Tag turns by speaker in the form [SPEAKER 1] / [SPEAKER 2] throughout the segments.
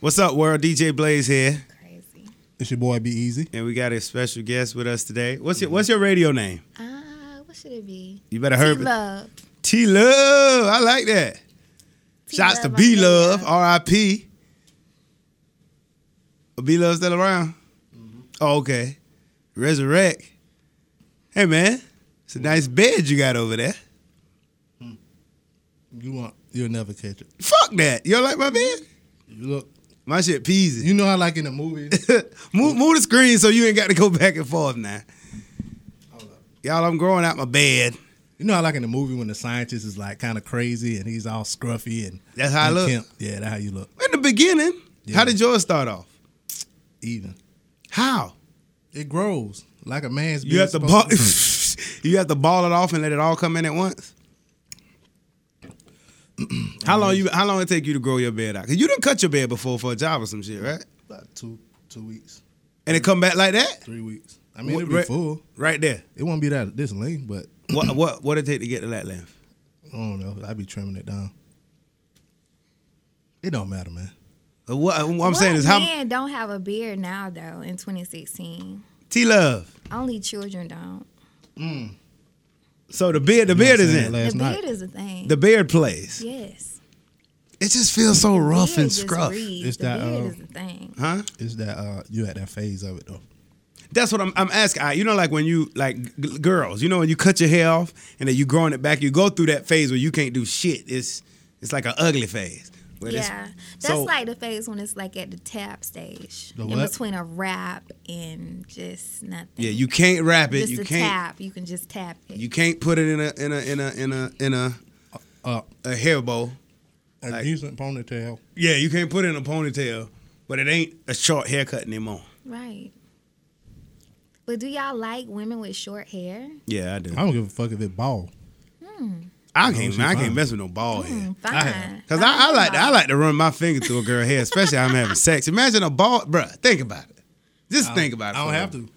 [SPEAKER 1] What's up, world? DJ Blaze here,
[SPEAKER 2] Crazy.
[SPEAKER 3] It's your boy Be Easy.
[SPEAKER 1] and we got a special guest with us today. What's your What's your radio name?
[SPEAKER 2] Ah, what should it be?
[SPEAKER 1] You better heard it.
[SPEAKER 2] Love.
[SPEAKER 1] T Love. I like that. Shouts to B Love, R.I.P. B Love still around? Oh, okay. Resurrect. Hey man, it's a nice bed you got over there.
[SPEAKER 3] You want you'll never catch it.
[SPEAKER 1] Fuck that. You don't like my bed?
[SPEAKER 3] You look
[SPEAKER 1] My shit peasy.
[SPEAKER 3] you know how like in the movies.
[SPEAKER 1] move, move the screen so you ain't got to go back and forth now. Y'all, I'm growing out my bed.
[SPEAKER 3] You know how like in the movie when the scientist is like kind of crazy and he's all scruffy and
[SPEAKER 1] That's how I
[SPEAKER 3] and
[SPEAKER 1] look.
[SPEAKER 3] kempt. Yeah, that's how you look.
[SPEAKER 1] At the beginning, how
[SPEAKER 3] Yeah.
[SPEAKER 1] did yours start off?
[SPEAKER 3] Even.
[SPEAKER 1] How?
[SPEAKER 3] It grows. Like a man's
[SPEAKER 1] You have to
[SPEAKER 3] beard's
[SPEAKER 1] ball,
[SPEAKER 3] supposed
[SPEAKER 1] you have to ball it off and let it all come in at once. how long you? How long it take you to grow your beard out? Cause you didn't cut your beard before for a job or some shit, right?
[SPEAKER 3] about two two weeks,
[SPEAKER 1] And it come back like that,
[SPEAKER 3] three weeks. I mean
[SPEAKER 1] What-
[SPEAKER 3] it'll be
[SPEAKER 1] right-
[SPEAKER 3] full.
[SPEAKER 1] right there.
[SPEAKER 3] It won't be that this length, but
[SPEAKER 1] What what what it take to get to that length?
[SPEAKER 3] I don't know. I'd be trimming it down. It don't matter, man.
[SPEAKER 1] Uh, What, what I'm
[SPEAKER 2] What
[SPEAKER 1] saying is how
[SPEAKER 2] men don't have a beard now though in 2016.
[SPEAKER 1] T Love.
[SPEAKER 2] Only children don't.
[SPEAKER 1] So the beard the beard is
[SPEAKER 3] saying?
[SPEAKER 1] in.
[SPEAKER 3] Like- That's
[SPEAKER 2] the
[SPEAKER 3] not-
[SPEAKER 2] beard is a thing.
[SPEAKER 1] The beard plays.
[SPEAKER 2] yes.
[SPEAKER 1] It just feels so rough
[SPEAKER 2] Beard
[SPEAKER 1] and
[SPEAKER 2] just
[SPEAKER 1] scruff. um,
[SPEAKER 2] reads.
[SPEAKER 3] It's
[SPEAKER 2] the
[SPEAKER 3] that,
[SPEAKER 2] beard
[SPEAKER 3] uh,
[SPEAKER 2] is a thing.
[SPEAKER 1] Huh?
[SPEAKER 3] It's that uh you at that phase of it though.
[SPEAKER 1] That's what I'm, I'm asking. I, you know, like when you like g- girls, you know, when you cut your hair off and then you growing it back, you go through that phase where you can't do shit. It's it's like an ugly phase. where it's-
[SPEAKER 2] yeah. That's
[SPEAKER 1] so-
[SPEAKER 2] like the phase when it's like at the tap stage.
[SPEAKER 3] The
[SPEAKER 2] in
[SPEAKER 3] what?
[SPEAKER 2] between a rap and just nothing.
[SPEAKER 1] Yeah, you can't wrap it.
[SPEAKER 2] just
[SPEAKER 1] You
[SPEAKER 2] a
[SPEAKER 1] can't.
[SPEAKER 2] tap. You can just tap it.
[SPEAKER 1] You can't put it in a in a in a in a in a,
[SPEAKER 3] Uh
[SPEAKER 1] a hair bow.
[SPEAKER 3] a
[SPEAKER 1] Like-
[SPEAKER 3] decent ponytail.
[SPEAKER 1] Yeah, you can't put it in a ponytail, but it ain't a short haircut anymore.
[SPEAKER 2] right. But do y'all like women with short hair?
[SPEAKER 1] Yeah, I do.
[SPEAKER 3] I don't give a fuck if it bald.
[SPEAKER 1] I can't.
[SPEAKER 3] Oh,
[SPEAKER 1] I
[SPEAKER 3] she
[SPEAKER 1] can't
[SPEAKER 3] fine.
[SPEAKER 1] mess with no bald hair.
[SPEAKER 2] Mm, Fine.
[SPEAKER 1] Cause I, I like to, I like to run my finger through a girl hair, especially I'm having sex. Imagine a bald, bruh. Think about it. Just think about it.
[SPEAKER 3] I
[SPEAKER 1] for
[SPEAKER 3] don't
[SPEAKER 1] a
[SPEAKER 3] have
[SPEAKER 1] moment.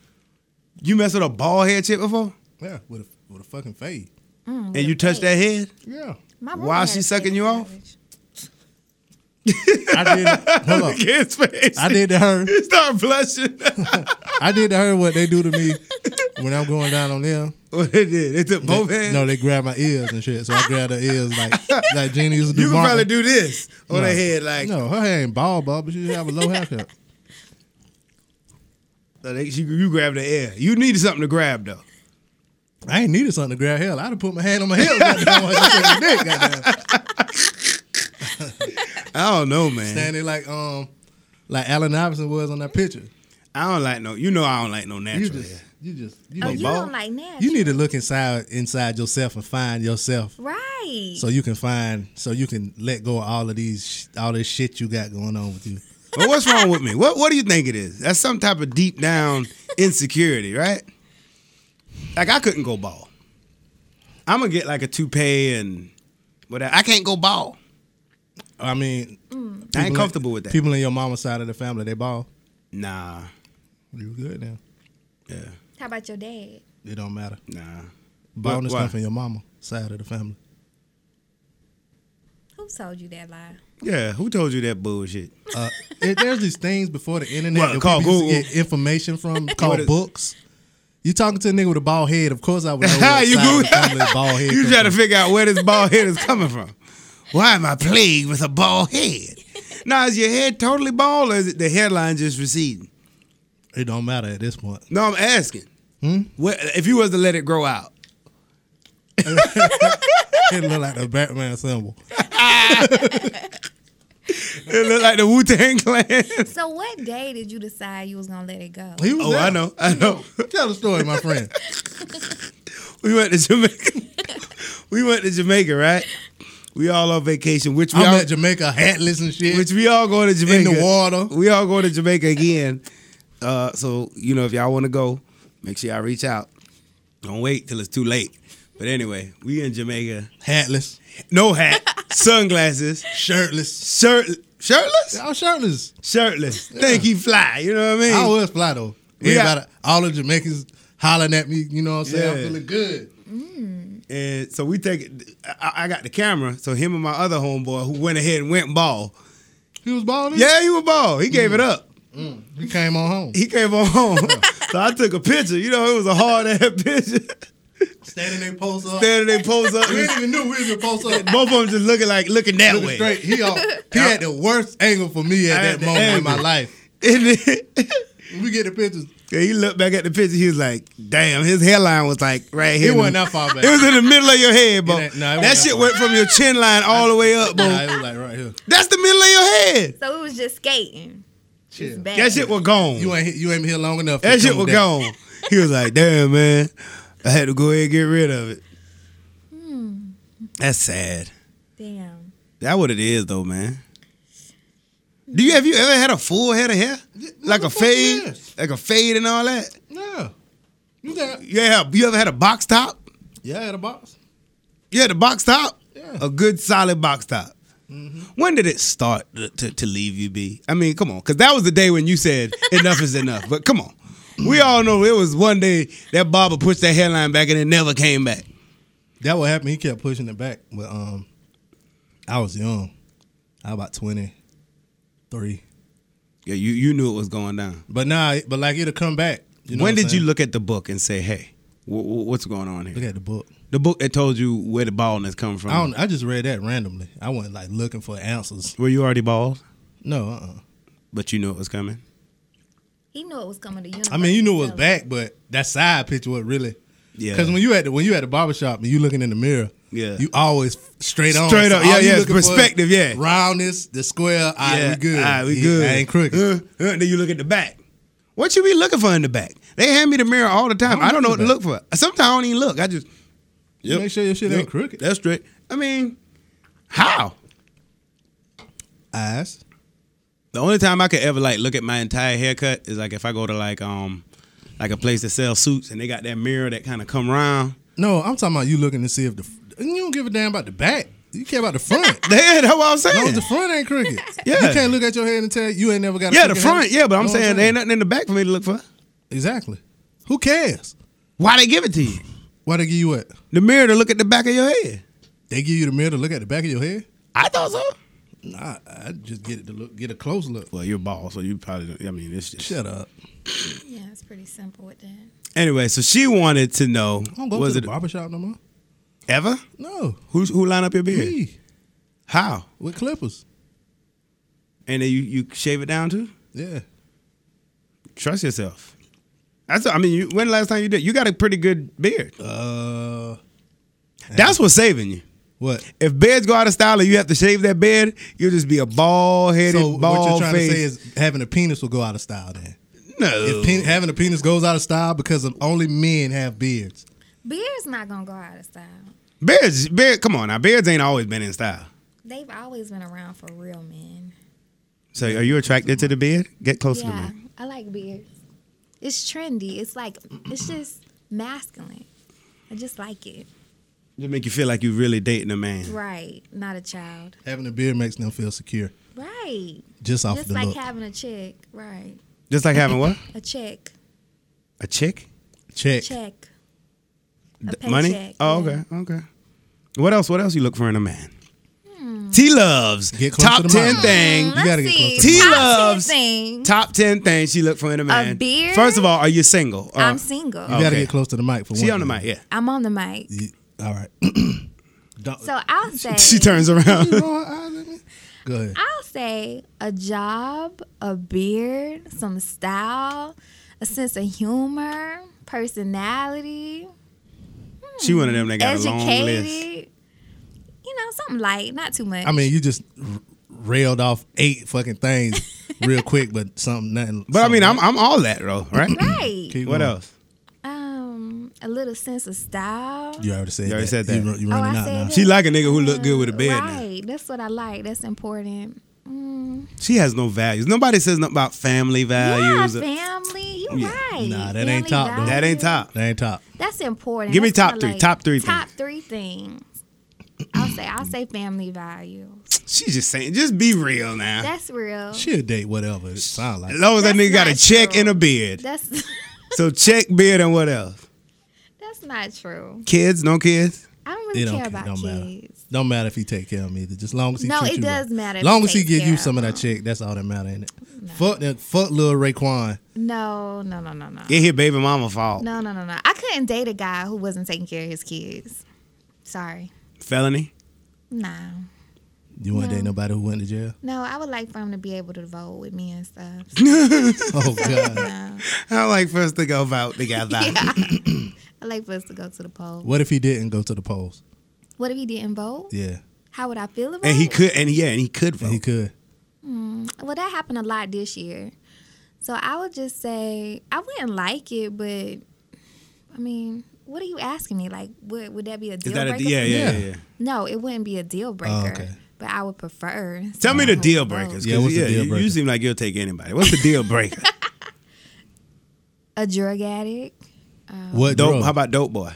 [SPEAKER 3] to.
[SPEAKER 1] You mess with a bald head chick before,
[SPEAKER 3] Yeah, with a with a fucking fade.
[SPEAKER 1] and you touch that head.
[SPEAKER 3] Yeah.
[SPEAKER 2] My
[SPEAKER 1] Why
[SPEAKER 2] brother
[SPEAKER 1] is she
[SPEAKER 2] had a
[SPEAKER 1] sucking
[SPEAKER 2] fake
[SPEAKER 1] you off?
[SPEAKER 2] marriage.
[SPEAKER 3] I did hold up.
[SPEAKER 1] Kids face.
[SPEAKER 3] I did to her.
[SPEAKER 1] Start blushing.
[SPEAKER 3] I did to her what they do to me when I'm going down on them.
[SPEAKER 1] what they did? They took both
[SPEAKER 3] They-
[SPEAKER 1] hands.
[SPEAKER 3] No, they grab my ears and shit. So I grab her ears like like Jeannie used to do.
[SPEAKER 1] you can
[SPEAKER 3] Martin.
[SPEAKER 1] probably do this on
[SPEAKER 3] No.
[SPEAKER 1] their head, like
[SPEAKER 3] No, her hair ain't bald, bald, but she have a low haircut.
[SPEAKER 1] so they, you, you grab the air. You needed something to grab though.
[SPEAKER 3] I ain't needed something to grab hell. I'd have put my hand on my heels. Goddamn, while she sucked my dick, goddamn.
[SPEAKER 1] I don't know, man.
[SPEAKER 3] Standing like um like Allen Iverson was on that picture.
[SPEAKER 1] I don't like no. You know, I don't like no
[SPEAKER 3] You
[SPEAKER 1] natural hair.
[SPEAKER 3] just you just you,
[SPEAKER 2] Oh,
[SPEAKER 3] need-
[SPEAKER 2] you
[SPEAKER 1] bald.
[SPEAKER 2] don't like natural.
[SPEAKER 3] you need to look inside inside yourself and find yourself.
[SPEAKER 2] right.
[SPEAKER 3] so you can find so you can let go of all of these sh- all this shit you got going on with you
[SPEAKER 1] But what's wrong with me? What What do you think it is? That's some type of deep down insecurity, right? Like I couldn't go ball. I'm gonna get like a toupee and whatever. I can't go ball.
[SPEAKER 3] i mean
[SPEAKER 1] I ain't
[SPEAKER 3] people-
[SPEAKER 1] comfortable with that.
[SPEAKER 3] people in your mama's side of the family they ball
[SPEAKER 1] nah,
[SPEAKER 3] you good now
[SPEAKER 1] yeah,
[SPEAKER 2] How about your dad?
[SPEAKER 3] it don't matter
[SPEAKER 1] nah.
[SPEAKER 3] baldness
[SPEAKER 1] why?
[SPEAKER 3] come from your mama side of the family
[SPEAKER 2] Who told you that lie?
[SPEAKER 1] Yeah, who told you that bullshit?
[SPEAKER 3] uh, it, there's these things before the internet
[SPEAKER 1] What,
[SPEAKER 3] that
[SPEAKER 1] call
[SPEAKER 3] we used to
[SPEAKER 1] Google?
[SPEAKER 3] get information from
[SPEAKER 1] What
[SPEAKER 3] called
[SPEAKER 1] is-
[SPEAKER 3] books you talking to a nigga with a bald head of course i would know what
[SPEAKER 1] You
[SPEAKER 3] side of
[SPEAKER 1] Google-
[SPEAKER 3] the family the bald head
[SPEAKER 1] You
[SPEAKER 3] come
[SPEAKER 1] try to
[SPEAKER 3] from.
[SPEAKER 1] figure out where this bald head is coming from. Why am I plagued with a bald head? Now is your head totally bald, or is it the hairline just receding?
[SPEAKER 3] it don't matter at this point
[SPEAKER 1] No, I'm asking. What, if you was to let it grow out,
[SPEAKER 3] it look like the batman symbol
[SPEAKER 1] It looked like the Wu Tang Clan.
[SPEAKER 2] So what day did you decide you was gonna let it go?
[SPEAKER 3] he was
[SPEAKER 1] Oh,
[SPEAKER 3] there.
[SPEAKER 1] I know, I know.
[SPEAKER 3] tell the story my friend
[SPEAKER 1] We went to Jamaica. we went to Jamaica, right? We all on vacation, which we
[SPEAKER 3] i'm
[SPEAKER 1] all,
[SPEAKER 3] at jamaica hatless and shit
[SPEAKER 1] which we all going to
[SPEAKER 3] in
[SPEAKER 1] Jamaica.
[SPEAKER 3] the water
[SPEAKER 1] We all going to Jamaica again. Uh, so you know, if y'all want to go, make sure y'all reach out. Don't wait till it's too late. But anyway, we in Jamaica.
[SPEAKER 3] hatless,
[SPEAKER 1] No hat, sunglasses,
[SPEAKER 3] shirtless.
[SPEAKER 1] shirt, shirtless,
[SPEAKER 3] I was shirtless.
[SPEAKER 1] shirtless. Thank you, fly. You know what I mean?
[SPEAKER 3] I was fly though.
[SPEAKER 1] We got-
[SPEAKER 3] Everybody- all the Jamaicans hollering at me. You know what I'm saying?
[SPEAKER 1] Yeah.
[SPEAKER 3] I'm feeling good.
[SPEAKER 1] And so we take it. I, I got the camera. So him and my other homeboy who went ahead and went ball.
[SPEAKER 3] He was balding.
[SPEAKER 1] Yeah, he was bald. He gave it up.
[SPEAKER 3] He came on home.
[SPEAKER 1] He came on home. so I took a picture. You know, it was a hard ass picture.
[SPEAKER 3] Standing there, pose up.
[SPEAKER 1] Standing they pose up.
[SPEAKER 3] We didn't even knew we was gonna post up.
[SPEAKER 1] Both of them just looking like looking that
[SPEAKER 3] Looking
[SPEAKER 1] way.
[SPEAKER 3] straight. He, all, he had the worst angle for me at
[SPEAKER 1] I had
[SPEAKER 3] that
[SPEAKER 1] the
[SPEAKER 3] moment in my
[SPEAKER 1] angle.
[SPEAKER 3] life.
[SPEAKER 1] And then-
[SPEAKER 3] When we get the pictures.
[SPEAKER 1] Yeah, he looked back at the picture. He was like, "Damn, his hairline was like right here.
[SPEAKER 3] It wasn't that far back.
[SPEAKER 1] It was in the middle of your head, bro.
[SPEAKER 3] ain't- no, it
[SPEAKER 1] that
[SPEAKER 3] wasn't that
[SPEAKER 1] shit
[SPEAKER 3] far.
[SPEAKER 1] went from your chin line all the way up, bro.
[SPEAKER 3] Nah, it was like right here.
[SPEAKER 1] That's the middle of your head.
[SPEAKER 2] So it was just skating. It's
[SPEAKER 3] Chill.
[SPEAKER 2] bad.
[SPEAKER 1] That shit was gone.
[SPEAKER 3] You ain't you ain't been here long enough. to
[SPEAKER 1] that shit
[SPEAKER 3] come
[SPEAKER 1] was
[SPEAKER 3] down.
[SPEAKER 1] gone. He was like, "Damn, man, I had to go ahead and get rid of it." That's sad.
[SPEAKER 2] Damn.
[SPEAKER 1] That what it is, though, man. Do you have you ever had a full head of hair, like a
[SPEAKER 3] motherfucker,
[SPEAKER 1] fade,
[SPEAKER 3] yes.
[SPEAKER 1] like a fade and all that?
[SPEAKER 3] Yeah. You got
[SPEAKER 1] Yeah, you ever had a box top?
[SPEAKER 3] yeah at a box.
[SPEAKER 1] Yeah, the box top.
[SPEAKER 3] Yeah. Mm-hmm.
[SPEAKER 1] A good solid box top. When did it start to, to, to leave you be? I mean, come on, because that was the day when you said enough is enough. But come on, we all know it was one day that barber pushed that hairline back and it never came back.
[SPEAKER 3] That what happened. He kept pushing it back, but um, I was young. I was about twenty three.
[SPEAKER 1] Yeah, you you knew it was going down.
[SPEAKER 3] But nah, but like it'll come back. You know
[SPEAKER 1] when
[SPEAKER 3] what I'm
[SPEAKER 1] did you
[SPEAKER 3] saying?
[SPEAKER 1] look at the book and say, "Hey, wh- wh- what's going on here?"
[SPEAKER 3] look at the book?
[SPEAKER 1] The book that told you where the baldness come from.
[SPEAKER 3] I don't. I just read that randomly. I wasn't like looking for answers.
[SPEAKER 1] Were you already bald,
[SPEAKER 3] No. Uh-uh.
[SPEAKER 1] but you knew it was coming?
[SPEAKER 2] He knew it was coming to you.
[SPEAKER 3] I mean, you knew it was back, but that side picture was really.
[SPEAKER 1] Yeah.
[SPEAKER 3] Because when you at the when you at the barbershop and you looking in the mirror,
[SPEAKER 1] Yeah.
[SPEAKER 3] you always f- straight on,
[SPEAKER 1] Straight
[SPEAKER 3] So
[SPEAKER 1] up,
[SPEAKER 3] all
[SPEAKER 1] yeah,
[SPEAKER 3] you
[SPEAKER 1] yeah,
[SPEAKER 3] looking for is
[SPEAKER 1] perspective, yeah.
[SPEAKER 3] roundness, the square. All right, we good.
[SPEAKER 1] All right, we
[SPEAKER 3] Yeah,
[SPEAKER 1] good.
[SPEAKER 3] I ain't crooked.
[SPEAKER 1] Uh, uh, then you look at the back. What you be looking for in the back? They hand me the mirror all the time. I don't, know what to look for. Sometimes I don't even look. I just
[SPEAKER 3] You Make sure your shit ain't crooked.
[SPEAKER 1] That's straight. I mean, how?
[SPEAKER 3] Eyes.
[SPEAKER 1] The only time I could ever like look at my entire haircut is like if I go to like um like a place that sells suits and they got that mirror that kind of come round.
[SPEAKER 3] No, I'm talking about you looking to see if the you don't give a damn about the back. You care about the front.
[SPEAKER 1] Yeah, that's what I'm
[SPEAKER 3] As long
[SPEAKER 1] saying.
[SPEAKER 3] as the front ain't crooked.
[SPEAKER 1] Yeah.
[SPEAKER 3] You can't look at your head and tell you ain't never got a
[SPEAKER 1] yeah, the
[SPEAKER 3] crooked
[SPEAKER 1] front.
[SPEAKER 3] head.
[SPEAKER 1] Yeah, but I'm
[SPEAKER 3] Know what
[SPEAKER 1] saying there ain't nothing in the back for me to look for.
[SPEAKER 3] Exactly. Who cares?
[SPEAKER 1] Why they give it to you?
[SPEAKER 3] Why they give you what?
[SPEAKER 1] The mirror to look at the back of your head.
[SPEAKER 3] They give you the mirror to look at the back of your head?
[SPEAKER 1] I thought so.
[SPEAKER 3] Nah, I just get it to look get a close look.
[SPEAKER 1] Well, you're bald, so you probably. Don't, I mean, it's just
[SPEAKER 3] Shut up.
[SPEAKER 2] Yeah, it's pretty simple with that.
[SPEAKER 1] Anyway, so she wanted to know
[SPEAKER 3] I don't go
[SPEAKER 1] was
[SPEAKER 3] to
[SPEAKER 1] it
[SPEAKER 3] the barbershop no more.
[SPEAKER 1] ever
[SPEAKER 3] No.
[SPEAKER 1] who who line up your beard?
[SPEAKER 3] Me.
[SPEAKER 1] How?
[SPEAKER 3] With clippers.
[SPEAKER 1] And then you you shave it down to?
[SPEAKER 3] Yeah.
[SPEAKER 1] Trust yourself. That's I mean, you, when the last time you did? You got a pretty good beard.
[SPEAKER 3] Uh
[SPEAKER 1] That's what's saving you.
[SPEAKER 3] what?
[SPEAKER 1] If beards go out of style and you have to shave that beard, you'll just be a bald headed,
[SPEAKER 3] So what you're
[SPEAKER 1] bald
[SPEAKER 3] trying
[SPEAKER 1] face. Uh,
[SPEAKER 3] to say is having a penis will go out of style then.
[SPEAKER 1] no,
[SPEAKER 3] If pen, having a penis goes out of style because of only men have beards.
[SPEAKER 2] Beer's not gonna go out of style.
[SPEAKER 1] beards. Beard. Come on now, beards ain't always been in style.
[SPEAKER 2] They've always been around for real men.
[SPEAKER 1] So are you attracted to the beard? Get closer
[SPEAKER 2] Yeah,
[SPEAKER 1] to me.
[SPEAKER 2] I like beards. It's trendy. It's like it's just masculine. I just like it.
[SPEAKER 1] Just make you feel like you're really dating a man.
[SPEAKER 2] Right, not a child.
[SPEAKER 3] Having a beard makes them feel secure.
[SPEAKER 2] Right,
[SPEAKER 3] Just off
[SPEAKER 2] just
[SPEAKER 3] the
[SPEAKER 2] like
[SPEAKER 3] look.
[SPEAKER 2] having a check. Right,
[SPEAKER 1] Just like having what?
[SPEAKER 2] a check,
[SPEAKER 1] A chick?
[SPEAKER 3] Check.
[SPEAKER 2] check.
[SPEAKER 1] D-
[SPEAKER 2] paycheck, Mm,
[SPEAKER 1] money. Oh,
[SPEAKER 2] yeah.
[SPEAKER 1] okay, okay. What else? What else you look for in a man?
[SPEAKER 2] Hmm.
[SPEAKER 1] T loves
[SPEAKER 3] Get close
[SPEAKER 1] top
[SPEAKER 3] to the
[SPEAKER 1] ten
[SPEAKER 3] mic.
[SPEAKER 1] thing.
[SPEAKER 2] Let's
[SPEAKER 3] gotta get
[SPEAKER 2] see.
[SPEAKER 3] close
[SPEAKER 1] to the
[SPEAKER 2] Top
[SPEAKER 1] mic.
[SPEAKER 2] 10
[SPEAKER 1] T-loves.
[SPEAKER 2] thing.
[SPEAKER 1] Top ten things she look for in a man.
[SPEAKER 2] beard?
[SPEAKER 1] First of all, are you single? Or-
[SPEAKER 2] I'm single.
[SPEAKER 3] You gotta
[SPEAKER 1] Okay.
[SPEAKER 3] get close to the mic for one.
[SPEAKER 1] She on the
[SPEAKER 3] thing.
[SPEAKER 1] mic. Yeah.
[SPEAKER 2] I'm on the mic.
[SPEAKER 3] You- all right. Don't-
[SPEAKER 2] So I'll say
[SPEAKER 1] She turns
[SPEAKER 3] You
[SPEAKER 1] around.
[SPEAKER 2] Hmm.
[SPEAKER 3] know her eyes at me? Go ahead.
[SPEAKER 2] I'll say a job, a beard, some style, a sense of humor, personality,
[SPEAKER 1] she one of them that got a long list.
[SPEAKER 2] educated. You know, something light, not too much.
[SPEAKER 3] I mean, you just r- railed off eight fucking things real quick, but something, nothing.
[SPEAKER 1] But I mean, I'm I'm all that though, right?
[SPEAKER 2] right.
[SPEAKER 3] Keep
[SPEAKER 1] what
[SPEAKER 3] going.
[SPEAKER 1] else?
[SPEAKER 2] Um, a little sense of style.
[SPEAKER 3] You already said
[SPEAKER 1] You already
[SPEAKER 3] that.
[SPEAKER 1] said that.
[SPEAKER 3] You, run- you
[SPEAKER 2] Oh,
[SPEAKER 3] running
[SPEAKER 2] I
[SPEAKER 3] out
[SPEAKER 2] said
[SPEAKER 3] now.
[SPEAKER 2] that.
[SPEAKER 1] She like a nigga who look good with a beard. Now.
[SPEAKER 2] right. That's what I like. That's important. Mm.
[SPEAKER 1] She has no values. Nobody says nothing about family
[SPEAKER 2] Yeah,
[SPEAKER 1] values.
[SPEAKER 2] family. You
[SPEAKER 1] Yeah.
[SPEAKER 2] right.
[SPEAKER 3] Nah, that ain't
[SPEAKER 2] Family
[SPEAKER 3] top, though.
[SPEAKER 1] that ain't top.
[SPEAKER 3] That ain't top.
[SPEAKER 2] That's important.
[SPEAKER 1] Give me
[SPEAKER 2] That's kinda
[SPEAKER 1] top three. Top three
[SPEAKER 2] Top three things. I'll say. I'll say family values.
[SPEAKER 1] She just saying, just be real now.
[SPEAKER 3] Ah.
[SPEAKER 2] That's real.
[SPEAKER 3] She'll date whatever it sound like.
[SPEAKER 1] as long as that
[SPEAKER 2] That's
[SPEAKER 1] nigga got a
[SPEAKER 2] not
[SPEAKER 1] check
[SPEAKER 2] true.
[SPEAKER 1] and a beard.
[SPEAKER 2] That's
[SPEAKER 1] So check, beard, and what else?
[SPEAKER 2] that's not true.
[SPEAKER 1] Kids? No kids?
[SPEAKER 2] I don't
[SPEAKER 3] It
[SPEAKER 2] really
[SPEAKER 3] don't
[SPEAKER 2] care
[SPEAKER 3] care.
[SPEAKER 2] about
[SPEAKER 3] Don't matter.
[SPEAKER 2] kids.
[SPEAKER 3] Don't matter if he take care of me either. Just long as he
[SPEAKER 2] No,
[SPEAKER 3] treat
[SPEAKER 2] it
[SPEAKER 3] you
[SPEAKER 2] does
[SPEAKER 3] right.
[SPEAKER 2] matter if
[SPEAKER 3] Long
[SPEAKER 2] he
[SPEAKER 3] as he
[SPEAKER 2] take
[SPEAKER 3] give you
[SPEAKER 2] care
[SPEAKER 3] some of
[SPEAKER 2] of
[SPEAKER 3] that check, that's all that matter, ain't it? Fuck that. Fuck little Raekwon.
[SPEAKER 2] No, no, no, no, no.
[SPEAKER 1] Get here, baby mama fault.
[SPEAKER 2] No, no, no, no. I couldn't date a guy who wasn't taking care of his kids. Sorry.
[SPEAKER 1] Felony.
[SPEAKER 2] Nah.
[SPEAKER 3] You want to date nobody who went to jail?
[SPEAKER 2] No, I would like for him to be able to vote with me and stuff.
[SPEAKER 3] Oh God.
[SPEAKER 2] No.
[SPEAKER 1] I like for us to go vote together.
[SPEAKER 2] I like for us to go to the poll.
[SPEAKER 3] what if he didn't go to the polls?
[SPEAKER 2] What if he didn't vote?
[SPEAKER 3] Yeah,
[SPEAKER 2] How would I feel about
[SPEAKER 1] And he
[SPEAKER 2] it?
[SPEAKER 1] could, and yeah, and he could vote.
[SPEAKER 2] Oh.
[SPEAKER 3] he could.
[SPEAKER 2] Well, that happened a lot this year. So I would just say I wouldn't like it, but I mean, what are you asking me? Like, would would that be a deal
[SPEAKER 1] Is that a
[SPEAKER 2] breaker?
[SPEAKER 1] yeah,
[SPEAKER 2] for me?
[SPEAKER 1] yeah, yeah,
[SPEAKER 3] Yeah.
[SPEAKER 1] yeah.
[SPEAKER 2] No, it wouldn't be a deal breaker.
[SPEAKER 3] okay.
[SPEAKER 2] But I would prefer.
[SPEAKER 1] Tell me the
[SPEAKER 2] someone who
[SPEAKER 1] deal
[SPEAKER 2] would vote.
[SPEAKER 1] breakers.
[SPEAKER 3] Yeah,
[SPEAKER 1] Oh. Yeah,
[SPEAKER 3] what's the
[SPEAKER 1] yeah,
[SPEAKER 3] deal
[SPEAKER 1] you,
[SPEAKER 3] breaker?
[SPEAKER 1] you seem like you'll take anybody. What's the deal breaker?
[SPEAKER 2] A drug addict? Oh.
[SPEAKER 3] What?
[SPEAKER 1] dope.
[SPEAKER 3] drug?
[SPEAKER 1] How about dope boy?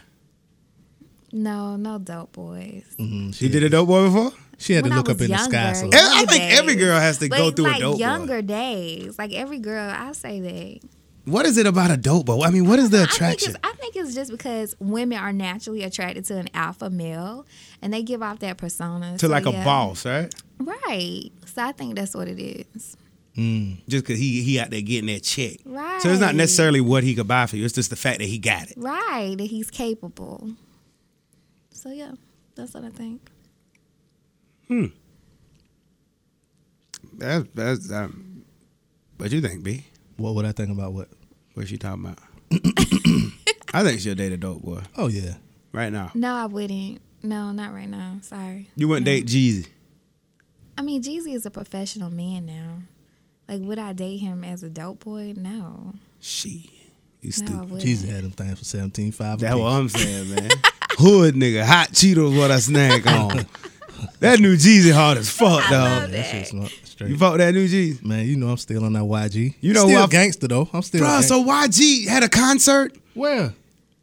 [SPEAKER 2] No, no dope boys.
[SPEAKER 3] Mm,
[SPEAKER 1] She
[SPEAKER 3] she
[SPEAKER 1] did a dope boy before.
[SPEAKER 3] She had to
[SPEAKER 2] When I
[SPEAKER 3] look up
[SPEAKER 2] was
[SPEAKER 3] in the sky.
[SPEAKER 2] younger,
[SPEAKER 3] So
[SPEAKER 1] Eh, I think
[SPEAKER 2] younger
[SPEAKER 1] every
[SPEAKER 2] days.
[SPEAKER 1] girl has to
[SPEAKER 2] But
[SPEAKER 1] go
[SPEAKER 2] it's
[SPEAKER 1] through a
[SPEAKER 2] like
[SPEAKER 1] dope boy.
[SPEAKER 2] younger days. Like every girl, I say that.
[SPEAKER 1] What is it about a dope boy? I mean, what is the
[SPEAKER 2] I
[SPEAKER 1] attraction?
[SPEAKER 2] think, it's, I think it's just because women are naturally attracted to an alpha male, and they give off that persona
[SPEAKER 1] To
[SPEAKER 2] So,
[SPEAKER 1] like
[SPEAKER 2] yeah.
[SPEAKER 1] a boss, right?
[SPEAKER 2] right? So I think that's what it is.
[SPEAKER 1] Just because he he out there getting that check.
[SPEAKER 2] Right.
[SPEAKER 1] So it's not necessarily what he could buy for you. It's just the fact that he got it.
[SPEAKER 2] Right, that he's capable. So yeah, that's what I think.
[SPEAKER 1] That's that's. Um, what you think, B?
[SPEAKER 3] what would I think about what?
[SPEAKER 1] What's she talking about? I think she'll date a dope boy
[SPEAKER 3] Oh yeah,
[SPEAKER 1] right now.
[SPEAKER 2] No, I wouldn't. No, not right now. Sorry.
[SPEAKER 1] You wouldn't date Jeezy.
[SPEAKER 2] I mean, Jeezy is a professional man now. Like, would I date him as a dope boy? No.
[SPEAKER 1] She, you
[SPEAKER 2] No, I
[SPEAKER 1] stupid.
[SPEAKER 2] wouldn't.
[SPEAKER 3] Jesus had them things for seventeen five.
[SPEAKER 1] That's what I'm saying, man. Hood nigga, hot Cheetos, what I snack on. that new Jeezy hard as fuck, dog.
[SPEAKER 3] That shit's not straight.
[SPEAKER 1] You bought that new Jeezy,
[SPEAKER 3] Man, you know I'm still on that YG.
[SPEAKER 1] You know
[SPEAKER 3] still
[SPEAKER 1] what?
[SPEAKER 3] gangster though. I'm still.
[SPEAKER 1] bro.
[SPEAKER 3] gang-
[SPEAKER 1] So YG had a concert
[SPEAKER 3] where?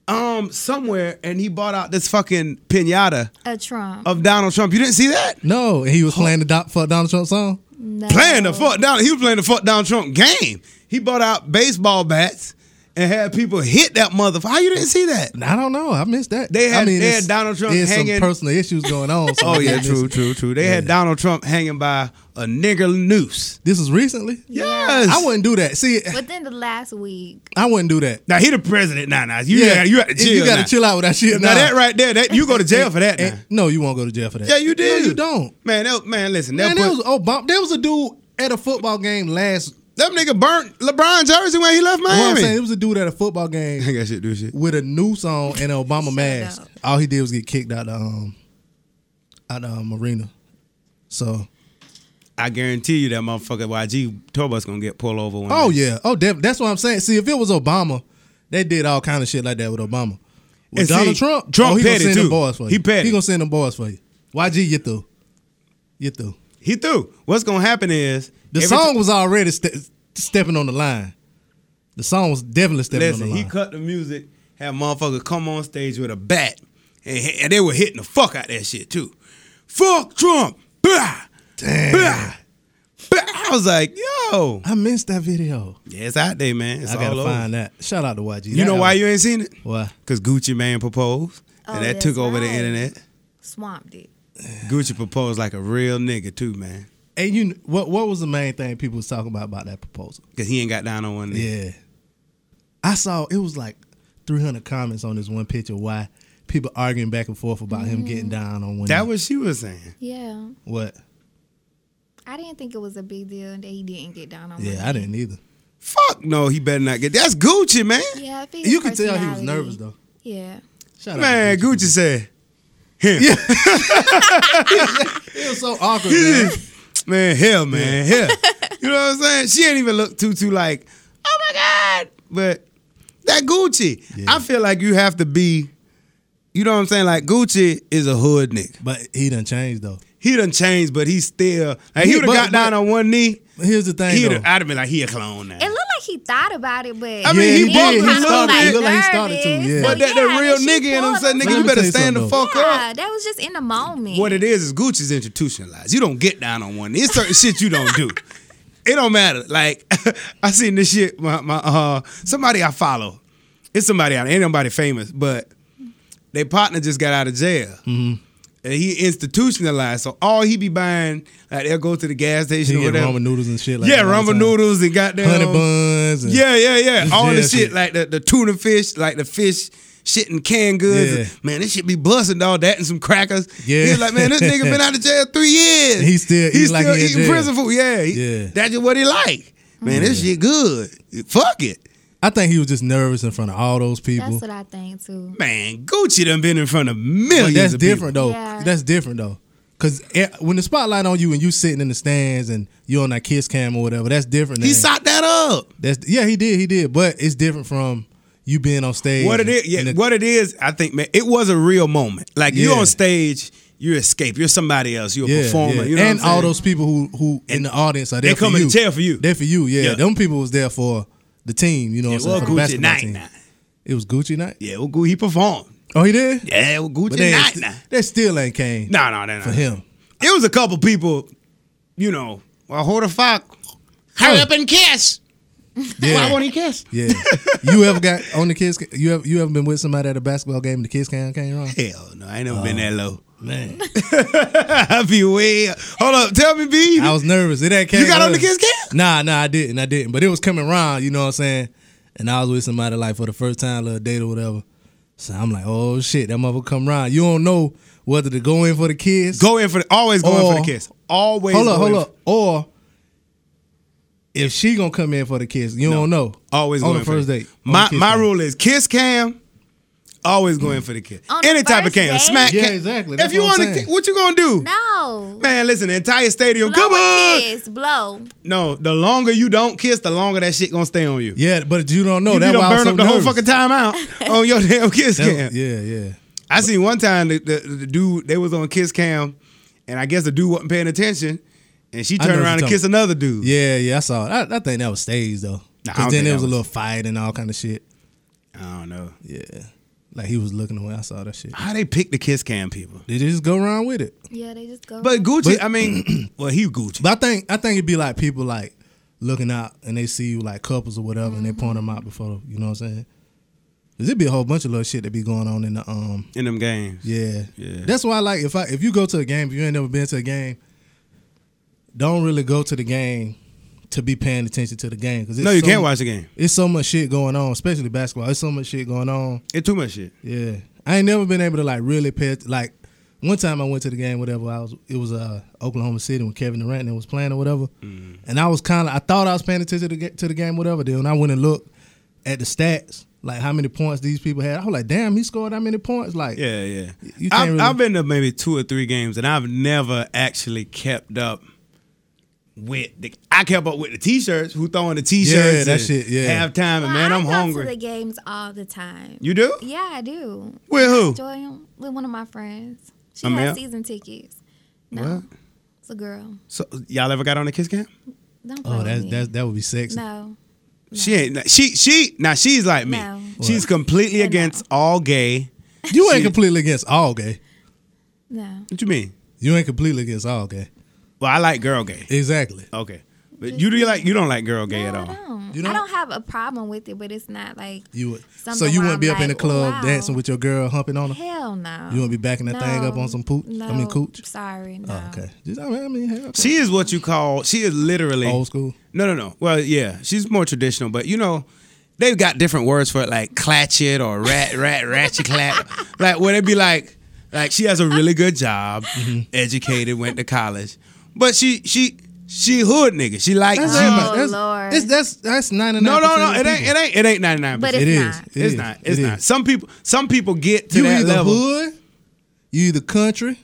[SPEAKER 1] um somewhere, and he bought out this fucking pinata
[SPEAKER 2] A Trump.
[SPEAKER 1] of Donald Trump. You didn't see that?
[SPEAKER 3] No, and he was playing the Do- fuck Donald Trump song.
[SPEAKER 2] no.
[SPEAKER 1] Playing the fuck down. He was playing the fuck Donald Trump game. He bought out baseball bats and had people hit that motherfucker. How you didn't see that?
[SPEAKER 3] I don't know. I missed that.
[SPEAKER 1] They
[SPEAKER 3] I
[SPEAKER 1] had- they
[SPEAKER 3] it's-
[SPEAKER 1] had Donald Trump
[SPEAKER 3] There's
[SPEAKER 1] hanging-
[SPEAKER 3] some personal issues going on. so
[SPEAKER 1] Oh
[SPEAKER 3] I
[SPEAKER 1] yeah,
[SPEAKER 3] missed
[SPEAKER 1] true,
[SPEAKER 3] it.
[SPEAKER 1] true, true. They had
[SPEAKER 3] Yeah.
[SPEAKER 1] Donald Trump hanging by a nigger noose.
[SPEAKER 3] This is recently.
[SPEAKER 1] Yes,
[SPEAKER 3] I wouldn't do that. See,
[SPEAKER 2] Within the last week,
[SPEAKER 3] I wouldn't do that.
[SPEAKER 1] Now he the president. Nah, nah. You yeah, you got to chill.
[SPEAKER 3] You gotta
[SPEAKER 1] now.
[SPEAKER 3] chill out with that shit.
[SPEAKER 1] Now
[SPEAKER 3] nah.
[SPEAKER 1] that right there, that you go to jail for that. now.
[SPEAKER 3] And- no, you won't go to jail for that.
[SPEAKER 1] Yeah, you did.
[SPEAKER 3] No, you don't.
[SPEAKER 1] Man, that, man, listen. That
[SPEAKER 3] Man, there was
[SPEAKER 1] put,
[SPEAKER 3] Obama. There was a dude at a football game last.
[SPEAKER 1] that nigga burnt LeBron jersey when he left
[SPEAKER 3] You know what I'm saying
[SPEAKER 1] Miami.
[SPEAKER 3] it was a dude at a football game
[SPEAKER 1] I got shit, do shit.
[SPEAKER 3] with a noose on and an Obama mask.
[SPEAKER 2] up.
[SPEAKER 3] All he did was get kicked out the um, out the um, arena. So,
[SPEAKER 1] I guarantee you that motherfucker YG tour bus gonna get pulled over. One
[SPEAKER 3] oh
[SPEAKER 1] day.
[SPEAKER 3] yeah, oh def- that's what I'm saying. See, if it was Obama, they did all kind of shit like that with Obama. With
[SPEAKER 1] And see,
[SPEAKER 3] Donald Trump,
[SPEAKER 1] Trump
[SPEAKER 3] oh, he
[SPEAKER 1] petty,
[SPEAKER 3] gonna send
[SPEAKER 1] too.
[SPEAKER 3] them boys for you.
[SPEAKER 1] He petty.
[SPEAKER 3] He gonna send them boys for you. YG, you through, you through.
[SPEAKER 1] he threw. What's gonna happen is
[SPEAKER 3] The
[SPEAKER 1] every
[SPEAKER 3] song
[SPEAKER 1] ti-
[SPEAKER 3] was already ste- stepping on the line. The song was definitely stepping on
[SPEAKER 1] listen,
[SPEAKER 3] the
[SPEAKER 1] he
[SPEAKER 3] line.
[SPEAKER 1] cut the music. Had motherfucker come on stage with a bat, and, he- and they were hitting the fuck out that shit too. Fuck Trump. Bah.
[SPEAKER 3] Damn.
[SPEAKER 1] Bah. Bah. I was like, yo,
[SPEAKER 3] I missed that video.
[SPEAKER 1] yeah, it's out there, man. It's
[SPEAKER 3] I gotta
[SPEAKER 1] all over.
[SPEAKER 3] find that. Shout out to YG.
[SPEAKER 1] You know why you ain't seen it?
[SPEAKER 3] Why?
[SPEAKER 1] Because Gucci Man proposed,
[SPEAKER 2] Oh,
[SPEAKER 1] and that
[SPEAKER 2] that's
[SPEAKER 1] took over the
[SPEAKER 2] right.
[SPEAKER 1] internet.
[SPEAKER 2] swamped it.
[SPEAKER 1] Gucci proposed like a real nigga too, man.
[SPEAKER 3] And you, what? What was the main thing people was talking about about that proposal?
[SPEAKER 1] Because he ain't got down on one knee.
[SPEAKER 3] Yeah, I saw it was like 300 comments on this one picture. Why people arguing back and forth about him
[SPEAKER 2] Mm-hmm.
[SPEAKER 3] getting down on one?
[SPEAKER 1] That
[SPEAKER 3] knee.
[SPEAKER 1] what she was saying.
[SPEAKER 2] Yeah.
[SPEAKER 3] what?
[SPEAKER 2] I didn't think it was a big deal that he didn't get down on me.
[SPEAKER 3] Yeah, I didn't either.
[SPEAKER 1] Fuck no, he better not get. That's Gucci, man.
[SPEAKER 2] Yeah, I think
[SPEAKER 3] You
[SPEAKER 2] his
[SPEAKER 3] could tell he was
[SPEAKER 2] personality-
[SPEAKER 3] nervous though.
[SPEAKER 2] Yeah.
[SPEAKER 3] Shout
[SPEAKER 1] Man,
[SPEAKER 3] out to
[SPEAKER 1] Gucci said, him.
[SPEAKER 3] It was so awkward. man.
[SPEAKER 1] man, hell, man, hell. You know what I'm saying? She ain't even look too, too like, oh my god. But that Gucci,
[SPEAKER 3] Yeah.
[SPEAKER 1] I feel like you have to be. You know what I'm saying? Like Gucci is a hood nigga.
[SPEAKER 3] But he done changed though.
[SPEAKER 1] He done changed, but he still like he
[SPEAKER 3] Yeah,
[SPEAKER 1] would have
[SPEAKER 3] but-
[SPEAKER 1] got down
[SPEAKER 3] but-
[SPEAKER 1] on one knee.
[SPEAKER 3] But here's the thing.
[SPEAKER 1] He'd
[SPEAKER 3] though.
[SPEAKER 1] have, I'd have been like, he a clone now.
[SPEAKER 2] It looked like he thought about it, but
[SPEAKER 1] I mean, he
[SPEAKER 2] then
[SPEAKER 1] bumped
[SPEAKER 2] kinda
[SPEAKER 1] a little
[SPEAKER 2] like
[SPEAKER 1] bit. It
[SPEAKER 3] looked like he started to,
[SPEAKER 2] nervous.
[SPEAKER 3] yeah.
[SPEAKER 1] But that,
[SPEAKER 2] yeah,
[SPEAKER 1] that real
[SPEAKER 2] she
[SPEAKER 1] nigga in him
[SPEAKER 2] pulled
[SPEAKER 1] said,
[SPEAKER 3] Let
[SPEAKER 1] nigga, you
[SPEAKER 3] me
[SPEAKER 1] better
[SPEAKER 3] tell you
[SPEAKER 1] stand the
[SPEAKER 3] something, though.
[SPEAKER 1] fuck
[SPEAKER 2] Yeah,
[SPEAKER 1] up.
[SPEAKER 2] that was just in the moment.
[SPEAKER 1] What it is is Gucci's institutionalized. You don't get down on one. knee. It's certain shit you don't do. It don't matter. Like I seen this shit. My, my uh, somebody I follow. It's somebody out. Ain't nobody famous, but Their partner just got out of jail.
[SPEAKER 3] Mm-hmm.
[SPEAKER 1] And he institutionalized, so all he be buying, like they'll go to the gas station
[SPEAKER 3] She
[SPEAKER 1] or
[SPEAKER 3] get
[SPEAKER 1] whatever.
[SPEAKER 3] ramen noodles and shit. Like
[SPEAKER 1] yeah,
[SPEAKER 3] that all the
[SPEAKER 1] ramen
[SPEAKER 3] time.
[SPEAKER 1] noodles and goddamn
[SPEAKER 3] honey buns. And
[SPEAKER 1] Yeah, yeah, yeah.
[SPEAKER 3] This
[SPEAKER 1] All the
[SPEAKER 3] jail
[SPEAKER 1] shit,
[SPEAKER 3] shit.
[SPEAKER 1] like the, the tuna fish, like the fish shit in canned goods.
[SPEAKER 3] Yeah.
[SPEAKER 1] Man, this shit be busting all that and some crackers.
[SPEAKER 3] Yeah.
[SPEAKER 1] He's like, man, this nigga been out of jail three years.
[SPEAKER 3] And he still
[SPEAKER 1] he's
[SPEAKER 3] eat like
[SPEAKER 1] still
[SPEAKER 3] he in
[SPEAKER 1] eating
[SPEAKER 3] jail.
[SPEAKER 1] prison food. Yeah, he-
[SPEAKER 3] Yeah.
[SPEAKER 1] That's just what he like. Man, this shit good. Fuck it.
[SPEAKER 3] I think he was just nervous in front of all those people.
[SPEAKER 2] That's what I think too.
[SPEAKER 1] Man, Gucci done been in front of
[SPEAKER 3] But
[SPEAKER 1] millions.
[SPEAKER 3] that's
[SPEAKER 1] of
[SPEAKER 3] different
[SPEAKER 1] people.
[SPEAKER 3] though.
[SPEAKER 2] Yeah.
[SPEAKER 3] That's different though. Cause eh, when the spotlight on you and you sitting in the stands and you on that kiss cam or whatever, that's different.
[SPEAKER 1] He
[SPEAKER 3] than-
[SPEAKER 1] socked that up.
[SPEAKER 3] That's yeah, he did, he did. But it's different from you being on stage.
[SPEAKER 1] What it is,
[SPEAKER 3] and-
[SPEAKER 1] yeah,
[SPEAKER 3] and the-
[SPEAKER 1] what it is, I think, man, it was a real moment. Like you're
[SPEAKER 3] Yeah.
[SPEAKER 1] on stage, you escape. You're somebody else. You're a
[SPEAKER 3] yeah,
[SPEAKER 1] performer.
[SPEAKER 3] yeah.
[SPEAKER 1] You know
[SPEAKER 3] and
[SPEAKER 1] what I'm
[SPEAKER 3] all
[SPEAKER 1] saying?
[SPEAKER 3] those people who who in the audience are there.
[SPEAKER 1] they come
[SPEAKER 3] for
[SPEAKER 1] in
[SPEAKER 3] you.
[SPEAKER 1] the chair for you.
[SPEAKER 3] There for you, yeah.
[SPEAKER 1] Yeah.
[SPEAKER 3] Them people was there for the team. You know,
[SPEAKER 1] Yeah,
[SPEAKER 3] what I'm saying,
[SPEAKER 1] well,
[SPEAKER 3] for the
[SPEAKER 1] Gucci
[SPEAKER 3] basketball
[SPEAKER 1] night
[SPEAKER 3] team.
[SPEAKER 1] night.
[SPEAKER 3] It was Gucci night.
[SPEAKER 1] Yeah, well, Gu- he performed.
[SPEAKER 3] Oh, he did.
[SPEAKER 1] Yeah, well, Gucci
[SPEAKER 3] But they, ain't
[SPEAKER 1] night
[SPEAKER 3] st-
[SPEAKER 1] night.
[SPEAKER 3] they still ain't came
[SPEAKER 1] No, no, no, no.
[SPEAKER 3] for him.
[SPEAKER 1] It was a couple people, you know. Well, who the fuck? Hurry up and kiss.
[SPEAKER 3] Yeah.
[SPEAKER 1] Why won't he kiss?
[SPEAKER 3] Yeah. you ever got on the kids? You ever you ever been with somebody at a basketball game and the kids cam came wrong?
[SPEAKER 1] Hell no, I ain't never been that
[SPEAKER 3] Uh.
[SPEAKER 1] low.
[SPEAKER 3] Man,
[SPEAKER 1] I be way. Hold up, tell me, B.
[SPEAKER 3] I was nervous. It ain't came.
[SPEAKER 1] You got on the
[SPEAKER 3] early.
[SPEAKER 1] kids cam?
[SPEAKER 3] Nah, nah, I didn't. I didn't. But it was coming around. You know what I'm saying? And I was with somebody like for the first time, little date or whatever. So I'm like, oh shit, that motherfucker come around. You don't know whether to go in for the kids.
[SPEAKER 1] go in for the always go in for
[SPEAKER 3] Or-
[SPEAKER 1] the kiss. Always.
[SPEAKER 3] hold
[SPEAKER 1] go
[SPEAKER 3] up,
[SPEAKER 1] in
[SPEAKER 3] hold
[SPEAKER 1] for-
[SPEAKER 3] up. Or if she gonna come in for the kids, you don't know.
[SPEAKER 1] Always
[SPEAKER 3] on
[SPEAKER 1] go
[SPEAKER 3] the
[SPEAKER 1] in
[SPEAKER 3] first
[SPEAKER 1] for the-
[SPEAKER 3] date. on
[SPEAKER 1] My
[SPEAKER 3] the kiss
[SPEAKER 1] my
[SPEAKER 3] cam.
[SPEAKER 1] rule is kiss cam. Always go in for the kiss.
[SPEAKER 2] On the
[SPEAKER 1] Any type of
[SPEAKER 2] first
[SPEAKER 1] cam,
[SPEAKER 2] date?
[SPEAKER 1] smack.
[SPEAKER 3] Yeah,
[SPEAKER 1] cam.
[SPEAKER 3] exactly.
[SPEAKER 1] If
[SPEAKER 3] That's
[SPEAKER 1] you
[SPEAKER 3] what I'm
[SPEAKER 1] want to,
[SPEAKER 3] saying.
[SPEAKER 1] what you gonna do?
[SPEAKER 2] No.
[SPEAKER 1] Man, listen, the entire stadium.
[SPEAKER 2] blow
[SPEAKER 1] Come on.
[SPEAKER 2] a kiss, blow.
[SPEAKER 1] No, the longer you don't kiss, the longer that shit gonna stay on you.
[SPEAKER 3] Yeah, but you don't know.
[SPEAKER 1] you
[SPEAKER 3] That's
[SPEAKER 1] don't
[SPEAKER 3] why I
[SPEAKER 1] burn
[SPEAKER 3] was so
[SPEAKER 1] up the whole
[SPEAKER 3] nervous.
[SPEAKER 1] fucking time out on your damn kiss
[SPEAKER 3] That-
[SPEAKER 1] cam.
[SPEAKER 3] Yeah, yeah.
[SPEAKER 1] I seen one time the, the, the dude they was on kiss cam, and I guess the dude wasn't paying attention, and she
[SPEAKER 3] I know
[SPEAKER 1] turned
[SPEAKER 3] what
[SPEAKER 1] around
[SPEAKER 3] you're
[SPEAKER 1] and kissed another dude.
[SPEAKER 3] Yeah, yeah, I saw it. I, I think that was staged though.
[SPEAKER 1] Nah, I don't
[SPEAKER 3] Cause
[SPEAKER 1] think
[SPEAKER 3] then there
[SPEAKER 1] that
[SPEAKER 3] was,
[SPEAKER 1] was-
[SPEAKER 3] a little fight and all kind of shit.
[SPEAKER 1] I don't know
[SPEAKER 3] Yeah, like he was looking away. I saw that shit.
[SPEAKER 1] how they pick the kiss cam people.
[SPEAKER 3] They just go around with it.
[SPEAKER 2] Yeah, they just go.
[SPEAKER 1] But Gucci,
[SPEAKER 3] But-
[SPEAKER 1] I mean, well, he Gucci.
[SPEAKER 3] But I think I think it'd be like people like looking out and they see you like couples or whatever, and they point them out before you know what I'm saying. Cause it'd be a whole bunch of little shit that be going on in the um
[SPEAKER 1] in them games.
[SPEAKER 3] yeah
[SPEAKER 1] Yeah.
[SPEAKER 3] That's why like if I if you go to a game if you ain't never been to a game, don't really go to the game to be paying attention to the game. Cause it's
[SPEAKER 1] No, you
[SPEAKER 3] so
[SPEAKER 1] can't
[SPEAKER 3] mu-
[SPEAKER 1] watch the game.
[SPEAKER 3] It's so much shit going on, especially basketball. It's so much shit going on.
[SPEAKER 1] It's too much shit.
[SPEAKER 3] Yeah, I ain't never been able to like really pay att- like. One time I went to the game, whatever. I was it was uh Oklahoma City when Kevin Durant and was playing or whatever, and I was kind of I thought I was paying attention to the, ga- to the game, whatever. Then when I went and looked at the stats, like how many points these people had, I was like, damn, he scored that many points. Like,
[SPEAKER 1] Yeah, yeah.
[SPEAKER 3] You can't
[SPEAKER 1] I've,
[SPEAKER 3] really-
[SPEAKER 1] I've been to maybe two or three games, and I've never actually kept up with the. I kept up with the t-shirts. Who throwing the t-shirts?
[SPEAKER 3] Yeah, that
[SPEAKER 1] and
[SPEAKER 3] shit, yeah.
[SPEAKER 1] Halftime, and
[SPEAKER 2] Well,
[SPEAKER 1] man,
[SPEAKER 2] I
[SPEAKER 1] I'm
[SPEAKER 2] go To
[SPEAKER 1] hungry.
[SPEAKER 2] the games all the time.
[SPEAKER 1] You do?
[SPEAKER 2] yeah, I do.
[SPEAKER 1] With
[SPEAKER 2] I
[SPEAKER 1] who?
[SPEAKER 2] Enjoy 'em with one of my friends. She
[SPEAKER 1] I'm
[SPEAKER 2] has
[SPEAKER 1] out.
[SPEAKER 2] season tickets. No, it's a girl.
[SPEAKER 1] So y'all ever got on a kiss cam?
[SPEAKER 2] Don't play
[SPEAKER 3] Oh,
[SPEAKER 2] with
[SPEAKER 3] that
[SPEAKER 2] me.
[SPEAKER 3] that that would be sexy.
[SPEAKER 2] no.
[SPEAKER 1] She ain't. She she now she's like me.
[SPEAKER 2] No.
[SPEAKER 1] She's completely
[SPEAKER 2] No.
[SPEAKER 1] against all gay.
[SPEAKER 3] You ain't completely against all gay.
[SPEAKER 2] No.
[SPEAKER 1] What you mean?
[SPEAKER 3] You ain't completely against all gay.
[SPEAKER 1] Well, I like girl gay.
[SPEAKER 3] Exactly.
[SPEAKER 1] Okay, but you do like you don't like girl gay at
[SPEAKER 2] No, I
[SPEAKER 1] all.
[SPEAKER 2] don't.
[SPEAKER 3] You know-
[SPEAKER 2] I don't have a problem with it, but it's not like
[SPEAKER 3] You would. so
[SPEAKER 2] Something
[SPEAKER 3] you
[SPEAKER 2] where
[SPEAKER 3] wouldn't be
[SPEAKER 2] I'm
[SPEAKER 3] up in the
[SPEAKER 2] like,
[SPEAKER 3] club
[SPEAKER 2] wow.
[SPEAKER 3] dancing with your girl, humping on her.
[SPEAKER 2] hell no.
[SPEAKER 3] You wouldn't be backing that thing up
[SPEAKER 2] No.
[SPEAKER 3] on some pooch. I mean
[SPEAKER 2] No.
[SPEAKER 3] cooch.
[SPEAKER 2] Sorry, no.
[SPEAKER 3] Oh, okay. Just, I mean, I mean hell,
[SPEAKER 1] She is what you call. She is literally
[SPEAKER 3] old school.
[SPEAKER 2] Oh,
[SPEAKER 1] No, no, no. Well, yeah, she's more traditional, but you know, they've got different words for it, like clatchet or rat, rat, ratchet clap. like, where it be like, like she has a really good job,
[SPEAKER 3] Mm-hmm.
[SPEAKER 1] educated, went to college, but she, she, she hood nigga. She like,
[SPEAKER 3] That's
[SPEAKER 1] G-
[SPEAKER 3] everybody. That's,
[SPEAKER 2] Lord.
[SPEAKER 3] It's, that's that's ninety
[SPEAKER 1] no,
[SPEAKER 3] nine.
[SPEAKER 1] no, no. It ain't, it ain't, it ain't ninety nine.
[SPEAKER 2] But
[SPEAKER 1] percent.
[SPEAKER 2] It's
[SPEAKER 3] It is.
[SPEAKER 2] not.
[SPEAKER 3] It
[SPEAKER 1] it's not. It's
[SPEAKER 3] is. It
[SPEAKER 1] not.
[SPEAKER 3] is.
[SPEAKER 1] Some people, some people get to
[SPEAKER 3] You
[SPEAKER 1] that
[SPEAKER 3] either
[SPEAKER 1] level.
[SPEAKER 3] hood, you either country,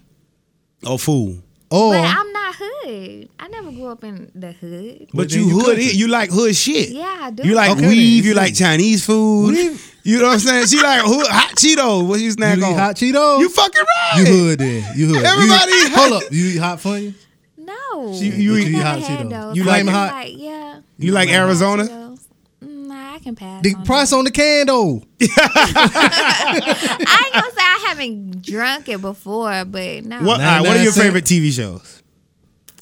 [SPEAKER 1] Oh, fool.
[SPEAKER 3] or
[SPEAKER 2] But I'm not hood. I never grew up in the hood.
[SPEAKER 1] But
[SPEAKER 3] then
[SPEAKER 1] you,
[SPEAKER 3] you
[SPEAKER 1] hood,
[SPEAKER 3] country.
[SPEAKER 1] it. you like hood shit.
[SPEAKER 2] Yeah, I do.
[SPEAKER 1] You like
[SPEAKER 3] Okay, then,
[SPEAKER 1] weave,
[SPEAKER 3] you
[SPEAKER 1] you like
[SPEAKER 3] see.
[SPEAKER 1] Chinese food.
[SPEAKER 3] Weave.
[SPEAKER 1] You know what I'm saying? She like hood, hot Cheetos. What you snack
[SPEAKER 3] you
[SPEAKER 1] on?
[SPEAKER 3] eat hot Cheetos.
[SPEAKER 1] You fucking right.
[SPEAKER 3] You hood then. You hood.
[SPEAKER 1] Everybody-
[SPEAKER 3] You, hold up. You eat hot funny.
[SPEAKER 2] No.
[SPEAKER 1] You- you
[SPEAKER 2] I
[SPEAKER 1] eat-
[SPEAKER 2] never
[SPEAKER 3] hot
[SPEAKER 2] had
[SPEAKER 3] Cheetos.
[SPEAKER 2] those.
[SPEAKER 3] You
[SPEAKER 2] I
[SPEAKER 3] like
[SPEAKER 2] just
[SPEAKER 3] them hot?
[SPEAKER 2] Like, yeah.
[SPEAKER 1] You like Arizona?
[SPEAKER 2] Cheetos. Nah, I can pass.
[SPEAKER 3] The
[SPEAKER 2] on
[SPEAKER 3] price on the can though.
[SPEAKER 2] that. I ain't gonna say I haven't drunk it before, but no,
[SPEAKER 1] What, all right, what are your
[SPEAKER 3] 99 cent.
[SPEAKER 1] favorite TV shows?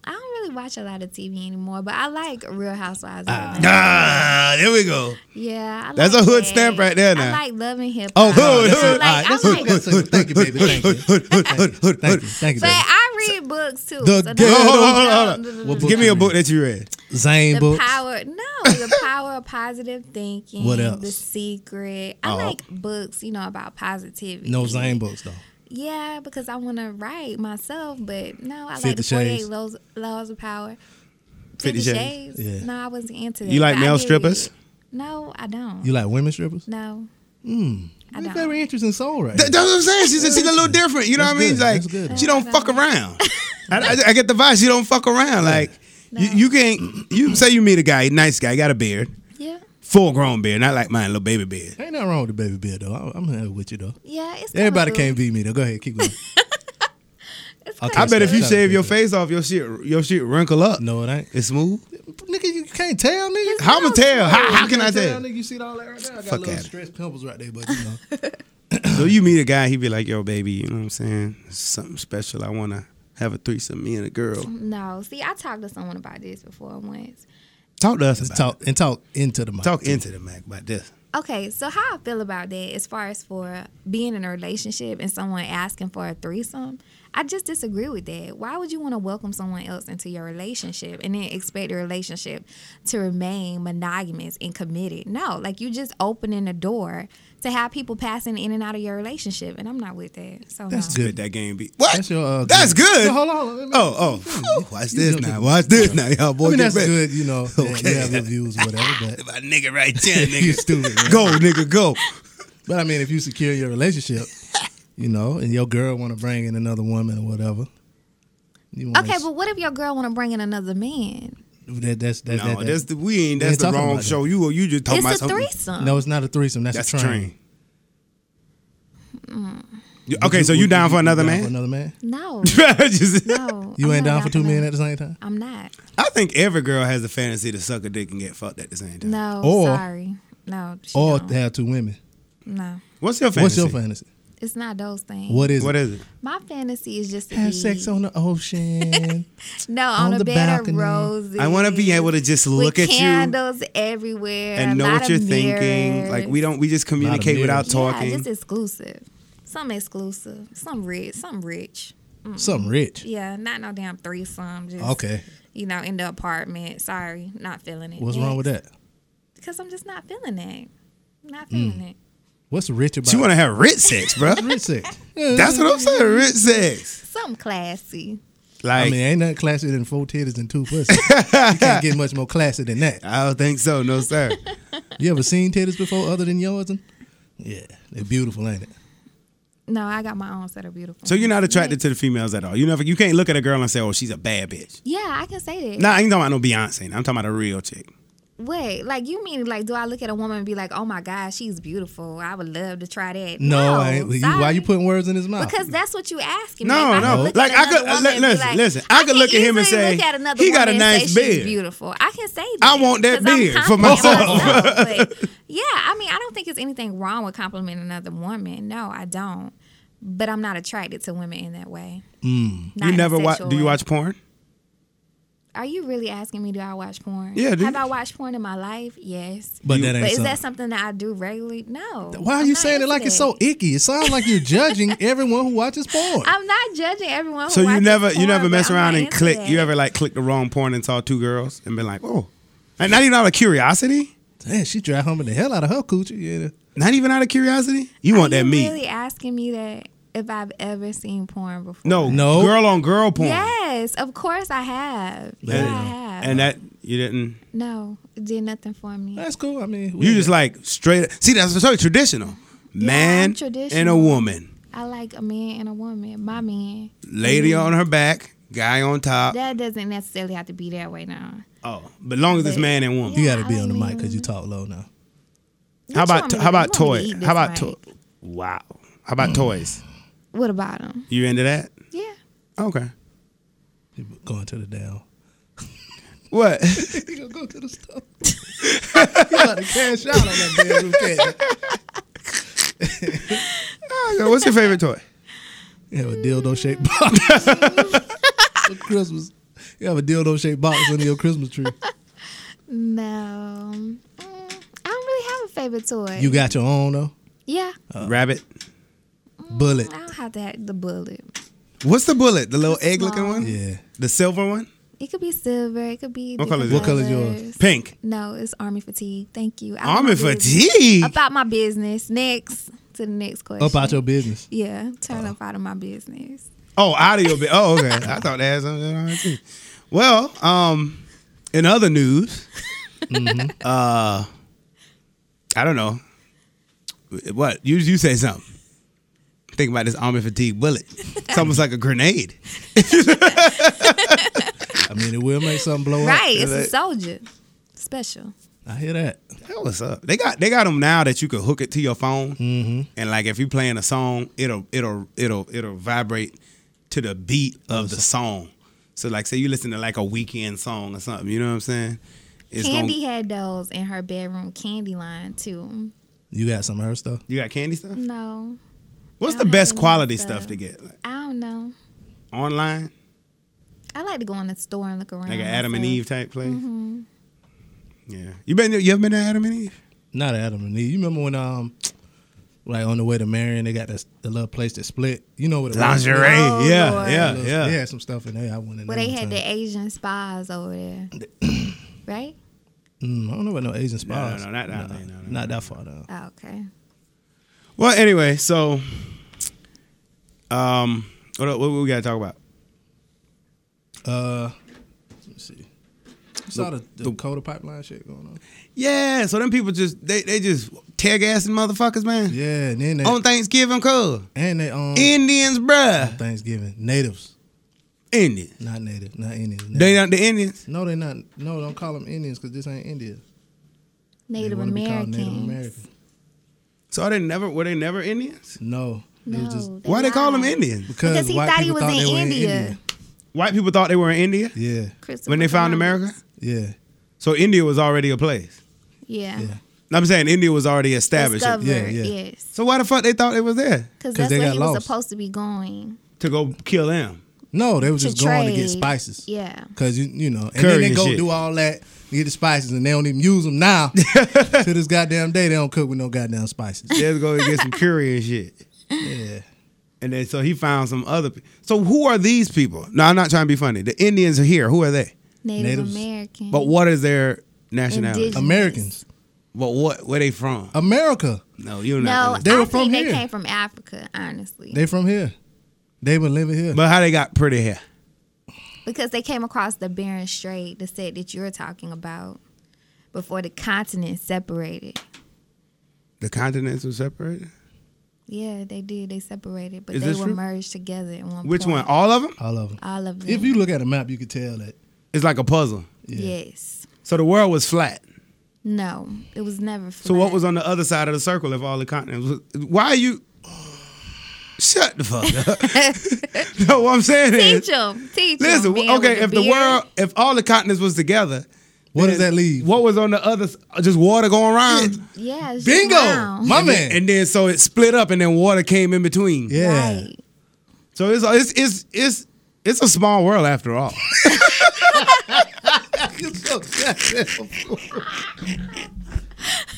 [SPEAKER 2] I don't really really watch a lot of TV anymore, but I like Real Housewives. of Atlanta.
[SPEAKER 1] Ah, there we go.
[SPEAKER 2] yeah, I
[SPEAKER 1] That's
[SPEAKER 2] like
[SPEAKER 1] a hood
[SPEAKER 2] that.
[SPEAKER 1] stamp right there now.
[SPEAKER 2] I like Love and Hip
[SPEAKER 1] Oh,
[SPEAKER 2] Hop.
[SPEAKER 1] hood,
[SPEAKER 2] So,
[SPEAKER 1] hood.
[SPEAKER 2] Like,
[SPEAKER 3] Alright,
[SPEAKER 2] I
[SPEAKER 3] that's
[SPEAKER 2] like,
[SPEAKER 3] hood, hood, thank you, baby, thank you,
[SPEAKER 1] Hood, hood, hood, hood,
[SPEAKER 3] thank
[SPEAKER 1] hood.
[SPEAKER 3] you, thank you,
[SPEAKER 2] but
[SPEAKER 3] baby.
[SPEAKER 2] I read books too.
[SPEAKER 3] The
[SPEAKER 2] so
[SPEAKER 3] good-
[SPEAKER 2] that's-
[SPEAKER 1] Hold on, hold on, hold on.
[SPEAKER 3] What book
[SPEAKER 1] Give me
[SPEAKER 3] you
[SPEAKER 1] a book
[SPEAKER 3] read?
[SPEAKER 1] that you read.
[SPEAKER 3] Zane
[SPEAKER 2] The
[SPEAKER 3] books.
[SPEAKER 2] power, no, the power of positive thinking.
[SPEAKER 3] What else?
[SPEAKER 2] The secret. I
[SPEAKER 1] Oh.
[SPEAKER 2] like books, you know, about positivity.
[SPEAKER 3] No Zane books though.
[SPEAKER 2] Yeah, because I want to write myself, but no, I like
[SPEAKER 3] Fifty
[SPEAKER 2] the Forty Eight
[SPEAKER 3] Shades.
[SPEAKER 2] Laws, Laws of Power.
[SPEAKER 1] Fifty
[SPEAKER 2] Fifty
[SPEAKER 1] Shades.
[SPEAKER 2] Shades.
[SPEAKER 3] Yeah.
[SPEAKER 2] No, I wasn't into that.
[SPEAKER 1] You like
[SPEAKER 2] but I
[SPEAKER 1] male
[SPEAKER 2] did
[SPEAKER 1] strippers?
[SPEAKER 2] read it. No, I don't.
[SPEAKER 3] You like women strippers?
[SPEAKER 2] no, I
[SPEAKER 3] You're
[SPEAKER 2] don't.
[SPEAKER 3] very interesting soul right
[SPEAKER 1] Th-
[SPEAKER 3] here.
[SPEAKER 1] That's what I'm saying. She's, she's a little different. You know
[SPEAKER 3] That's
[SPEAKER 1] what I mean?
[SPEAKER 3] good. That's
[SPEAKER 1] Like
[SPEAKER 3] good.
[SPEAKER 1] she don't
[SPEAKER 2] No,
[SPEAKER 1] fuck
[SPEAKER 2] no.
[SPEAKER 1] around. I, I- I get the vibe. She don't fuck around. Like you,
[SPEAKER 2] No.
[SPEAKER 1] you can't. You say you meet a guy, nice guy, got a beard,
[SPEAKER 2] Yeah,
[SPEAKER 1] full grown beard, not like mine, little baby beard.
[SPEAKER 3] Ain't nothing wrong with the baby beard though. I- I'm here with you though.
[SPEAKER 2] yeah. It's kinda
[SPEAKER 3] Everybody
[SPEAKER 2] cool.
[SPEAKER 3] can't beat me though. Go ahead, keep going.
[SPEAKER 2] It's
[SPEAKER 3] I
[SPEAKER 2] kinda
[SPEAKER 1] I bet if
[SPEAKER 2] cool.
[SPEAKER 1] you
[SPEAKER 3] Shout out
[SPEAKER 1] shave
[SPEAKER 3] to
[SPEAKER 1] your
[SPEAKER 3] Big
[SPEAKER 1] face off, your shit, your shit wrinkle up.
[SPEAKER 3] no, it ain't.
[SPEAKER 1] It's smooth.
[SPEAKER 3] Nigga, you can't tell nigga.
[SPEAKER 1] How I'ma tell? How, how can I
[SPEAKER 3] You
[SPEAKER 1] tell?
[SPEAKER 3] Nigga, you see all that right there? I got
[SPEAKER 1] Fuck
[SPEAKER 3] little
[SPEAKER 1] at it.
[SPEAKER 3] stress pimples right there, but you know.
[SPEAKER 1] So you meet a guy, he be like, "Yo, baby, you know what I'm saying? Something special. I wanna have a threesome, me and a girl.
[SPEAKER 2] No, see, I talked to someone about this before once.
[SPEAKER 1] Talk to us
[SPEAKER 3] Just
[SPEAKER 1] about
[SPEAKER 3] talk and talk into the mic.
[SPEAKER 1] it. Talk into the Mac about this.
[SPEAKER 2] Okay, so how I feel about that as far as for being in a relationship and someone asking for a threesome, I just disagree with that. Why would you want to welcome someone else into your relationship and then expect the relationship to remain monogamous and committed? No, like you just opening a door to have people passing in and out of your relationship, and I'm not with that. So
[SPEAKER 3] That's
[SPEAKER 2] no.
[SPEAKER 3] good.
[SPEAKER 1] Let that game be what?
[SPEAKER 3] That's your, uh,
[SPEAKER 1] That's
[SPEAKER 3] good.
[SPEAKER 1] good.
[SPEAKER 3] No, hold on, hold on.
[SPEAKER 1] Oh, oh. Watch
[SPEAKER 3] You
[SPEAKER 1] this
[SPEAKER 3] don't
[SPEAKER 1] now.
[SPEAKER 3] get-
[SPEAKER 1] Watch this now, y'all boy.
[SPEAKER 3] I mean,
[SPEAKER 1] get
[SPEAKER 3] that's
[SPEAKER 1] ready.
[SPEAKER 3] good, you know. that
[SPEAKER 1] Okay.
[SPEAKER 3] You have your views or whatever, but
[SPEAKER 1] My nigga right there,
[SPEAKER 3] you
[SPEAKER 1] nigga.
[SPEAKER 3] stupid. man.
[SPEAKER 1] go, nigga, go.
[SPEAKER 3] But I mean, if you secure your relationship, you know, and your girl want to bring in another woman or whatever, you wanna
[SPEAKER 2] Okay,
[SPEAKER 3] s-
[SPEAKER 2] but what if your girl want to bring in another man?
[SPEAKER 3] that, that's that, that,
[SPEAKER 1] No,
[SPEAKER 3] that-
[SPEAKER 1] that's the we ain't.
[SPEAKER 3] We
[SPEAKER 1] That's
[SPEAKER 3] ain't
[SPEAKER 1] the
[SPEAKER 3] talking
[SPEAKER 1] wrong
[SPEAKER 3] about
[SPEAKER 1] show. You you just talking
[SPEAKER 2] it's a
[SPEAKER 1] about something.
[SPEAKER 2] threesome.
[SPEAKER 3] no, it's not a threesome. That's,
[SPEAKER 1] That's
[SPEAKER 3] a
[SPEAKER 1] the
[SPEAKER 3] train.
[SPEAKER 1] train. You- Okay, so you
[SPEAKER 3] Would
[SPEAKER 1] down
[SPEAKER 3] be
[SPEAKER 1] for another
[SPEAKER 3] down
[SPEAKER 1] man?
[SPEAKER 3] another man?
[SPEAKER 2] no,
[SPEAKER 1] Just-
[SPEAKER 2] no.
[SPEAKER 3] You
[SPEAKER 2] I'm
[SPEAKER 3] ain't
[SPEAKER 2] not
[SPEAKER 3] down for two
[SPEAKER 2] that.
[SPEAKER 3] men at the same time?
[SPEAKER 2] I'm not.
[SPEAKER 1] I think every girl has the fantasy to suck a dick and get fucked at the same time.
[SPEAKER 2] No,
[SPEAKER 3] Or-
[SPEAKER 2] sorry. No, she
[SPEAKER 3] Or
[SPEAKER 2] don't.
[SPEAKER 3] to have two women?
[SPEAKER 2] no.
[SPEAKER 1] What's your fantasy?
[SPEAKER 3] What's your fantasy?
[SPEAKER 2] It's not those things.
[SPEAKER 3] What is
[SPEAKER 1] What
[SPEAKER 3] it?
[SPEAKER 1] is it?
[SPEAKER 2] My fantasy is just to
[SPEAKER 3] Have
[SPEAKER 2] be,
[SPEAKER 3] sex on the ocean.
[SPEAKER 2] no on,
[SPEAKER 3] on
[SPEAKER 2] a
[SPEAKER 3] the
[SPEAKER 2] bed
[SPEAKER 3] balcony.
[SPEAKER 2] of roses.
[SPEAKER 1] I want to be able to just
[SPEAKER 2] with
[SPEAKER 1] look at you
[SPEAKER 2] candles everywhere a
[SPEAKER 1] and know
[SPEAKER 2] lot
[SPEAKER 1] what
[SPEAKER 2] of
[SPEAKER 1] you're thinking.
[SPEAKER 2] mirrors.
[SPEAKER 1] Like we don't, we just communicate without
[SPEAKER 3] mirrors.
[SPEAKER 1] talking.
[SPEAKER 2] Yeah, just exclusive. Some exclusive. Some rich. Some rich.
[SPEAKER 3] Something rich.
[SPEAKER 2] Yeah, not no damn threesome. Just
[SPEAKER 3] Okay.
[SPEAKER 2] You know, in the apartment. Sorry, not feeling it.
[SPEAKER 3] What's wrong with that? Hmm.
[SPEAKER 2] Because I'm just not feeling that. Not feeling it.
[SPEAKER 3] What's rich about
[SPEAKER 1] she want to have rich sex, bro.
[SPEAKER 3] rich sex?
[SPEAKER 1] That's what I'm saying. Rich sex.
[SPEAKER 2] Something classy.
[SPEAKER 1] Like
[SPEAKER 3] I mean, ain't nothing classier than four titties and two pussies. you can't get much more classy than that.
[SPEAKER 1] I don't think so. No sir.
[SPEAKER 3] You ever seen titties before other than yours? And yeah, they're beautiful, ain't it?
[SPEAKER 2] No, I got my own set of beautiful.
[SPEAKER 1] So you're not attracted
[SPEAKER 2] Yeah.
[SPEAKER 1] to the females at all. You never, you can't look at a girl and say, "Oh, she's a bad bitch."
[SPEAKER 2] Yeah, I can say that.
[SPEAKER 1] Nah, I ain't talking about no Beyonce. I'm talking about a real chick.
[SPEAKER 2] Wait, like you mean like do I look at a woman and be like, oh my god, she's beautiful. I would love to try that.
[SPEAKER 3] No, I ain't. You, why
[SPEAKER 2] sorry.
[SPEAKER 3] you putting words in his mouth?
[SPEAKER 2] Because that's what you asking. me.
[SPEAKER 1] No,
[SPEAKER 2] If I
[SPEAKER 1] no.
[SPEAKER 2] look
[SPEAKER 1] Like,
[SPEAKER 2] at
[SPEAKER 1] I could-
[SPEAKER 2] another woman
[SPEAKER 1] li-
[SPEAKER 2] and be
[SPEAKER 1] listen,
[SPEAKER 2] like-
[SPEAKER 1] listen. I could
[SPEAKER 2] can
[SPEAKER 1] look at him and
[SPEAKER 2] easily
[SPEAKER 1] say,
[SPEAKER 2] look at another
[SPEAKER 1] "He got
[SPEAKER 2] woman
[SPEAKER 1] a
[SPEAKER 2] and say
[SPEAKER 1] nice
[SPEAKER 2] she's
[SPEAKER 1] beard."
[SPEAKER 2] Beautiful. I can say that.
[SPEAKER 1] I want that
[SPEAKER 2] 'cause I'm
[SPEAKER 1] beard for
[SPEAKER 2] confident in
[SPEAKER 1] myself.
[SPEAKER 2] but yeah, I mean, I don't think there's anything wrong with complimenting another woman. No, I don't. But I'm not attracted to women in that way. Not in
[SPEAKER 1] Mm. you
[SPEAKER 2] a
[SPEAKER 1] never watch?
[SPEAKER 2] sexual
[SPEAKER 1] Do you
[SPEAKER 2] way.
[SPEAKER 1] watch porn?
[SPEAKER 2] Are you really asking me? Do I watch porn?
[SPEAKER 1] Yeah, do
[SPEAKER 2] Have
[SPEAKER 1] you-
[SPEAKER 2] I watched porn in my life? Yes.
[SPEAKER 3] but that ain't
[SPEAKER 2] But is
[SPEAKER 3] something.
[SPEAKER 2] that something that I do regularly? No.
[SPEAKER 3] why are
[SPEAKER 2] I'm
[SPEAKER 3] you
[SPEAKER 2] not
[SPEAKER 3] saying it
[SPEAKER 2] into
[SPEAKER 3] like it's
[SPEAKER 2] that.
[SPEAKER 3] so icky? It sounds like you're judging everyone who watches porn.
[SPEAKER 2] I'm not judging everyone. Who
[SPEAKER 1] So you
[SPEAKER 2] watches
[SPEAKER 1] never, you
[SPEAKER 2] porn,
[SPEAKER 1] never
[SPEAKER 2] but
[SPEAKER 1] mess
[SPEAKER 2] I'm
[SPEAKER 1] around
[SPEAKER 2] not
[SPEAKER 1] and
[SPEAKER 2] into
[SPEAKER 1] click.
[SPEAKER 2] that.
[SPEAKER 1] You ever like click the wrong porn and saw two girls and been like, "Oh," and not even out of curiosity.
[SPEAKER 3] Damn, she dry humping the hell out of her coochie. Yeah.
[SPEAKER 1] Not even out of curiosity. You
[SPEAKER 2] Are
[SPEAKER 1] want that
[SPEAKER 2] you
[SPEAKER 1] meat?
[SPEAKER 2] Really asking me that if I've ever seen porn before?
[SPEAKER 1] No,
[SPEAKER 3] No.
[SPEAKER 1] Girl on girl porn.
[SPEAKER 2] Yes, of course I have. Yeah,
[SPEAKER 1] And,
[SPEAKER 2] I have.
[SPEAKER 1] and that you didn't.
[SPEAKER 2] no, it did nothing for me.
[SPEAKER 3] That's cool. I mean, we
[SPEAKER 1] You just like straight. See, that's so traditional. Man
[SPEAKER 2] I'm traditional.
[SPEAKER 1] and a woman,
[SPEAKER 2] I like a man and a woman. My man.
[SPEAKER 1] lady
[SPEAKER 2] Mm-hmm.
[SPEAKER 1] on her back, guy on top.
[SPEAKER 2] That doesn't necessarily have to be that way now.
[SPEAKER 1] Oh, but long as it's
[SPEAKER 2] But-
[SPEAKER 1] man and woman.
[SPEAKER 3] you got to
[SPEAKER 2] I
[SPEAKER 3] be
[SPEAKER 2] like
[SPEAKER 3] on the
[SPEAKER 2] men
[SPEAKER 3] mic because you talk low now.
[SPEAKER 1] How
[SPEAKER 2] What you
[SPEAKER 1] about
[SPEAKER 2] want me to
[SPEAKER 1] how
[SPEAKER 2] do?
[SPEAKER 1] about
[SPEAKER 2] You want me
[SPEAKER 1] toy?
[SPEAKER 2] to eat
[SPEAKER 1] How about
[SPEAKER 2] this Mm.
[SPEAKER 1] toy?
[SPEAKER 2] mic?
[SPEAKER 1] Wow. How about toys?
[SPEAKER 2] What about him?
[SPEAKER 1] You into that?
[SPEAKER 2] Yeah.
[SPEAKER 1] Okay.
[SPEAKER 3] You Going to the down.
[SPEAKER 1] What?
[SPEAKER 3] You gonna go to the store. you about to cash out on that bedroom cat.
[SPEAKER 1] What's your favorite toy?
[SPEAKER 3] You have a dildo shaped box for Christmas. You have a dildo shaped box under your Christmas tree.
[SPEAKER 2] No, Mm, I don't really have a favorite toy.
[SPEAKER 3] You got your own though.
[SPEAKER 2] yeah,
[SPEAKER 1] Uh, Rabbit.
[SPEAKER 3] Bullet.
[SPEAKER 2] I don't have to have the bullet.
[SPEAKER 1] What's the bullet? The little egg looking
[SPEAKER 2] small.
[SPEAKER 1] one?
[SPEAKER 3] Yeah.
[SPEAKER 1] The silver one?
[SPEAKER 2] It could be silver. It could be.
[SPEAKER 1] What color is
[SPEAKER 2] different
[SPEAKER 3] it? What color is yours?
[SPEAKER 2] colors.
[SPEAKER 1] Pink.
[SPEAKER 2] No, it's army fatigue. Thank you. I don't
[SPEAKER 1] Army
[SPEAKER 2] know business.
[SPEAKER 1] fatigue.
[SPEAKER 2] About my business. Next to the next question.
[SPEAKER 3] Up out your business.
[SPEAKER 2] Yeah, turn up out of my business.
[SPEAKER 1] Oh, audio bit. Oh, okay. I thought that had something on it too. Well, um, in other news, uh, I don't know. What you you say something? Think about this army fatigue bullet. It's almost like a grenade.
[SPEAKER 3] I mean, it will make something blow up.
[SPEAKER 2] right, it's
[SPEAKER 1] that-
[SPEAKER 2] a soldier. Special.
[SPEAKER 3] I hear that.
[SPEAKER 1] That was up. They got they got them now that you can hook it to your phone, and like if you playing a song, it'll it'll it'll it'll vibrate to the beat of the song. So like, say you listen to like a weekend song or something. You know what I'm saying? It's gonna-
[SPEAKER 2] Candy had those in her bedroom candy line too.
[SPEAKER 3] You got some of her stuff.
[SPEAKER 1] you got candy
[SPEAKER 2] Mm-hmm.
[SPEAKER 1] stuff.
[SPEAKER 2] No,
[SPEAKER 1] What's
[SPEAKER 2] I
[SPEAKER 1] the
[SPEAKER 2] don't
[SPEAKER 1] best
[SPEAKER 2] have
[SPEAKER 1] quality
[SPEAKER 2] any
[SPEAKER 1] stuff
[SPEAKER 2] stuff.
[SPEAKER 1] to get like,
[SPEAKER 2] I don't know.
[SPEAKER 1] online,
[SPEAKER 2] I like to go in the store and look around.
[SPEAKER 1] like an Adam and
[SPEAKER 2] Uh,
[SPEAKER 1] Eve
[SPEAKER 2] myself. Mm-hmm.
[SPEAKER 1] type place? Yeah, you been you ever been to Adam and Eve?
[SPEAKER 3] Not Adam and Eve. You remember when um, like on the way to Marion, they got that the little place that split. You know what? it was?
[SPEAKER 1] Lingerie,
[SPEAKER 2] Oh,
[SPEAKER 1] yeah,
[SPEAKER 2] Lord.
[SPEAKER 1] yeah,
[SPEAKER 3] Little-
[SPEAKER 1] yeah,
[SPEAKER 3] They had some stuff in there. I went in
[SPEAKER 2] Well,
[SPEAKER 3] there
[SPEAKER 2] they
[SPEAKER 3] one
[SPEAKER 2] had
[SPEAKER 3] time.
[SPEAKER 2] the Asian spies over there, right?
[SPEAKER 3] Mm, I don't know about no Asian spies.
[SPEAKER 1] no, not that- no, no, no,
[SPEAKER 3] not that far though.
[SPEAKER 2] Oh, okay.
[SPEAKER 1] Well, anyway, so um, what what we gotta talk about?
[SPEAKER 3] Uh, let me see. You saw the, the
[SPEAKER 1] the-
[SPEAKER 3] Dakota pipeline shit going on.
[SPEAKER 1] Yeah, so them people just they they just tear gassing motherfuckers, man.
[SPEAKER 3] Yeah, and then they
[SPEAKER 1] On Thanksgiving, cuz
[SPEAKER 3] and they um
[SPEAKER 1] Indians, bruh.
[SPEAKER 3] Thanksgiving natives,
[SPEAKER 1] Indians.
[SPEAKER 3] not native, not Indians.
[SPEAKER 1] They
[SPEAKER 3] Native.
[SPEAKER 1] not the Indians.
[SPEAKER 3] no, they not. No, don't call them Indians because this ain't India. They
[SPEAKER 2] Native
[SPEAKER 3] wanna be called
[SPEAKER 2] Americans.
[SPEAKER 3] Native American.
[SPEAKER 1] So are they never were they never Indians?
[SPEAKER 3] No, it
[SPEAKER 2] No,
[SPEAKER 3] was just
[SPEAKER 1] Why they call them
[SPEAKER 2] lied.
[SPEAKER 1] Indians?
[SPEAKER 3] because,
[SPEAKER 2] Because he
[SPEAKER 3] white
[SPEAKER 2] thought he
[SPEAKER 3] people
[SPEAKER 2] was
[SPEAKER 3] thought
[SPEAKER 2] in
[SPEAKER 3] they were
[SPEAKER 2] India.
[SPEAKER 3] in
[SPEAKER 1] White people thought they were in India
[SPEAKER 3] India.
[SPEAKER 2] Christopher
[SPEAKER 1] when they found
[SPEAKER 2] Columbus.
[SPEAKER 1] America.
[SPEAKER 3] Yeah, yeah,
[SPEAKER 1] So India was already a place.
[SPEAKER 2] Yeah.
[SPEAKER 3] yeah.
[SPEAKER 1] I'm saying India was already established.
[SPEAKER 2] Discovered,
[SPEAKER 3] Yeah, yeah.
[SPEAKER 2] yes.
[SPEAKER 1] So why the fuck they thought it was there
[SPEAKER 2] Because
[SPEAKER 3] 'Cause
[SPEAKER 2] that's
[SPEAKER 3] they
[SPEAKER 2] where
[SPEAKER 3] got
[SPEAKER 2] he
[SPEAKER 3] lost.
[SPEAKER 2] was supposed to be going.
[SPEAKER 1] to go kill them?
[SPEAKER 3] No, they were
[SPEAKER 2] To
[SPEAKER 3] just going to get
[SPEAKER 2] trade.
[SPEAKER 3] spices.
[SPEAKER 2] Yeah.
[SPEAKER 3] Cause you you know, and
[SPEAKER 1] Curry
[SPEAKER 3] then they
[SPEAKER 1] and
[SPEAKER 3] go
[SPEAKER 1] shit.
[SPEAKER 3] do all that, get the spices, and they don't even use them now. to this goddamn day, they don't cook with no goddamn spices.
[SPEAKER 1] Just go and get some curry and shit.
[SPEAKER 3] Yeah,
[SPEAKER 1] And then so he found some other. pe- So who are these people? No, I'm not trying to be funny. The Indians are here. Who are they?
[SPEAKER 2] Native
[SPEAKER 3] Natives.
[SPEAKER 2] American.
[SPEAKER 1] But what is their nationality? Um,
[SPEAKER 2] Indigenous.
[SPEAKER 3] Americans,
[SPEAKER 1] But what? Where they from?
[SPEAKER 3] America,
[SPEAKER 1] No, you
[SPEAKER 2] No,
[SPEAKER 1] not.
[SPEAKER 3] They were
[SPEAKER 2] I
[SPEAKER 3] from
[SPEAKER 2] think
[SPEAKER 3] here.
[SPEAKER 2] they came from Africa, honestly.
[SPEAKER 3] they from here. They been living here.
[SPEAKER 1] But how they got pretty hair?
[SPEAKER 2] because they came across the Bering Strait, the set that you're talking about, before the continent separated.
[SPEAKER 1] The continents were separated.
[SPEAKER 2] Yeah, they did. They separated, but
[SPEAKER 1] Is
[SPEAKER 2] they
[SPEAKER 1] this
[SPEAKER 2] were
[SPEAKER 1] true?
[SPEAKER 2] merged together at one
[SPEAKER 1] Which
[SPEAKER 2] point.
[SPEAKER 1] one? All of them?
[SPEAKER 3] all of them.
[SPEAKER 2] All of them.
[SPEAKER 3] If you look at a map, you could tell that.
[SPEAKER 1] It's like a puzzle.
[SPEAKER 3] Yeah.
[SPEAKER 2] Yes.
[SPEAKER 1] So the world was flat.
[SPEAKER 2] No, it was never.
[SPEAKER 1] So what was
[SPEAKER 2] flat.
[SPEAKER 1] on the other side of the circle if all the continents? Was, why are you? Shut the fuck up. no, what I'm saying is,
[SPEAKER 2] Teach them. Teach 'em,
[SPEAKER 1] listen.
[SPEAKER 2] man, with
[SPEAKER 1] okay, if the
[SPEAKER 2] beard.
[SPEAKER 1] world, if all the continents was together,
[SPEAKER 3] What
[SPEAKER 1] then
[SPEAKER 3] does that leave?
[SPEAKER 1] What was on the other? s- Just water going around.
[SPEAKER 2] Yeah. it's just
[SPEAKER 3] Bingo,
[SPEAKER 2] round.
[SPEAKER 3] my
[SPEAKER 1] And
[SPEAKER 3] man.
[SPEAKER 1] then- And then so it split up, and then water came in between.
[SPEAKER 3] yeah,
[SPEAKER 2] Right.
[SPEAKER 1] So it's it's it's it's it's a small world after all.
[SPEAKER 3] You're so goddamn fool.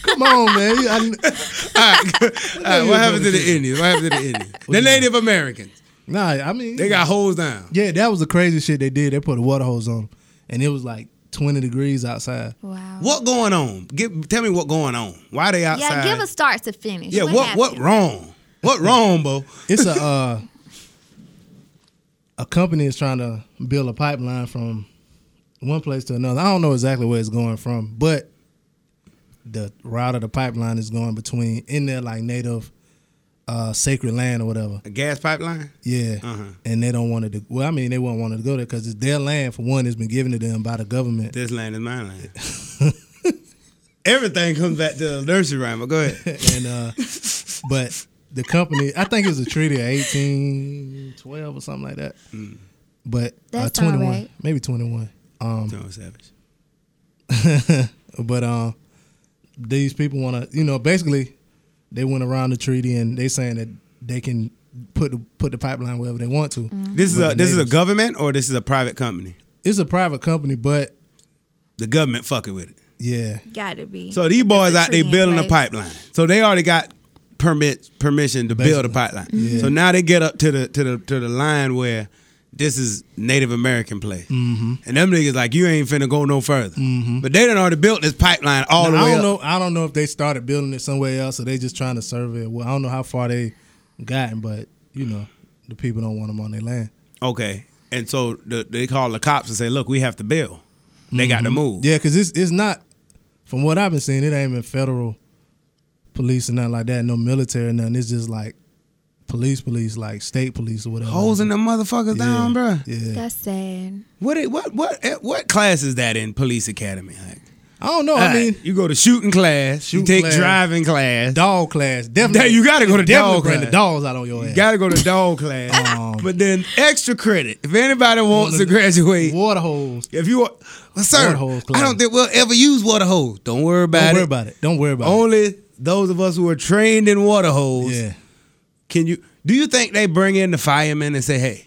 [SPEAKER 3] Come on, man. You- I kn-
[SPEAKER 1] All right, what happened to the Indians? What happened to the Indians? the Native Americans.
[SPEAKER 3] nah, I mean,
[SPEAKER 1] They got holes down.
[SPEAKER 3] yeah. That was the crazy shit they did. They put a water hose on, 'em, and it was like twenty degrees outside.
[SPEAKER 2] Wow.
[SPEAKER 1] What going on? Give, tell me what going on. Why they outside?
[SPEAKER 2] Yeah, give a start to finish.
[SPEAKER 1] Yeah,
[SPEAKER 2] what
[SPEAKER 1] what what
[SPEAKER 2] happened?
[SPEAKER 1] wrong? What wrong, Bo?
[SPEAKER 3] It's a uh, a company is trying to build a pipeline from one place to another. I don't know exactly where it's going from, but the route of the pipeline is going between in there like native uh, sacred land or whatever.
[SPEAKER 1] A gas pipeline?
[SPEAKER 3] Yeah,
[SPEAKER 1] Uh-huh.
[SPEAKER 3] and they don't want it to. Well, I mean, they won't want it to go there because it's their land for one. It's been given to them by the government.
[SPEAKER 1] This land is my land. Everything comes back to the nursery rhyme, but go ahead.
[SPEAKER 3] and uh but the company I think it was a treaty of eighteen twelve or something like that. But uh,
[SPEAKER 2] That sound
[SPEAKER 3] twenty one,
[SPEAKER 2] right.
[SPEAKER 3] maybe twenty one. Um,
[SPEAKER 1] Tony Savage.
[SPEAKER 3] but um, these people want to, you know, basically they went around the treaty and they saying that they can put the, put the pipeline wherever they want to.
[SPEAKER 1] This is
[SPEAKER 2] Mm-hmm.
[SPEAKER 3] But
[SPEAKER 1] a
[SPEAKER 3] the
[SPEAKER 1] this is a
[SPEAKER 3] natives-
[SPEAKER 1] government or this is a private company?
[SPEAKER 3] it's a private company, but
[SPEAKER 1] The government fucking with it.
[SPEAKER 3] yeah,
[SPEAKER 2] Gotta be.
[SPEAKER 1] So these boys out there
[SPEAKER 2] tree in
[SPEAKER 1] building a
[SPEAKER 2] place.
[SPEAKER 1] pipeline. So they already got permits permission to build a pipeline. So now they get up to the to the to the line where this is Native American place, mm-hmm. and them niggas like you ain't finna go no further. But they done already built this pipeline all the
[SPEAKER 3] I
[SPEAKER 1] way
[SPEAKER 3] don't
[SPEAKER 1] up.
[SPEAKER 3] know. I don't know if they started building it somewhere else, or they just trying to serve it. Well, I don't know how far they gotten, but you know, the people don't want them on their land.
[SPEAKER 1] Okay, and so the, they call the cops and say, "Look, we have to build. They got to move."
[SPEAKER 3] Mm-hmm. Yeah, because it's it's not. From what I've been seeing, it ain't even federal police or nothing like that. No military, nothing. It's just like police, police, like state police or whatever.
[SPEAKER 1] Hosing them motherfuckers
[SPEAKER 3] yeah.
[SPEAKER 1] down, bruh.
[SPEAKER 3] Yeah,
[SPEAKER 2] That's sad.
[SPEAKER 1] What it- what what eh, what class is that in police academy? Like,
[SPEAKER 3] I don't know. Oh, I mean,
[SPEAKER 1] you go to shooting class, you
[SPEAKER 3] Shooting
[SPEAKER 1] take
[SPEAKER 3] class.
[SPEAKER 1] driving class,
[SPEAKER 3] dog class. Definitely,
[SPEAKER 1] Yeah, you gotta go to
[SPEAKER 3] definitely
[SPEAKER 1] dog
[SPEAKER 3] bring
[SPEAKER 1] class.
[SPEAKER 3] the dogs out on your ass.
[SPEAKER 1] You gotta go to dog class.
[SPEAKER 3] Um,
[SPEAKER 1] but then extra credit. If anybody wants to graduate,
[SPEAKER 3] water holes.
[SPEAKER 1] if you want, well, sir,
[SPEAKER 3] Water hose
[SPEAKER 1] I
[SPEAKER 3] class.
[SPEAKER 1] don't think we'll ever use water hose. Don't worry about
[SPEAKER 3] Don't
[SPEAKER 1] it.
[SPEAKER 3] worry about it. Don't worry about
[SPEAKER 1] Only those of us who are trained in water
[SPEAKER 3] it.
[SPEAKER 1] hose
[SPEAKER 3] Yeah.
[SPEAKER 1] can you. Do you think they bring in the firemen and say, hey,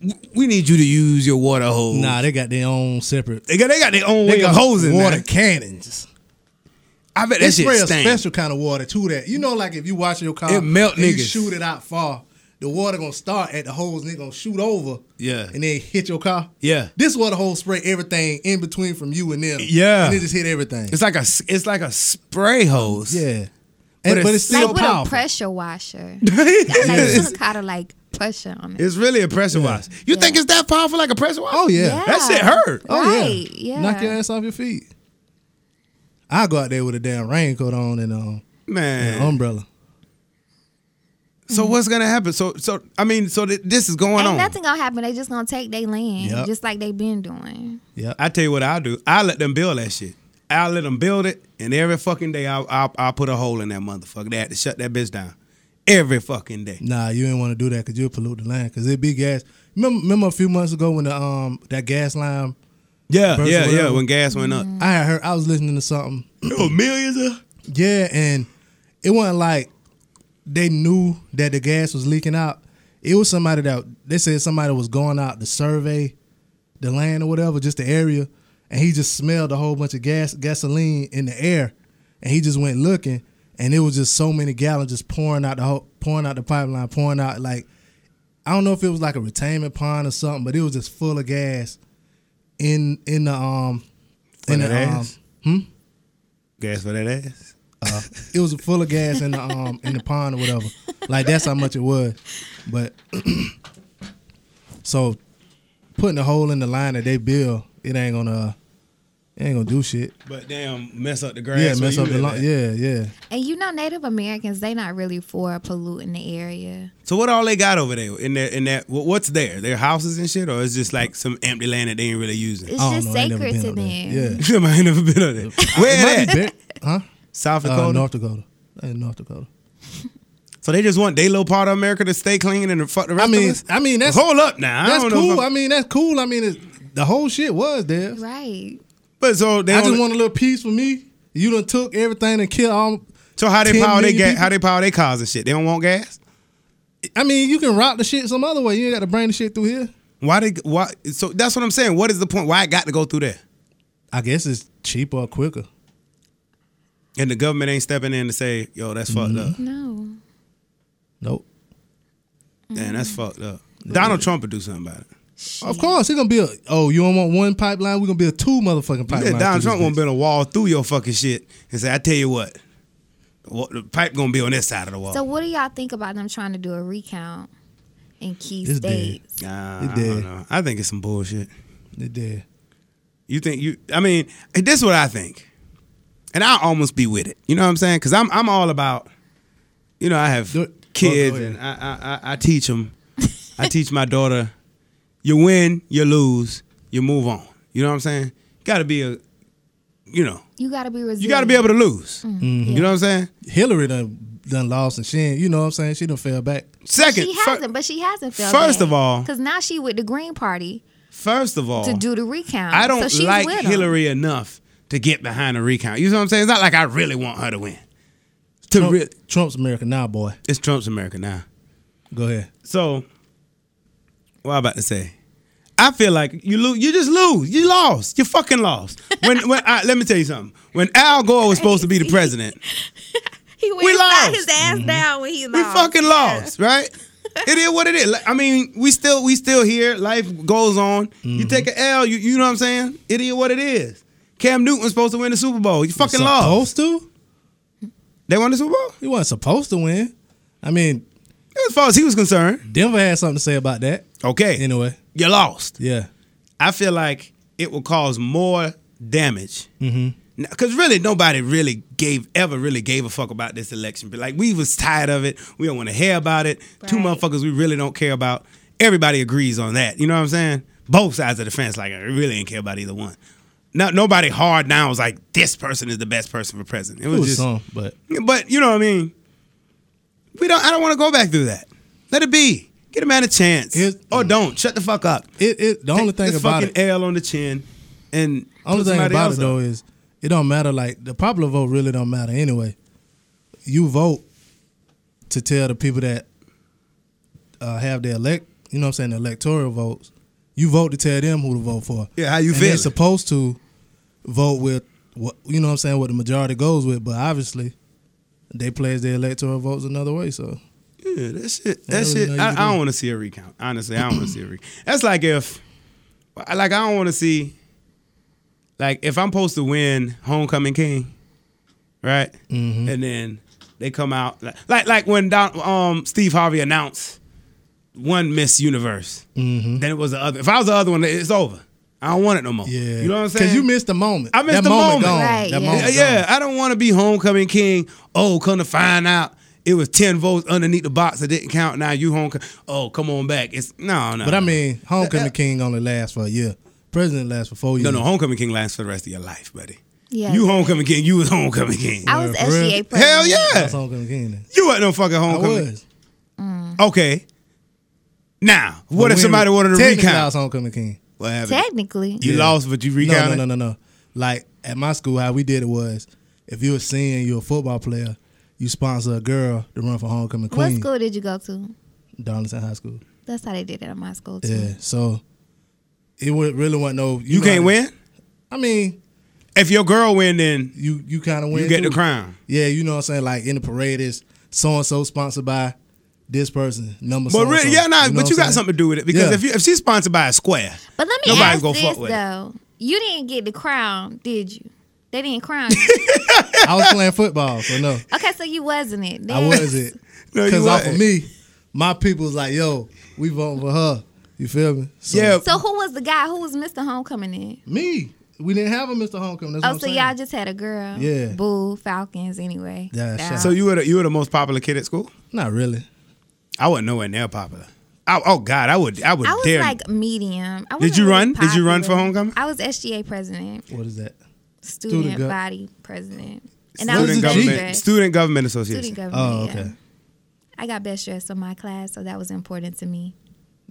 [SPEAKER 1] w- we need you to use your water hose?
[SPEAKER 3] Nah, they got their own separate.
[SPEAKER 1] They got, they got their own
[SPEAKER 3] They
[SPEAKER 1] way of
[SPEAKER 3] got
[SPEAKER 1] hosing
[SPEAKER 3] water
[SPEAKER 1] now.
[SPEAKER 3] cannons.
[SPEAKER 1] I bet
[SPEAKER 3] They
[SPEAKER 1] that shit
[SPEAKER 3] spray a
[SPEAKER 1] stinks.
[SPEAKER 3] special kind of water too. That you know, like if you watch your car,
[SPEAKER 1] It melt
[SPEAKER 3] and You
[SPEAKER 1] niggas.
[SPEAKER 3] shoot it out far. The water gonna start at the holes and it gonna shoot over.
[SPEAKER 1] Yeah.
[SPEAKER 3] and then hit your car.
[SPEAKER 1] Yeah.
[SPEAKER 3] this water hole spray everything in between from you and them.
[SPEAKER 1] Yeah.
[SPEAKER 3] and it just hit everything.
[SPEAKER 1] It's like a s- it's like a spray hose.
[SPEAKER 3] yeah,
[SPEAKER 1] But
[SPEAKER 3] And-
[SPEAKER 1] it's
[SPEAKER 3] but it's still
[SPEAKER 2] Like with
[SPEAKER 3] powerful.
[SPEAKER 2] a pressure washer. Like
[SPEAKER 1] it's,
[SPEAKER 2] some kind of like pressure on it.
[SPEAKER 1] it's really a pressure wash. You think it's that powerful like a pressure wash?
[SPEAKER 3] oh yeah.
[SPEAKER 2] Yeah.
[SPEAKER 1] That shit hurt.
[SPEAKER 3] oh
[SPEAKER 2] Right, yeah.
[SPEAKER 3] knock your ass off your feet. I go out there with a damn raincoat on and um,
[SPEAKER 1] Man.
[SPEAKER 3] an umbrella.
[SPEAKER 1] So what's gonna happen? So so I mean, so th- this is going
[SPEAKER 2] Ain't
[SPEAKER 1] on.
[SPEAKER 2] nothing gonna happen. They just gonna take their land,
[SPEAKER 3] Yep.
[SPEAKER 2] just like they been doing.
[SPEAKER 3] Yep.
[SPEAKER 1] I tell you what I'll do. I let them build that shit. I let them build it, and every fucking day I'll, I'll I'll put a hole in that motherfucker. They had to shut that bitch down every fucking day.
[SPEAKER 3] Nah, you ain't want to do that because you'll pollute the land because it be gas. Remember, remember a few months ago when the um that gas line,
[SPEAKER 1] Yeah,
[SPEAKER 3] Versus
[SPEAKER 1] yeah, yeah.
[SPEAKER 3] whatever.
[SPEAKER 1] When gas went up,
[SPEAKER 3] I had heard I was listening to something.
[SPEAKER 1] It was millions of.
[SPEAKER 3] Yeah, and it wasn't like they knew that the gas was leaking out. It was somebody that they said somebody was going out to survey the land or whatever, just the area, and he just smelled a whole bunch of gas gasoline in the air, and he just went looking, and it was just so many gallons just pouring out the whole, pouring out the pipeline, pouring out like I don't know if it was like a retainment pond or something, but it was just full of gas in in the um
[SPEAKER 1] For
[SPEAKER 3] in the
[SPEAKER 1] that
[SPEAKER 3] um,
[SPEAKER 1] ass? Gas for that ass.
[SPEAKER 3] uh, it was full of gas in the um in the pond or whatever. Like that's how much it was. But so putting a hole in the line that they build, it ain't gonna it ain't gonna do shit.
[SPEAKER 1] But damn, mess up the grass.
[SPEAKER 3] yeah,
[SPEAKER 1] where
[SPEAKER 3] mess
[SPEAKER 1] you
[SPEAKER 3] up the
[SPEAKER 1] live
[SPEAKER 3] line.
[SPEAKER 1] at.
[SPEAKER 3] Yeah, yeah.
[SPEAKER 2] And you know, Native Americans, they not really for polluting the area.
[SPEAKER 1] So what all they got over there in that in that wh- what's there? Their houses and shit, or it's just like some empty land that they ain't really using.
[SPEAKER 2] It's
[SPEAKER 3] I don't
[SPEAKER 2] just
[SPEAKER 3] know. I ain't never
[SPEAKER 2] sacred
[SPEAKER 3] been
[SPEAKER 2] to
[SPEAKER 3] up
[SPEAKER 2] them.
[SPEAKER 3] there. Yeah.
[SPEAKER 1] I ain't never been over there. Where
[SPEAKER 3] Might
[SPEAKER 1] that?
[SPEAKER 3] be big- huh?
[SPEAKER 1] South
[SPEAKER 3] Uh,
[SPEAKER 1] Dakota.
[SPEAKER 3] North Dakota. Uh, North Dakota.
[SPEAKER 1] So they just want their little part of America to stay clean and fuck the rest
[SPEAKER 3] I
[SPEAKER 1] of
[SPEAKER 3] mean,
[SPEAKER 1] us.
[SPEAKER 3] I mean that's
[SPEAKER 1] Hold up now.
[SPEAKER 3] that's
[SPEAKER 1] I don't
[SPEAKER 3] cool.
[SPEAKER 1] Know if
[SPEAKER 3] I
[SPEAKER 1] I'm-
[SPEAKER 3] mean that's cool. I mean it, the whole shit was there.
[SPEAKER 2] Right.
[SPEAKER 1] but so they
[SPEAKER 3] I
[SPEAKER 1] only-
[SPEAKER 3] just want a little piece for me. You done took everything and killed all
[SPEAKER 1] so how they
[SPEAKER 3] 10
[SPEAKER 1] power they
[SPEAKER 3] million
[SPEAKER 1] gas? How they power their cars and shit? They don't want gas.
[SPEAKER 3] I mean, you can rock the shit some other way. You ain't got to bring the shit through here.
[SPEAKER 1] Why they? Why? So that's what I'm saying. What is the point? Why it got to go through there?
[SPEAKER 3] I guess it's cheaper or quicker.
[SPEAKER 1] And the government ain't stepping in to say, "Yo, that's
[SPEAKER 3] Mm-hmm.
[SPEAKER 1] fucked up.
[SPEAKER 2] No.
[SPEAKER 3] Nope.
[SPEAKER 1] Man, that's
[SPEAKER 3] Mm-hmm.
[SPEAKER 1] fucked up." Donald Trump would do something about it.
[SPEAKER 3] Of course, it's gonna be a. Oh, you don't want one pipeline? We're gonna build two motherfucking pipelines.
[SPEAKER 1] Yeah, Donald Trump
[SPEAKER 3] through this
[SPEAKER 1] won't
[SPEAKER 3] bitch.
[SPEAKER 1] build a wall through your fucking shit and say, "I tell you what, the wa- the pipe gonna be on this side of the wall."
[SPEAKER 2] So what do y'all think about them trying to do a recount in key
[SPEAKER 3] It's dead.
[SPEAKER 2] states?
[SPEAKER 1] nah,
[SPEAKER 3] It
[SPEAKER 1] I
[SPEAKER 3] did.
[SPEAKER 1] don't know. I think it's some bullshit.
[SPEAKER 3] It did.
[SPEAKER 1] You think you? I mean, this is what I think, and I almost be with it. You know what I'm saying? Because I'm I'm all about, you know, I have
[SPEAKER 3] Do it.
[SPEAKER 1] kids
[SPEAKER 3] Oh, go ahead.
[SPEAKER 1] and I I, I, I teach them. I teach my daughter, you win, you lose, you move on. You know what I'm saying? Got to be a, you know,
[SPEAKER 2] You gotta be resilient.
[SPEAKER 1] you got to be able to lose.
[SPEAKER 2] Mm-hmm.
[SPEAKER 1] You know what I'm saying?
[SPEAKER 3] Hillary done done lost and she, ain't, you know what I'm saying? She done fell back.
[SPEAKER 1] Second,
[SPEAKER 2] She
[SPEAKER 1] fir-
[SPEAKER 2] hasn't, but she hasn't failed.
[SPEAKER 1] first of all-
[SPEAKER 2] because now she with the Green Party
[SPEAKER 1] first of all,
[SPEAKER 2] to do the recount.
[SPEAKER 1] I don't
[SPEAKER 2] so she's
[SPEAKER 1] like
[SPEAKER 2] with 'em.
[SPEAKER 1] Hillary enough to get behind a recount. You know what I'm saying? It's not like I really want her to win. To
[SPEAKER 3] Trump-
[SPEAKER 1] re-
[SPEAKER 3] Trump's America now, boy.
[SPEAKER 1] it's Trump's America now.
[SPEAKER 3] Go ahead.
[SPEAKER 1] So, what I'm about to say, I feel like you lose. You just lose. You lost. You fucking lost. When when I, let me tell you something. When Al Gore was supposed to be the president,
[SPEAKER 2] He went
[SPEAKER 1] We
[SPEAKER 2] sat
[SPEAKER 1] lost. Mm-hmm.
[SPEAKER 2] his ass down when he
[SPEAKER 1] we
[SPEAKER 2] lost.
[SPEAKER 1] fucking lost, right? It is what it is. Like, I mean, we still we still here. Life goes on. You take an L. You you know what I'm saying? It is what it is. Cam Newton was supposed to win the Super Bowl. You fucking lost.
[SPEAKER 3] supposed to?
[SPEAKER 1] They won the Super Bowl.
[SPEAKER 3] He wasn't supposed to win. I mean,
[SPEAKER 1] As far as he was concerned,
[SPEAKER 3] Denver had something to say about that.
[SPEAKER 1] okay.
[SPEAKER 3] Anyway,
[SPEAKER 1] you lost.
[SPEAKER 3] yeah.
[SPEAKER 1] I feel like it will cause more damage.
[SPEAKER 3] Mm-hmm.
[SPEAKER 1] Because really, nobody really gave ever really gave a fuck about this election. But like, we was tired of it. We don't want to hear about it. Two
[SPEAKER 2] Right.
[SPEAKER 1] motherfuckers we really don't care about. Everybody agrees on that. You know what I'm saying? Both sides of the fence. Like, I really didn't care about either one. No, nobody hard now was like this person is the best person for president. It
[SPEAKER 3] It
[SPEAKER 1] was,
[SPEAKER 3] was
[SPEAKER 1] just,
[SPEAKER 3] some, but
[SPEAKER 1] but you know what I mean. We don't. I don't want to go back through that. Let it be. Get a man a chance,
[SPEAKER 3] Here's-
[SPEAKER 1] or don't. Shut the fuck up.
[SPEAKER 3] it, it the only
[SPEAKER 1] Take
[SPEAKER 3] thing
[SPEAKER 1] this
[SPEAKER 3] about it,
[SPEAKER 1] fucking L on the chin, and put
[SPEAKER 3] only thing
[SPEAKER 1] somebody
[SPEAKER 3] about
[SPEAKER 1] else
[SPEAKER 3] it though
[SPEAKER 1] up.
[SPEAKER 3] is it don't matter. Like the popular vote really don't matter anyway. You vote to tell the people that uh, have their elect, you know, what I'm saying the electoral votes. You vote to tell them who to vote for.
[SPEAKER 1] Yeah, how you
[SPEAKER 3] and
[SPEAKER 1] feeling?
[SPEAKER 3] They're supposed to vote with what you know. what I'm saying what the majority goes with, but obviously they pledge their electoral votes another way. So
[SPEAKER 1] yeah, that shit. That
[SPEAKER 3] I don't
[SPEAKER 1] shit.
[SPEAKER 3] know you
[SPEAKER 1] I, I
[SPEAKER 3] do.
[SPEAKER 1] don't want to see a recount. Honestly, I don't want to see a recount. That's like if, like, I don't want to see, like, if I'm supposed to win Homecoming King, right?
[SPEAKER 3] Mm-hmm.
[SPEAKER 1] And then they come out like, like, like when Don, um Steve Harvey announced one Miss Universe,
[SPEAKER 3] Mm-hmm.
[SPEAKER 1] then it was the other. If I was the other one, it's over. I don't want it no more.
[SPEAKER 3] yeah,
[SPEAKER 1] you know what I'm saying?
[SPEAKER 3] Because you missed the moment.
[SPEAKER 1] I missed
[SPEAKER 3] that
[SPEAKER 1] the moment.
[SPEAKER 3] Gone.
[SPEAKER 2] Right,
[SPEAKER 3] that
[SPEAKER 2] yeah.
[SPEAKER 1] Yeah,
[SPEAKER 3] moment
[SPEAKER 1] yeah,
[SPEAKER 3] gone.
[SPEAKER 1] I don't want to be homecoming king. Oh, come to find out, it was ten votes underneath the box that didn't count. Now you homecoming. Oh, come on back. It's no, no.
[SPEAKER 3] But I mean, homecoming
[SPEAKER 1] that-
[SPEAKER 3] king only lasts for a year. President lasts for four
[SPEAKER 1] no,
[SPEAKER 3] years.
[SPEAKER 1] no. Homecoming king lasts for the rest of your life, buddy.
[SPEAKER 2] Yeah.
[SPEAKER 1] You homecoming king. You was homecoming king.
[SPEAKER 2] I was
[SPEAKER 3] For real?
[SPEAKER 2] SGA president.
[SPEAKER 1] Hell
[SPEAKER 3] That's
[SPEAKER 1] yeah.
[SPEAKER 3] homecoming king. Then.
[SPEAKER 1] You wasn't no fucking
[SPEAKER 3] I
[SPEAKER 1] homecoming.
[SPEAKER 3] was.
[SPEAKER 1] Okay. Now, what
[SPEAKER 3] But
[SPEAKER 1] if
[SPEAKER 3] when-
[SPEAKER 1] somebody wanted to
[SPEAKER 3] technically, I
[SPEAKER 1] recount?
[SPEAKER 3] was homecoming king.
[SPEAKER 1] What happened?
[SPEAKER 2] Technically.
[SPEAKER 1] You
[SPEAKER 3] Yeah.
[SPEAKER 1] lost, but you
[SPEAKER 3] No, no,
[SPEAKER 1] recounted.
[SPEAKER 3] no, no, no. Like at my school, how we did it was, if you were seeing you're a football player, you sponsor a girl to run for homecoming
[SPEAKER 2] What
[SPEAKER 3] queen.
[SPEAKER 2] school did you go to?
[SPEAKER 3] Darlington High School.
[SPEAKER 2] That's how they did it at my school too.
[SPEAKER 3] Yeah. So it would really wasn't no.
[SPEAKER 1] You
[SPEAKER 3] know
[SPEAKER 1] can't
[SPEAKER 3] how-
[SPEAKER 1] win.
[SPEAKER 3] I mean,
[SPEAKER 1] If your girl win, then
[SPEAKER 3] you you kind of win.
[SPEAKER 1] you get
[SPEAKER 3] too.
[SPEAKER 1] the crown.
[SPEAKER 3] Yeah, you know what I'm saying. Like in the parade is so and so sponsored by this person number.
[SPEAKER 1] But
[SPEAKER 3] so-and-so.
[SPEAKER 1] really, yeah, nah,
[SPEAKER 3] know what
[SPEAKER 1] but you
[SPEAKER 3] I'm
[SPEAKER 1] got
[SPEAKER 3] saying?
[SPEAKER 1] something to do with it because
[SPEAKER 3] Yeah.
[SPEAKER 1] if you, if she's sponsored by a square,
[SPEAKER 2] But let me
[SPEAKER 1] Nobody
[SPEAKER 2] ask
[SPEAKER 1] gonna
[SPEAKER 2] this
[SPEAKER 1] fuck with it.
[SPEAKER 2] though. You didn't get the crown, did you? They didn't crown you.
[SPEAKER 3] I was playing football, so no,
[SPEAKER 2] okay, so you wasn't it.
[SPEAKER 3] I
[SPEAKER 2] That's-
[SPEAKER 3] was it.
[SPEAKER 1] No, you
[SPEAKER 3] Because off
[SPEAKER 1] wasn't.
[SPEAKER 3] of me, my people was like, "Yo, we voting for her." You feel me? So,
[SPEAKER 1] yeah,
[SPEAKER 2] So who was the guy? Who was Mr. Homecoming in?
[SPEAKER 3] me. We didn't have a Mr. Homecoming. That's
[SPEAKER 2] Oh,
[SPEAKER 3] what
[SPEAKER 2] so
[SPEAKER 3] I'm
[SPEAKER 2] y'all
[SPEAKER 3] saying.
[SPEAKER 2] just had a girl.
[SPEAKER 3] Yeah.
[SPEAKER 2] Boo, Falcons, anyway.
[SPEAKER 3] Yeah, shout
[SPEAKER 2] Down.
[SPEAKER 3] out.
[SPEAKER 1] So you were the, you were the most popular kid at school.
[SPEAKER 3] not really.
[SPEAKER 1] I wasn't nowhere near popular. I, oh God, I would I would
[SPEAKER 2] I was
[SPEAKER 1] dare.
[SPEAKER 2] like medium. I
[SPEAKER 1] Did you
[SPEAKER 2] wasn't really
[SPEAKER 1] run? Did you run for
[SPEAKER 2] popular.
[SPEAKER 1] homecoming?
[SPEAKER 2] I was SGA president,
[SPEAKER 3] What is that?
[SPEAKER 2] student,
[SPEAKER 3] gov-
[SPEAKER 2] body president, and I
[SPEAKER 1] student
[SPEAKER 2] was
[SPEAKER 3] What is it,
[SPEAKER 1] government
[SPEAKER 2] best dressed.
[SPEAKER 1] student government association.
[SPEAKER 2] Student government.
[SPEAKER 3] Oh,
[SPEAKER 2] yeah.
[SPEAKER 3] okay.
[SPEAKER 2] I got best dressed in my class, so that was important to me.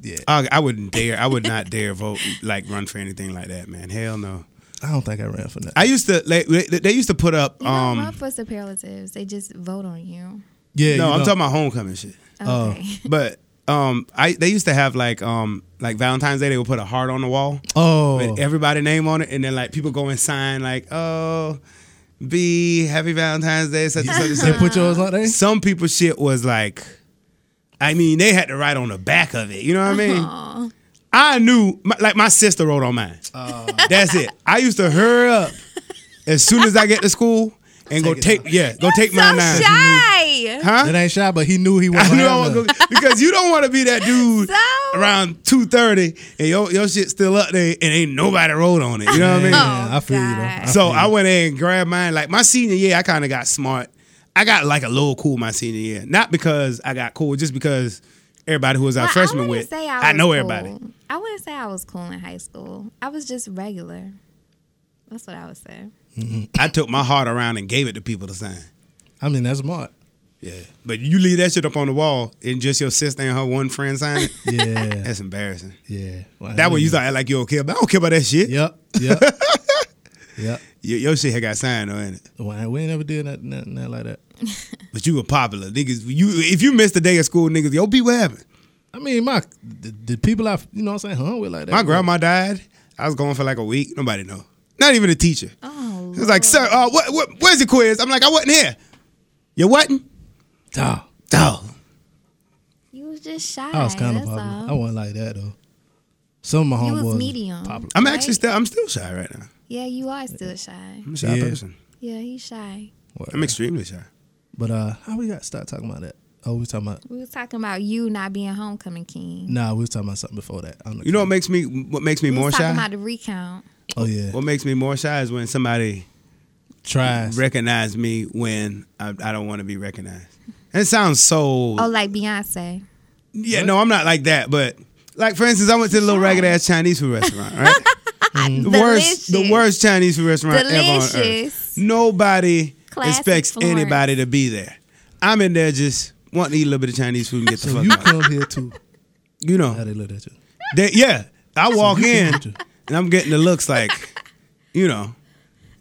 [SPEAKER 3] Yeah,
[SPEAKER 1] Oh, I, I wouldn't dare. I would not dare vote like run for anything like that, man. Hell no.
[SPEAKER 3] I don't think I ran for that.
[SPEAKER 1] I used to like they, they used to put up.
[SPEAKER 2] You
[SPEAKER 1] um
[SPEAKER 2] don't run for superlatives; they just vote on you.
[SPEAKER 3] yeah,
[SPEAKER 1] No,
[SPEAKER 3] you
[SPEAKER 1] I'm
[SPEAKER 3] don't.
[SPEAKER 1] talking about homecoming shit.
[SPEAKER 2] Okay.
[SPEAKER 1] But um, I they used to have like um like Valentine's Day they would put a heart on the wall.
[SPEAKER 3] Oh,
[SPEAKER 1] with everybody name on it, and then like people go and sign like oh, B Happy Valentine's Day such and such and such.
[SPEAKER 3] they put yours on there.
[SPEAKER 1] some people shit was like I mean, they had to write on the back of it. You know what I mean?
[SPEAKER 2] Aw.
[SPEAKER 1] I knew, my, like, my sister wrote on mine.
[SPEAKER 3] Oh.
[SPEAKER 1] That's it. I used to hurry up as soon as I get to school and go
[SPEAKER 3] Take it
[SPEAKER 1] take, yeah, go take Mm-hmm.
[SPEAKER 2] so
[SPEAKER 1] mine down.
[SPEAKER 2] shy.
[SPEAKER 3] That
[SPEAKER 1] Huh?
[SPEAKER 3] ain't shy, but he knew he wasn't.
[SPEAKER 1] I knew
[SPEAKER 3] gonna
[SPEAKER 1] I
[SPEAKER 3] have
[SPEAKER 1] was
[SPEAKER 3] none.
[SPEAKER 1] gonna, because you don't want to be that dude
[SPEAKER 2] So-
[SPEAKER 1] around two thirty and your your shit still up there and ain't nobody wrote on it. You know what
[SPEAKER 2] Oh.
[SPEAKER 1] I mean?
[SPEAKER 3] Yeah, I feel you. Though.
[SPEAKER 2] God.
[SPEAKER 3] I
[SPEAKER 1] So
[SPEAKER 3] feel
[SPEAKER 1] I went in and grabbed mine. Like my senior year, I kind of got smart. I got like a little cool my senior year, not because I got cool, just because everybody who was our
[SPEAKER 2] Well,
[SPEAKER 1] freshman with,
[SPEAKER 2] wouldn't say
[SPEAKER 1] I,
[SPEAKER 2] was
[SPEAKER 1] know
[SPEAKER 2] cool.
[SPEAKER 1] everybody.
[SPEAKER 2] I wouldn't say I was cool in high school. I was just regular. That's what I would say.
[SPEAKER 1] I took my heart around and gave it to people to sign.
[SPEAKER 3] you. I mean, that's smart.
[SPEAKER 1] Yeah, but you leave that shit up on the wall and just your sister and her one friend sign it.
[SPEAKER 3] Yeah,
[SPEAKER 1] That's embarrassing.
[SPEAKER 3] yeah. Well,
[SPEAKER 1] That way you start acting like you don't care about. I don't care about that shit.
[SPEAKER 3] Yep, yep, yep.
[SPEAKER 1] Your, your shit had got signed though, ain't it?
[SPEAKER 3] Well, we ain't never did nothing, nothing, nothing like that.
[SPEAKER 1] But you were popular, niggas. You if you missed a day of school, niggas, yo, be what happened.
[SPEAKER 3] I mean, my the, the people I you know what I'm saying hung with like that.
[SPEAKER 1] My grandma died. I was gone for like a week. Nobody know. Not even a teacher.
[SPEAKER 2] Oh,
[SPEAKER 1] She was like, sir, uh, what, what, where's the quiz? I'm like, I wasn't here. You wasn't?
[SPEAKER 3] Dog.
[SPEAKER 1] Dog.
[SPEAKER 2] you was just shy.
[SPEAKER 3] I was kind of
[SPEAKER 2] that's
[SPEAKER 3] popular.
[SPEAKER 2] all.
[SPEAKER 3] I wasn't like that though. Some of my
[SPEAKER 2] You was
[SPEAKER 3] homeboys was
[SPEAKER 2] medium.
[SPEAKER 3] Popular.
[SPEAKER 1] I'm
[SPEAKER 2] Right?
[SPEAKER 1] actually still, I'm still shy right now.
[SPEAKER 2] Yeah, you are still shy.
[SPEAKER 1] I'm a shy
[SPEAKER 3] Yeah.
[SPEAKER 1] person.
[SPEAKER 2] Yeah, you shy.
[SPEAKER 1] I'm extremely shy.
[SPEAKER 3] But uh, how we got to start talking about that? Oh, we was talking about
[SPEAKER 2] We was talking about you not being homecoming king.
[SPEAKER 3] nah. We was talking about something before that. I don't
[SPEAKER 1] You know what makes me, what makes me
[SPEAKER 2] We
[SPEAKER 1] more
[SPEAKER 2] was talking
[SPEAKER 1] shy?
[SPEAKER 2] about the recount.
[SPEAKER 3] Oh yeah.
[SPEAKER 1] What makes me more shy is when somebody
[SPEAKER 3] Tries.
[SPEAKER 1] recognize me when I, I don't want to be recognized. It sounds so.
[SPEAKER 2] Oh, like Beyonce.
[SPEAKER 1] yeah, no, I'm not like that. But like for instance, I went to the little ragged ass Chinese food restaurant, right? the worst, the
[SPEAKER 2] Delicious.
[SPEAKER 1] worst Chinese food restaurant ever on earth.
[SPEAKER 2] Delicious.
[SPEAKER 1] Nobody
[SPEAKER 2] Classic
[SPEAKER 1] expects
[SPEAKER 2] Florence.
[SPEAKER 1] anybody to be there. I'm in there just wanting to eat a little bit of Chinese food and get the
[SPEAKER 3] So
[SPEAKER 1] fuck
[SPEAKER 3] you
[SPEAKER 1] out.
[SPEAKER 3] come here too.
[SPEAKER 1] You
[SPEAKER 3] How
[SPEAKER 1] know,
[SPEAKER 3] they look at you.
[SPEAKER 1] they, yeah. I walk in
[SPEAKER 3] Look at you.
[SPEAKER 1] and I'm getting the looks like, you know.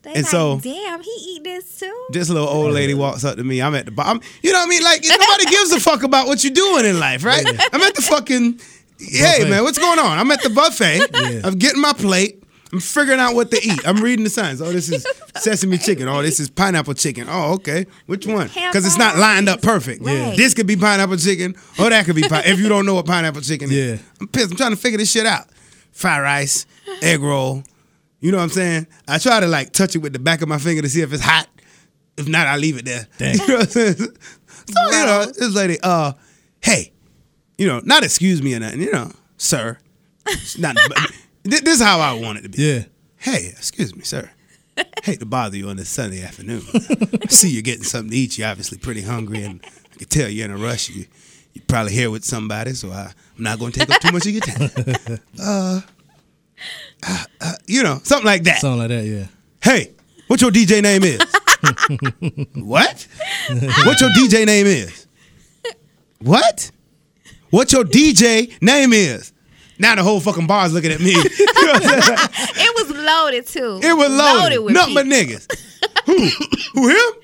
[SPEAKER 2] They
[SPEAKER 1] And
[SPEAKER 2] like,
[SPEAKER 1] so-
[SPEAKER 2] damn, he eat this too.
[SPEAKER 1] This little old lady walks up to me. I'm at the bottom. You know what I mean? Like nobody gives a fuck about what you're doing in life, right? I'm at the fucking. Hey
[SPEAKER 3] Buffet.
[SPEAKER 1] man, what's going on? I'm at the buffet.
[SPEAKER 3] Yeah.
[SPEAKER 1] I'm getting my plate. I'm figuring out what to eat. I'm reading the signs. Oh, this is sesame chicken. Oh, this is pineapple chicken. Oh, okay. Which one? Because it's not lined up perfect.
[SPEAKER 2] Right.
[SPEAKER 1] This could be pineapple chicken, or that could be pine- if you don't know what pineapple chicken is.
[SPEAKER 3] Yeah.
[SPEAKER 1] I'm pissed. I'm trying to figure this shit out. Fried rice, egg roll. You know what I'm saying? I try to like touch it with the back of my finger to see if it's hot. If not, I leave it there.
[SPEAKER 3] Dang.
[SPEAKER 1] You know what I'm saying? So, you know,
[SPEAKER 2] Gross.
[SPEAKER 1] this lady, uh, hey, you know, not excuse me or nothing, you know, sir. It's Not, but thi- this is how I want it to be.
[SPEAKER 3] Yeah.
[SPEAKER 1] Hey, excuse me, sir. Hate to bother you on this Sunday afternoon. I see you're getting something to eat. You're obviously pretty hungry, and I can tell you're in a rush. You, you're probably here with somebody, so I, I'm not going to take up too much of your time. Uh, uh, uh, you know, something like that.
[SPEAKER 3] Something like that. Yeah.
[SPEAKER 1] hey, what your DJ name is? what? What your DJ name is? What? What your DJ name is? Now the whole fucking bar's looking at me. You know what I'm saying?
[SPEAKER 2] It was loaded too.
[SPEAKER 1] It was loaded.
[SPEAKER 2] with
[SPEAKER 1] nothing but
[SPEAKER 2] people.
[SPEAKER 1] niggas. who? Who him?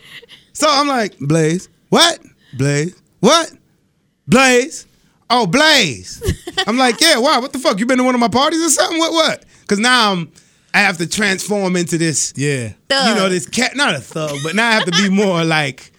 [SPEAKER 1] So I'm like, Blaze, what? Blaze, what? Blaze. Oh, Blaze. I'm like, yeah, why? What the fuck? You been to one of my parties or something? What, what? Because now I'm, I have to transform into this,
[SPEAKER 3] Yeah.
[SPEAKER 1] you know,
[SPEAKER 2] Thug.
[SPEAKER 1] this cat, not a thug, but now I have to be more like,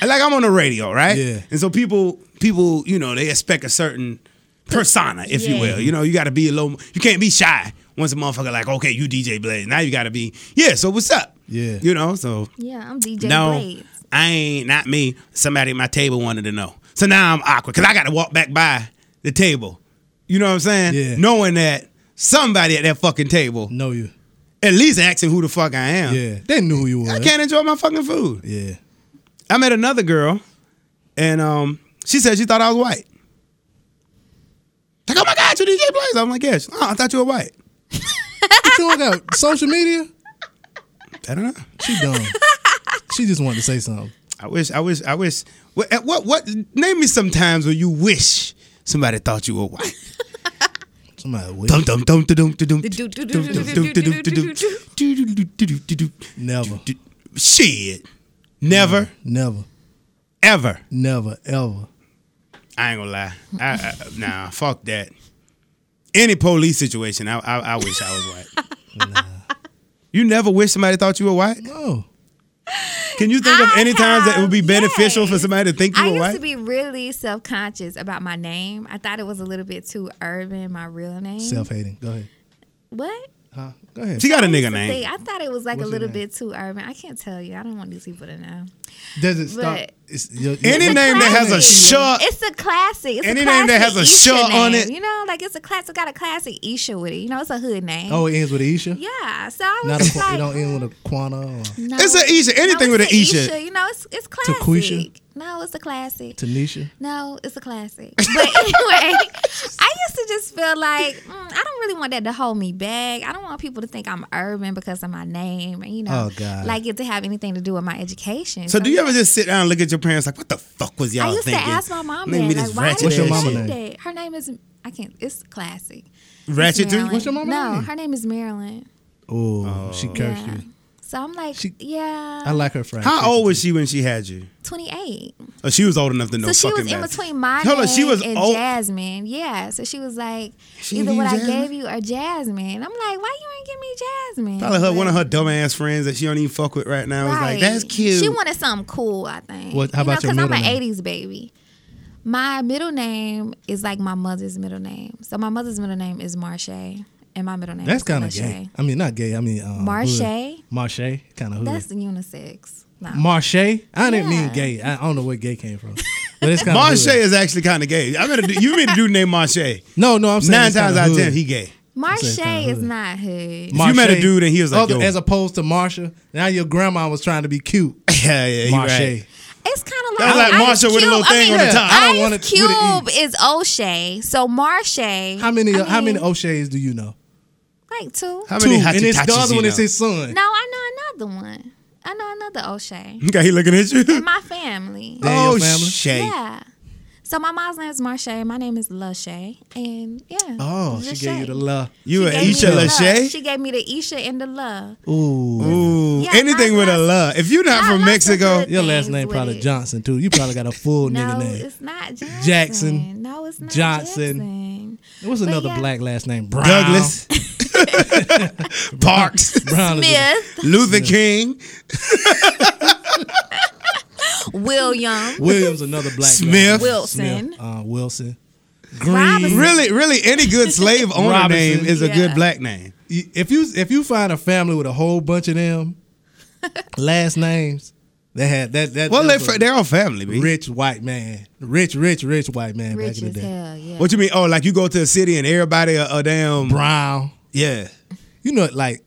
[SPEAKER 1] like I'm on the radio, right?
[SPEAKER 3] Yeah.
[SPEAKER 1] And so people, people, you know, they expect a certain persona, if you
[SPEAKER 2] Yeah.
[SPEAKER 1] will. You know, you got to be a little. You can't be shy. Once a motherfucker like, okay, you DJ Blaze. Now you got to be, yeah. So what's up?
[SPEAKER 3] Yeah.
[SPEAKER 1] You know. So
[SPEAKER 2] Yeah, I'm DJ
[SPEAKER 1] no,
[SPEAKER 2] Blaze.
[SPEAKER 1] I ain't not me. Somebody at my table wanted to know. So now I'm awkward because I got to walk back by the table. You know what I'm saying?
[SPEAKER 3] Yeah.
[SPEAKER 1] Knowing that somebody at that fucking table
[SPEAKER 3] Know you.
[SPEAKER 1] at least asking who the fuck I am.
[SPEAKER 3] Yeah. They knew who you were.
[SPEAKER 1] I can't enjoy my fucking food.
[SPEAKER 3] Yeah.
[SPEAKER 1] I met another girl, and um, she said she thought I was white. Like, oh my god, you DJ Blaze? I'm like, yes. Oh, I thought you were white.
[SPEAKER 3] What you don't got social media?
[SPEAKER 1] I don't know.
[SPEAKER 3] She dumb. she just wanted to say something.
[SPEAKER 1] I wish. I wish. I wish. What? at What? What? Name me some times when you wish somebody thought you were white.
[SPEAKER 3] Somebody wait.
[SPEAKER 1] Dum dum dum dum dum dum.
[SPEAKER 2] do- do- do-
[SPEAKER 1] Dum, dum,
[SPEAKER 2] do- do-
[SPEAKER 1] dum,
[SPEAKER 2] do-
[SPEAKER 1] dum,
[SPEAKER 2] do-
[SPEAKER 1] dum, dum. Do-
[SPEAKER 2] do-
[SPEAKER 1] do- do- do- do- do- do.
[SPEAKER 3] Never.
[SPEAKER 1] Do- do- Shit. Never.
[SPEAKER 3] Never.
[SPEAKER 1] Ever.
[SPEAKER 3] Never. Ever.
[SPEAKER 1] I ain't gonna lie. I, I, nah, fuck that. Any police situation, I, I, I wish I was white. You never wish somebody thought you were white?
[SPEAKER 3] No.
[SPEAKER 1] Can you think of
[SPEAKER 2] I
[SPEAKER 1] any times that it would be
[SPEAKER 2] have,
[SPEAKER 1] beneficial for
[SPEAKER 2] yes.
[SPEAKER 1] somebody to think you
[SPEAKER 2] I
[SPEAKER 1] were
[SPEAKER 2] used
[SPEAKER 1] white?
[SPEAKER 2] to be really self conscious about my name. I thought it was a little bit too urban, my real name.
[SPEAKER 3] Self hating. Go ahead.
[SPEAKER 2] what?
[SPEAKER 3] Huh? Go ahead.
[SPEAKER 1] she got a
[SPEAKER 2] I used
[SPEAKER 1] nigga
[SPEAKER 2] to
[SPEAKER 1] name.
[SPEAKER 2] think- I thought it was like
[SPEAKER 3] What's
[SPEAKER 2] a
[SPEAKER 3] your
[SPEAKER 2] little
[SPEAKER 3] name?
[SPEAKER 2] bit too urban. I can't tell you. I don't want these people to know.
[SPEAKER 3] Does it stop?
[SPEAKER 2] But-
[SPEAKER 3] It's your,
[SPEAKER 1] Any
[SPEAKER 3] your-
[SPEAKER 1] name that has a
[SPEAKER 2] Classic.
[SPEAKER 1] shut.
[SPEAKER 2] It's a classic. It's
[SPEAKER 1] Any
[SPEAKER 2] a
[SPEAKER 1] name that
[SPEAKER 2] classic
[SPEAKER 1] has a
[SPEAKER 2] Isha
[SPEAKER 1] shut on
[SPEAKER 2] name,
[SPEAKER 1] it.
[SPEAKER 2] You know, like it's a classic. Got a classic Isha with it. You know, it's a hood name.
[SPEAKER 3] Oh, it ends with Aisha.
[SPEAKER 2] Yeah. So I was
[SPEAKER 3] Not
[SPEAKER 2] just
[SPEAKER 3] a,
[SPEAKER 2] like,
[SPEAKER 3] it don't end with a Quana or
[SPEAKER 2] no.
[SPEAKER 1] It's a Isha. Anything
[SPEAKER 2] no,
[SPEAKER 1] with
[SPEAKER 2] it's
[SPEAKER 1] a
[SPEAKER 2] a
[SPEAKER 1] Isha.
[SPEAKER 2] You know, it's it's classic.
[SPEAKER 3] Taquisha?
[SPEAKER 2] No, it's a classic.
[SPEAKER 3] Tanisha.
[SPEAKER 2] No, it's a classic. But anyway, I used to just feel like mm, I don't really want that to hold me back. I don't want people to think I'm urban because of my name, and you know,
[SPEAKER 3] Oh, God.
[SPEAKER 2] like it to have anything to do with my education.
[SPEAKER 1] So do you ever just sit down and look at your parents like, what the fuck was y'all
[SPEAKER 2] I used
[SPEAKER 1] thinking?
[SPEAKER 2] to ask my mom
[SPEAKER 1] Make me
[SPEAKER 2] that,
[SPEAKER 1] this
[SPEAKER 2] like, why
[SPEAKER 1] ratchet
[SPEAKER 2] did you
[SPEAKER 3] What's your
[SPEAKER 1] ass
[SPEAKER 3] mama
[SPEAKER 1] shit.
[SPEAKER 2] name
[SPEAKER 3] name?
[SPEAKER 2] that? Her name is I can't. It's classic.
[SPEAKER 1] Ratchet too?
[SPEAKER 2] Marilyn.
[SPEAKER 3] What's your mama
[SPEAKER 2] no,
[SPEAKER 3] name?
[SPEAKER 2] her name is Marilyn.
[SPEAKER 3] Oh, she cursed
[SPEAKER 2] Yeah.
[SPEAKER 3] you.
[SPEAKER 2] So I'm like,
[SPEAKER 3] She-
[SPEAKER 2] yeah,
[SPEAKER 3] I like her fried.
[SPEAKER 1] How
[SPEAKER 3] chicken.
[SPEAKER 1] old was she when she had you?
[SPEAKER 2] 28.
[SPEAKER 1] Oh, she was old enough to know
[SPEAKER 2] so she
[SPEAKER 1] fucking
[SPEAKER 2] was in
[SPEAKER 1] math.
[SPEAKER 2] between my
[SPEAKER 1] Hold
[SPEAKER 2] name
[SPEAKER 1] on, she was
[SPEAKER 2] and
[SPEAKER 1] old.
[SPEAKER 2] Jasmine. Yeah, so she was like,
[SPEAKER 1] She
[SPEAKER 2] either
[SPEAKER 1] named
[SPEAKER 2] what I
[SPEAKER 1] Jasmine?
[SPEAKER 2] gave you or Jasmine. I'm like, why you ain't give me Jasmine?
[SPEAKER 1] Probably her, one of
[SPEAKER 2] But-
[SPEAKER 1] her dumb ass friends that she don't even fuck with right now was like,
[SPEAKER 2] Right.
[SPEAKER 1] "That's cute."
[SPEAKER 2] She wanted something cool, I think.
[SPEAKER 3] What- how about
[SPEAKER 2] Because
[SPEAKER 3] your
[SPEAKER 2] I'm
[SPEAKER 3] middle
[SPEAKER 2] an
[SPEAKER 3] name?
[SPEAKER 2] '80s baby. My middle name is like my mother's middle name. So my mother's middle name is Marche, and my middle name
[SPEAKER 3] That's
[SPEAKER 2] is
[SPEAKER 3] kind of
[SPEAKER 2] Lachey.
[SPEAKER 3] gay. I mean, not gay. I mean, um,
[SPEAKER 2] Marche?
[SPEAKER 3] Marche, kind of hood.
[SPEAKER 2] That's unisex. No.
[SPEAKER 3] Marche. I didn't mean
[SPEAKER 2] Yeah.
[SPEAKER 3] gay. I, I don't know where gay came from, but it's kind of
[SPEAKER 1] Marche is actually kind of gay. I mean, you mean a dude named Marche?
[SPEAKER 3] No, no, I'm saying
[SPEAKER 1] Nine
[SPEAKER 3] it's kinda
[SPEAKER 1] times out of
[SPEAKER 3] hood.
[SPEAKER 1] ten, he gay.
[SPEAKER 2] Marche
[SPEAKER 3] Say kinda
[SPEAKER 2] is
[SPEAKER 3] hood.
[SPEAKER 2] not hood.
[SPEAKER 1] Mar- you met a dude and he was like,
[SPEAKER 3] other-
[SPEAKER 1] yo.
[SPEAKER 3] as opposed to Marsha. Now your grandma was trying to be cute.
[SPEAKER 1] Yeah, yeah, he
[SPEAKER 3] Marche.
[SPEAKER 1] right.
[SPEAKER 2] It's kind of
[SPEAKER 1] That's
[SPEAKER 2] like,
[SPEAKER 1] like
[SPEAKER 2] Ice
[SPEAKER 1] Marsha with a
[SPEAKER 2] Cube.
[SPEAKER 1] little
[SPEAKER 2] I
[SPEAKER 1] thing
[SPEAKER 2] mean,
[SPEAKER 1] on the
[SPEAKER 3] yeah,
[SPEAKER 1] top.
[SPEAKER 3] I don't want
[SPEAKER 2] Ice
[SPEAKER 3] it with an
[SPEAKER 2] Cube is O'Shea, so Marche.
[SPEAKER 3] How many? uh,
[SPEAKER 2] I
[SPEAKER 3] how many
[SPEAKER 2] mean,
[SPEAKER 3] O'Shea's do you know?
[SPEAKER 2] Like two.
[SPEAKER 1] How many
[SPEAKER 3] Two, and it's the
[SPEAKER 1] Hachitachis
[SPEAKER 3] other
[SPEAKER 1] you
[SPEAKER 3] one is
[SPEAKER 1] know?
[SPEAKER 3] his son.
[SPEAKER 2] No, I know another one. I know another O'Shea.
[SPEAKER 1] Okay, he looking at you.
[SPEAKER 2] In my family.
[SPEAKER 3] Damn, your
[SPEAKER 1] oh
[SPEAKER 3] family?
[SPEAKER 1] shit!
[SPEAKER 2] Yeah. So my mom's name is Marsha. My name is Lushay. And yeah.
[SPEAKER 3] Oh, she gave you the
[SPEAKER 2] Lachey.
[SPEAKER 3] love.
[SPEAKER 1] You
[SPEAKER 2] She
[SPEAKER 1] and
[SPEAKER 2] gave me
[SPEAKER 1] Isha
[SPEAKER 2] the love.
[SPEAKER 1] Lachey?
[SPEAKER 2] She gave me the Isha and the love.
[SPEAKER 3] Ooh,
[SPEAKER 1] Ooh,
[SPEAKER 2] Yeah,
[SPEAKER 1] anything
[SPEAKER 2] my-
[SPEAKER 1] with a
[SPEAKER 2] my-
[SPEAKER 1] love. If you're not
[SPEAKER 2] my-
[SPEAKER 1] from
[SPEAKER 2] my
[SPEAKER 1] Mexico,
[SPEAKER 2] sister-
[SPEAKER 3] your last
[SPEAKER 2] things
[SPEAKER 3] name
[SPEAKER 2] with
[SPEAKER 3] probably
[SPEAKER 2] it.
[SPEAKER 3] Johnson too. You probably got a full
[SPEAKER 2] No,
[SPEAKER 3] nigga name.
[SPEAKER 2] it's not Jackson.
[SPEAKER 3] Jackson.
[SPEAKER 2] No, it's not
[SPEAKER 3] Johnson.
[SPEAKER 2] Johnson.
[SPEAKER 3] What's
[SPEAKER 2] but
[SPEAKER 3] another
[SPEAKER 2] yeah.
[SPEAKER 3] black last name? Brown.
[SPEAKER 1] Douglas, Parks,
[SPEAKER 3] Brown is a-
[SPEAKER 2] Smith,
[SPEAKER 1] Luther King,
[SPEAKER 2] William,
[SPEAKER 3] Williams, another black. last
[SPEAKER 1] Smith.
[SPEAKER 3] name.
[SPEAKER 2] Wilson.
[SPEAKER 3] Smith, uh, Wilson.
[SPEAKER 2] Robinson.
[SPEAKER 1] Really, really, any good slave owner
[SPEAKER 3] Robinson.
[SPEAKER 1] name is a
[SPEAKER 2] Yeah.
[SPEAKER 1] good black name.
[SPEAKER 3] if you if you find a family with a whole bunch of them last names that had that that
[SPEAKER 1] Well,
[SPEAKER 3] that
[SPEAKER 1] they
[SPEAKER 3] was
[SPEAKER 1] fr- they're all family. B.
[SPEAKER 3] rich white man, rich rich rich white man back
[SPEAKER 2] Rich
[SPEAKER 3] in the
[SPEAKER 2] as
[SPEAKER 3] day.
[SPEAKER 2] hell, yeah.
[SPEAKER 1] What you mean? Oh, like you go to a city and everybody a, a damn
[SPEAKER 3] Brown,
[SPEAKER 1] yeah.
[SPEAKER 3] you know, like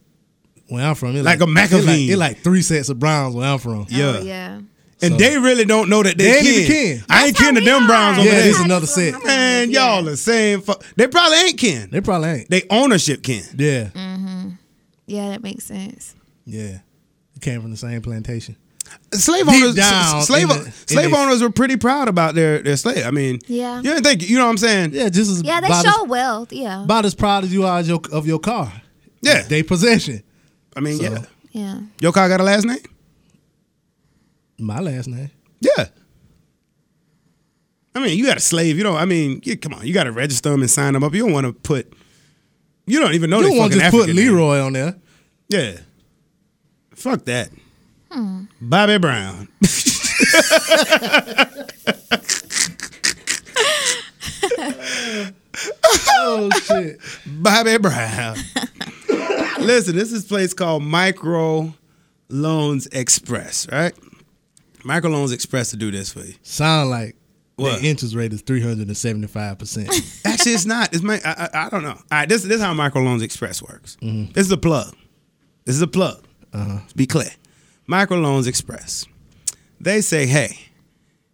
[SPEAKER 3] where I'm from, it
[SPEAKER 1] Like a
[SPEAKER 3] it like,
[SPEAKER 1] McAfee.
[SPEAKER 3] it like three sets of Browns where I'm from.
[SPEAKER 1] Yeah.
[SPEAKER 2] Oh, yeah.
[SPEAKER 1] And
[SPEAKER 3] So-
[SPEAKER 1] they really don't know that they,
[SPEAKER 3] They ain't
[SPEAKER 1] kin.
[SPEAKER 3] even kin.
[SPEAKER 1] I ain't
[SPEAKER 2] That's
[SPEAKER 1] kin to
[SPEAKER 2] how we
[SPEAKER 1] them
[SPEAKER 2] are.
[SPEAKER 1] Browns over
[SPEAKER 3] Yeah,
[SPEAKER 1] there.
[SPEAKER 3] this is another set.
[SPEAKER 1] Man,
[SPEAKER 2] Yeah.
[SPEAKER 1] y'all the same. Fu- they probably ain't kin.
[SPEAKER 3] They probably ain't.
[SPEAKER 1] They ownership kin.
[SPEAKER 3] yeah,
[SPEAKER 2] Mm. Yeah, that makes sense.
[SPEAKER 3] yeah, came from the same plantation.
[SPEAKER 1] Slave
[SPEAKER 3] Deep
[SPEAKER 1] owners,
[SPEAKER 3] down
[SPEAKER 1] s- slave
[SPEAKER 3] in the-
[SPEAKER 1] o-
[SPEAKER 3] in
[SPEAKER 1] slave
[SPEAKER 3] they-
[SPEAKER 1] owners were pretty proud about their their slave. I mean,
[SPEAKER 2] Yeah.
[SPEAKER 1] you didn't think you know what I'm saying?
[SPEAKER 3] Yeah, just as
[SPEAKER 2] Yeah, they
[SPEAKER 3] about,
[SPEAKER 2] show
[SPEAKER 3] as,
[SPEAKER 2] wealth. Yeah.
[SPEAKER 3] about as proud as you are as your, of your car.
[SPEAKER 1] Yeah.
[SPEAKER 3] they possession.
[SPEAKER 1] I mean,
[SPEAKER 3] So-
[SPEAKER 1] yeah.
[SPEAKER 2] Yeah.
[SPEAKER 1] Your car got a last name?
[SPEAKER 3] My last name.
[SPEAKER 1] Yeah. I mean, you got a slave. You don't. I mean, you, come on. You got to register them and sign them up. You don't want to put. You don't even know. Oh,
[SPEAKER 3] You
[SPEAKER 1] they
[SPEAKER 3] don't want to just
[SPEAKER 1] fucking
[SPEAKER 3] put
[SPEAKER 1] African name.
[SPEAKER 3] Leroy on there.
[SPEAKER 1] Yeah. Fuck that. Bobby Brown.
[SPEAKER 3] Oh shit.
[SPEAKER 1] Bobby Brown. Listen, this is a place called Micro Loans Express, right? Micro Loans Express to do this for you.
[SPEAKER 3] sound like
[SPEAKER 1] What?
[SPEAKER 3] the interest rate is 375%.
[SPEAKER 1] Actually, it's not. It's my. I, I, I don't know. All right, this, this is how Micro Loans Express works. This is a plug. This is a plug. Let's be clear. Micro Loans Express. They say, hey,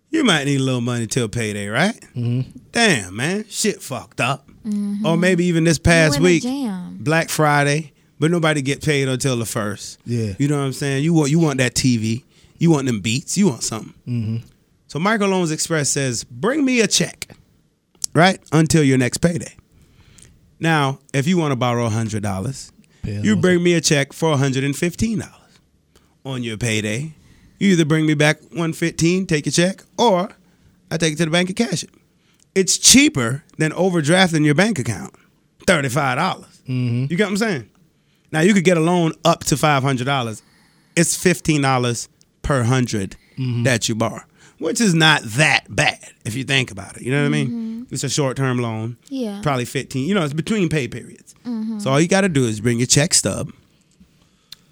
[SPEAKER 1] you might need a little money till payday, right? Damn, man, shit fucked up. Or maybe even this past
[SPEAKER 2] in a
[SPEAKER 1] week,
[SPEAKER 2] jam.
[SPEAKER 1] Black Friday, but nobody get paid until the first.
[SPEAKER 3] Yeah.
[SPEAKER 1] you know what I'm saying. You want you want that TV, you want them beats, you want something.
[SPEAKER 3] Mm-hmm.
[SPEAKER 1] So Micro Loans Express says, bring me a check, right until your next payday. Now, if you want to borrow hundred dollars,
[SPEAKER 3] Pay
[SPEAKER 1] you
[SPEAKER 3] along.
[SPEAKER 1] bring me a check for hundred and fifteen dollars on your payday. You either bring me back one fifteen, take your check, or I take it to the bank and cash it. It's cheaper than overdrafting your bank account, thirty five dollars. You get what I'm saying? Now you could get a loan up to five hundred dollars. It's fifteen dollars per 100 that you borrow, which is not that bad if you think about it. You know what I mean? It's a short term loan.
[SPEAKER 2] Yeah.
[SPEAKER 1] Probably fifteen. You know, it's between pay periods. So all you got to do is bring your check stub.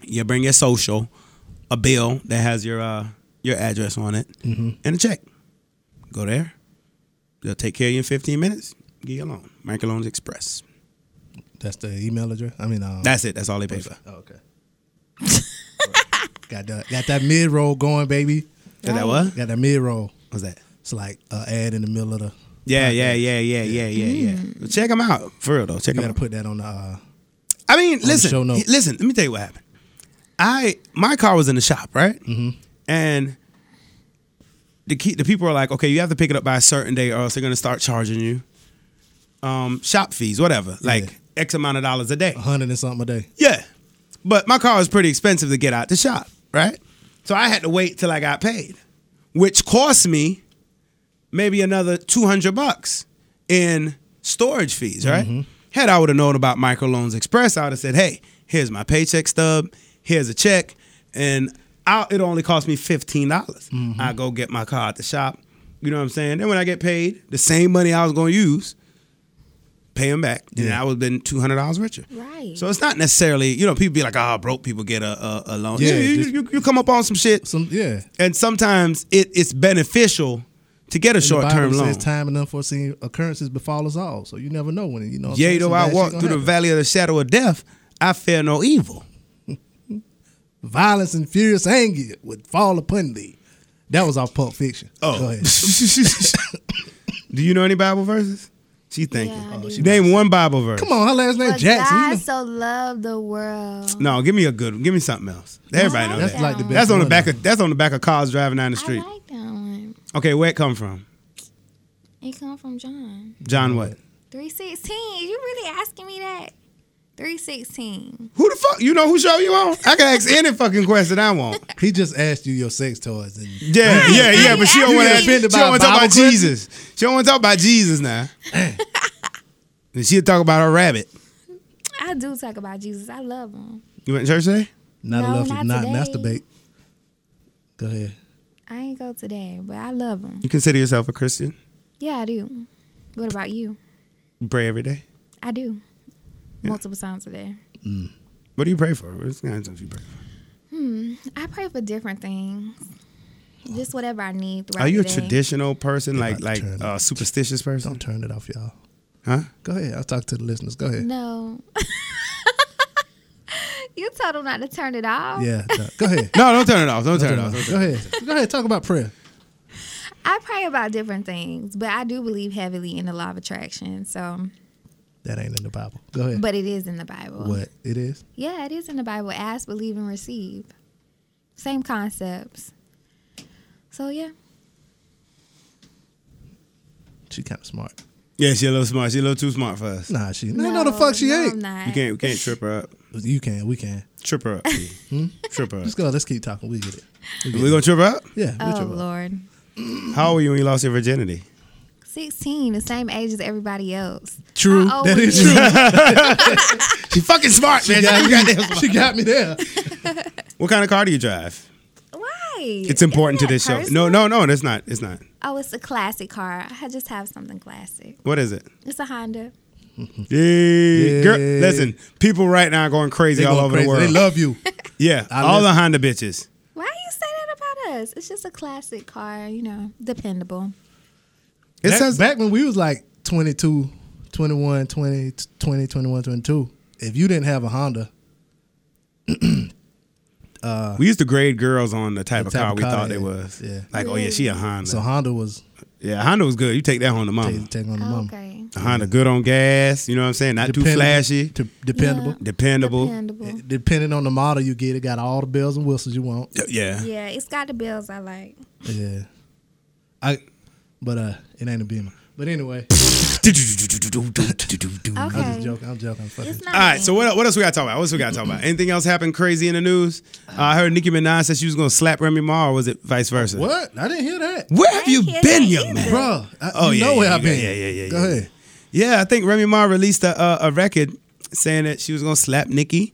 [SPEAKER 1] You bring your social, a bill that has your uh, your address on it, and a check. Go there. They'll take care of you in 15 minutes. Get your loan. Micro Loans Express.
[SPEAKER 3] That's the email address. I mean, um,
[SPEAKER 1] That's it. That's all they pay for.
[SPEAKER 3] oh, okay. got that got that mid roll going, baby.
[SPEAKER 1] Is that what?
[SPEAKER 3] Got that mid roll.
[SPEAKER 1] What's that?
[SPEAKER 3] It's like a ad in the middle of the.
[SPEAKER 1] Yeah, yeah, yeah, yeah, yeah, yeah, yeah. Check them out for real though. Check
[SPEAKER 3] Mm. You
[SPEAKER 1] them
[SPEAKER 3] got to
[SPEAKER 1] out.
[SPEAKER 3] put that on the. Uh,
[SPEAKER 1] I mean, listen,
[SPEAKER 3] show notes.
[SPEAKER 1] listen. Let me tell you what happened. I my car was in the shop, right? Mm-hmm. And the key, the people are like, okay, you have to pick it up by a certain day, or else they're gonna start charging you um, shop fees, whatever, like
[SPEAKER 3] Yeah.
[SPEAKER 1] X amount of dollars a day.
[SPEAKER 3] a hundred and something a day.
[SPEAKER 1] Yeah, But my car was pretty expensive to get out the shop, right? So I had to wait till I got paid, which cost me maybe another 200 bucks in storage fees, right? Had I would have known about Microloans Express, I would have said, hey, here's my paycheck stub, here's a check, and I'll, it only cost me $15. dollars I go get my car at the shop, you know what I'm saying? Then when I get paid, the same money I was going to use, pay them back, and I would have been $200 richer.
[SPEAKER 2] Right.
[SPEAKER 1] So it's not necessarily, you know, people be like, oh, broke people get a, a, a loan.
[SPEAKER 3] Yeah,
[SPEAKER 1] Yeah, you,
[SPEAKER 3] just-
[SPEAKER 1] you, you come up on some shit,
[SPEAKER 3] Some yeah.
[SPEAKER 1] and sometimes it, it's beneficial to get a
[SPEAKER 3] And the
[SPEAKER 1] short term
[SPEAKER 3] Bible
[SPEAKER 1] loan.
[SPEAKER 3] Says time and unforeseen occurrences befall us all, so you never know when you know. what I'm
[SPEAKER 1] Yea,
[SPEAKER 3] saying?
[SPEAKER 1] though
[SPEAKER 3] Some
[SPEAKER 1] I
[SPEAKER 3] bad
[SPEAKER 1] walk
[SPEAKER 3] shit
[SPEAKER 1] through the
[SPEAKER 3] gonna happen.
[SPEAKER 1] valley of the shadow of death, I fear no evil.
[SPEAKER 3] violence and furious anger would fall upon thee. That was off Pulp Fiction.
[SPEAKER 1] Oh.
[SPEAKER 3] Go ahead.
[SPEAKER 1] do you know any Bible verses? She thinking.
[SPEAKER 2] Yeah, I
[SPEAKER 1] Oh,
[SPEAKER 2] do.
[SPEAKER 1] she- Name one Bible verse.
[SPEAKER 3] Come on, her last name
[SPEAKER 2] But
[SPEAKER 3] Jackson. you
[SPEAKER 2] God
[SPEAKER 3] know.
[SPEAKER 2] so loved the world.
[SPEAKER 1] No, give me a good. one. Give me something else. Everybody knows
[SPEAKER 3] That's
[SPEAKER 1] that.
[SPEAKER 3] like the best.
[SPEAKER 1] That's on the
[SPEAKER 3] one,
[SPEAKER 1] back
[SPEAKER 3] though.
[SPEAKER 1] of that's on the back of cars driving down the
[SPEAKER 2] I
[SPEAKER 1] street.
[SPEAKER 2] like that one.
[SPEAKER 1] Okay, where it come from?
[SPEAKER 2] It come from John.
[SPEAKER 1] John what?
[SPEAKER 2] Three sixteen. You really asking me that? Three sixteen.
[SPEAKER 1] Who the fuck? You know who show you on? I can ask any fucking question I want.
[SPEAKER 3] He just asked you your sex toys, and
[SPEAKER 1] Yeah, yeah, yeah, but she don't
[SPEAKER 2] You
[SPEAKER 1] want to.
[SPEAKER 2] get
[SPEAKER 1] She
[SPEAKER 3] offended
[SPEAKER 1] don't
[SPEAKER 3] by a
[SPEAKER 1] want to talk
[SPEAKER 3] Bible
[SPEAKER 1] about
[SPEAKER 3] clip?
[SPEAKER 1] Jesus. She don't want to talk about Jesus now. and she'll talk about her rabbit.
[SPEAKER 2] I do talk about Jesus. I love him.
[SPEAKER 1] You went to church today?
[SPEAKER 3] not
[SPEAKER 2] No,
[SPEAKER 3] enough
[SPEAKER 2] not
[SPEAKER 3] to not
[SPEAKER 2] today.
[SPEAKER 3] masturbate. Go ahead.
[SPEAKER 2] I ain't go today, but I love him.
[SPEAKER 1] You consider yourself a Christian?
[SPEAKER 2] Yeah, I do. What about you?
[SPEAKER 1] You pray every day.
[SPEAKER 2] I do. Multiple times a day.
[SPEAKER 1] What do you pray for? What kind of stuff you pray for?
[SPEAKER 2] I pray for different things. Just whatever I need throughout
[SPEAKER 1] Are you a
[SPEAKER 2] the day.
[SPEAKER 1] traditional person, like
[SPEAKER 3] about to
[SPEAKER 1] like
[SPEAKER 3] turn.
[SPEAKER 1] uh, superstitious person?
[SPEAKER 3] Don't turn it off, y'all.
[SPEAKER 1] Huh?
[SPEAKER 3] Go ahead. I'll talk to the listeners. Go ahead.
[SPEAKER 2] No. you told him not to turn it off.
[SPEAKER 3] Yeah. no. Go ahead.
[SPEAKER 1] No, don't turn it off. Don't
[SPEAKER 3] Go
[SPEAKER 1] turn it off. Don't turn it off.
[SPEAKER 3] ahead. Go ahead. Talk about prayer.
[SPEAKER 2] I pray about different things, but I do believe heavily in the law of attraction. So,
[SPEAKER 3] That ain't in the Bible. Go ahead.
[SPEAKER 2] but uh, it is in the Bible.
[SPEAKER 3] what it is?
[SPEAKER 2] Yeah, it is in the Bible. Ask, believe, and receive. Same concepts. So yeah,
[SPEAKER 3] She kind of smart.
[SPEAKER 1] Yeah, she a little smart. She a little too smart for us.
[SPEAKER 3] Nah, she. No, no, the fuck she
[SPEAKER 2] no, I'm
[SPEAKER 3] ain't.
[SPEAKER 2] not.
[SPEAKER 1] You can't we can't trip her up.
[SPEAKER 3] You can. We can.
[SPEAKER 1] Trip her up. P. Trip her up.
[SPEAKER 3] Let's go. Let's keep talking. We get it. We get
[SPEAKER 1] We gonna
[SPEAKER 3] it.
[SPEAKER 1] trip her up?
[SPEAKER 3] Yeah. we'll
[SPEAKER 2] Oh
[SPEAKER 3] trip up.
[SPEAKER 2] Lord,
[SPEAKER 1] How old were you when you lost your virginity?
[SPEAKER 2] sixteen, the same age as everybody else.
[SPEAKER 3] True.
[SPEAKER 2] How old
[SPEAKER 3] That
[SPEAKER 2] were
[SPEAKER 3] is
[SPEAKER 2] you?
[SPEAKER 3] true.
[SPEAKER 1] She fucking smart, man.
[SPEAKER 3] got
[SPEAKER 1] She
[SPEAKER 3] me.
[SPEAKER 1] goddamn smart.
[SPEAKER 3] she got me there.
[SPEAKER 1] What kind of car do you drive?
[SPEAKER 2] Why?
[SPEAKER 1] It's important to
[SPEAKER 2] Isn't
[SPEAKER 1] this
[SPEAKER 2] that
[SPEAKER 1] show. No,
[SPEAKER 2] personal?
[SPEAKER 1] no, no, that's not. It's not.
[SPEAKER 2] Oh, it's a classic car. I just have something classic.
[SPEAKER 1] What is it?
[SPEAKER 2] It's a Honda.
[SPEAKER 1] Yeah. Girl,
[SPEAKER 3] Yeah.
[SPEAKER 1] listen, people right now are going crazy
[SPEAKER 3] They
[SPEAKER 1] all
[SPEAKER 3] going
[SPEAKER 1] over
[SPEAKER 3] crazy.
[SPEAKER 1] the world.
[SPEAKER 3] They love you.
[SPEAKER 1] yeah,
[SPEAKER 3] I
[SPEAKER 1] all
[SPEAKER 3] listen-
[SPEAKER 1] the Honda bitches.
[SPEAKER 2] Why you say that about us? It's just a classic car, you know, dependable.
[SPEAKER 1] It
[SPEAKER 3] back,
[SPEAKER 1] says
[SPEAKER 3] back when we was like 22, 21, 20, 20, 21, 22, if you didn't have a Honda,
[SPEAKER 1] we used to grade girls on the type
[SPEAKER 3] Uh, The
[SPEAKER 1] of
[SPEAKER 3] type
[SPEAKER 1] car
[SPEAKER 3] of
[SPEAKER 1] we
[SPEAKER 3] car
[SPEAKER 1] thought
[SPEAKER 3] they
[SPEAKER 1] they
[SPEAKER 3] had.
[SPEAKER 1] was.
[SPEAKER 3] Yeah.
[SPEAKER 1] Like, oh yeah, she a Honda.
[SPEAKER 3] so Honda was
[SPEAKER 1] yeah, Honda was good. You take that home to mama.
[SPEAKER 3] taking taking on the mom.
[SPEAKER 2] Okay.
[SPEAKER 1] A Honda good on gas. You know what I'm saying? Not too flashy.
[SPEAKER 3] dependable. Eh,
[SPEAKER 2] Yeah.
[SPEAKER 1] dependable.
[SPEAKER 2] Dependable.
[SPEAKER 3] Depending on the model you get, it got all the bells and whistles you want.
[SPEAKER 1] Yeah.
[SPEAKER 2] Yeah, it's got the bells I like.
[SPEAKER 3] Yeah. I but uh it ain't a beamer. But anyway, I'm
[SPEAKER 2] Okay.
[SPEAKER 3] just joking. I'm joking. I'm fucking
[SPEAKER 2] It's not
[SPEAKER 1] All right, so what, what else we got to talk about? What else we got to talk about? Anything else happened crazy in the news? Uh, I heard Nicki Minaj said she was going to slap Remy Ma, or was it vice versa?
[SPEAKER 3] What? I didn't hear that.
[SPEAKER 1] Where have
[SPEAKER 2] I
[SPEAKER 1] you
[SPEAKER 2] ain't hear
[SPEAKER 1] been,
[SPEAKER 2] that
[SPEAKER 1] young
[SPEAKER 2] either.
[SPEAKER 1] man?
[SPEAKER 3] Bro, I,
[SPEAKER 1] Oh,
[SPEAKER 3] you
[SPEAKER 1] yeah,
[SPEAKER 3] know
[SPEAKER 1] yeah,
[SPEAKER 3] where
[SPEAKER 1] you
[SPEAKER 3] I've
[SPEAKER 1] got-
[SPEAKER 3] been.
[SPEAKER 1] yeah, yeah, yeah,
[SPEAKER 3] Go
[SPEAKER 1] yeah,
[SPEAKER 3] ahead.
[SPEAKER 1] Yeah, I think Remy Ma released a, a, a record saying that she was gonna slap Nicki.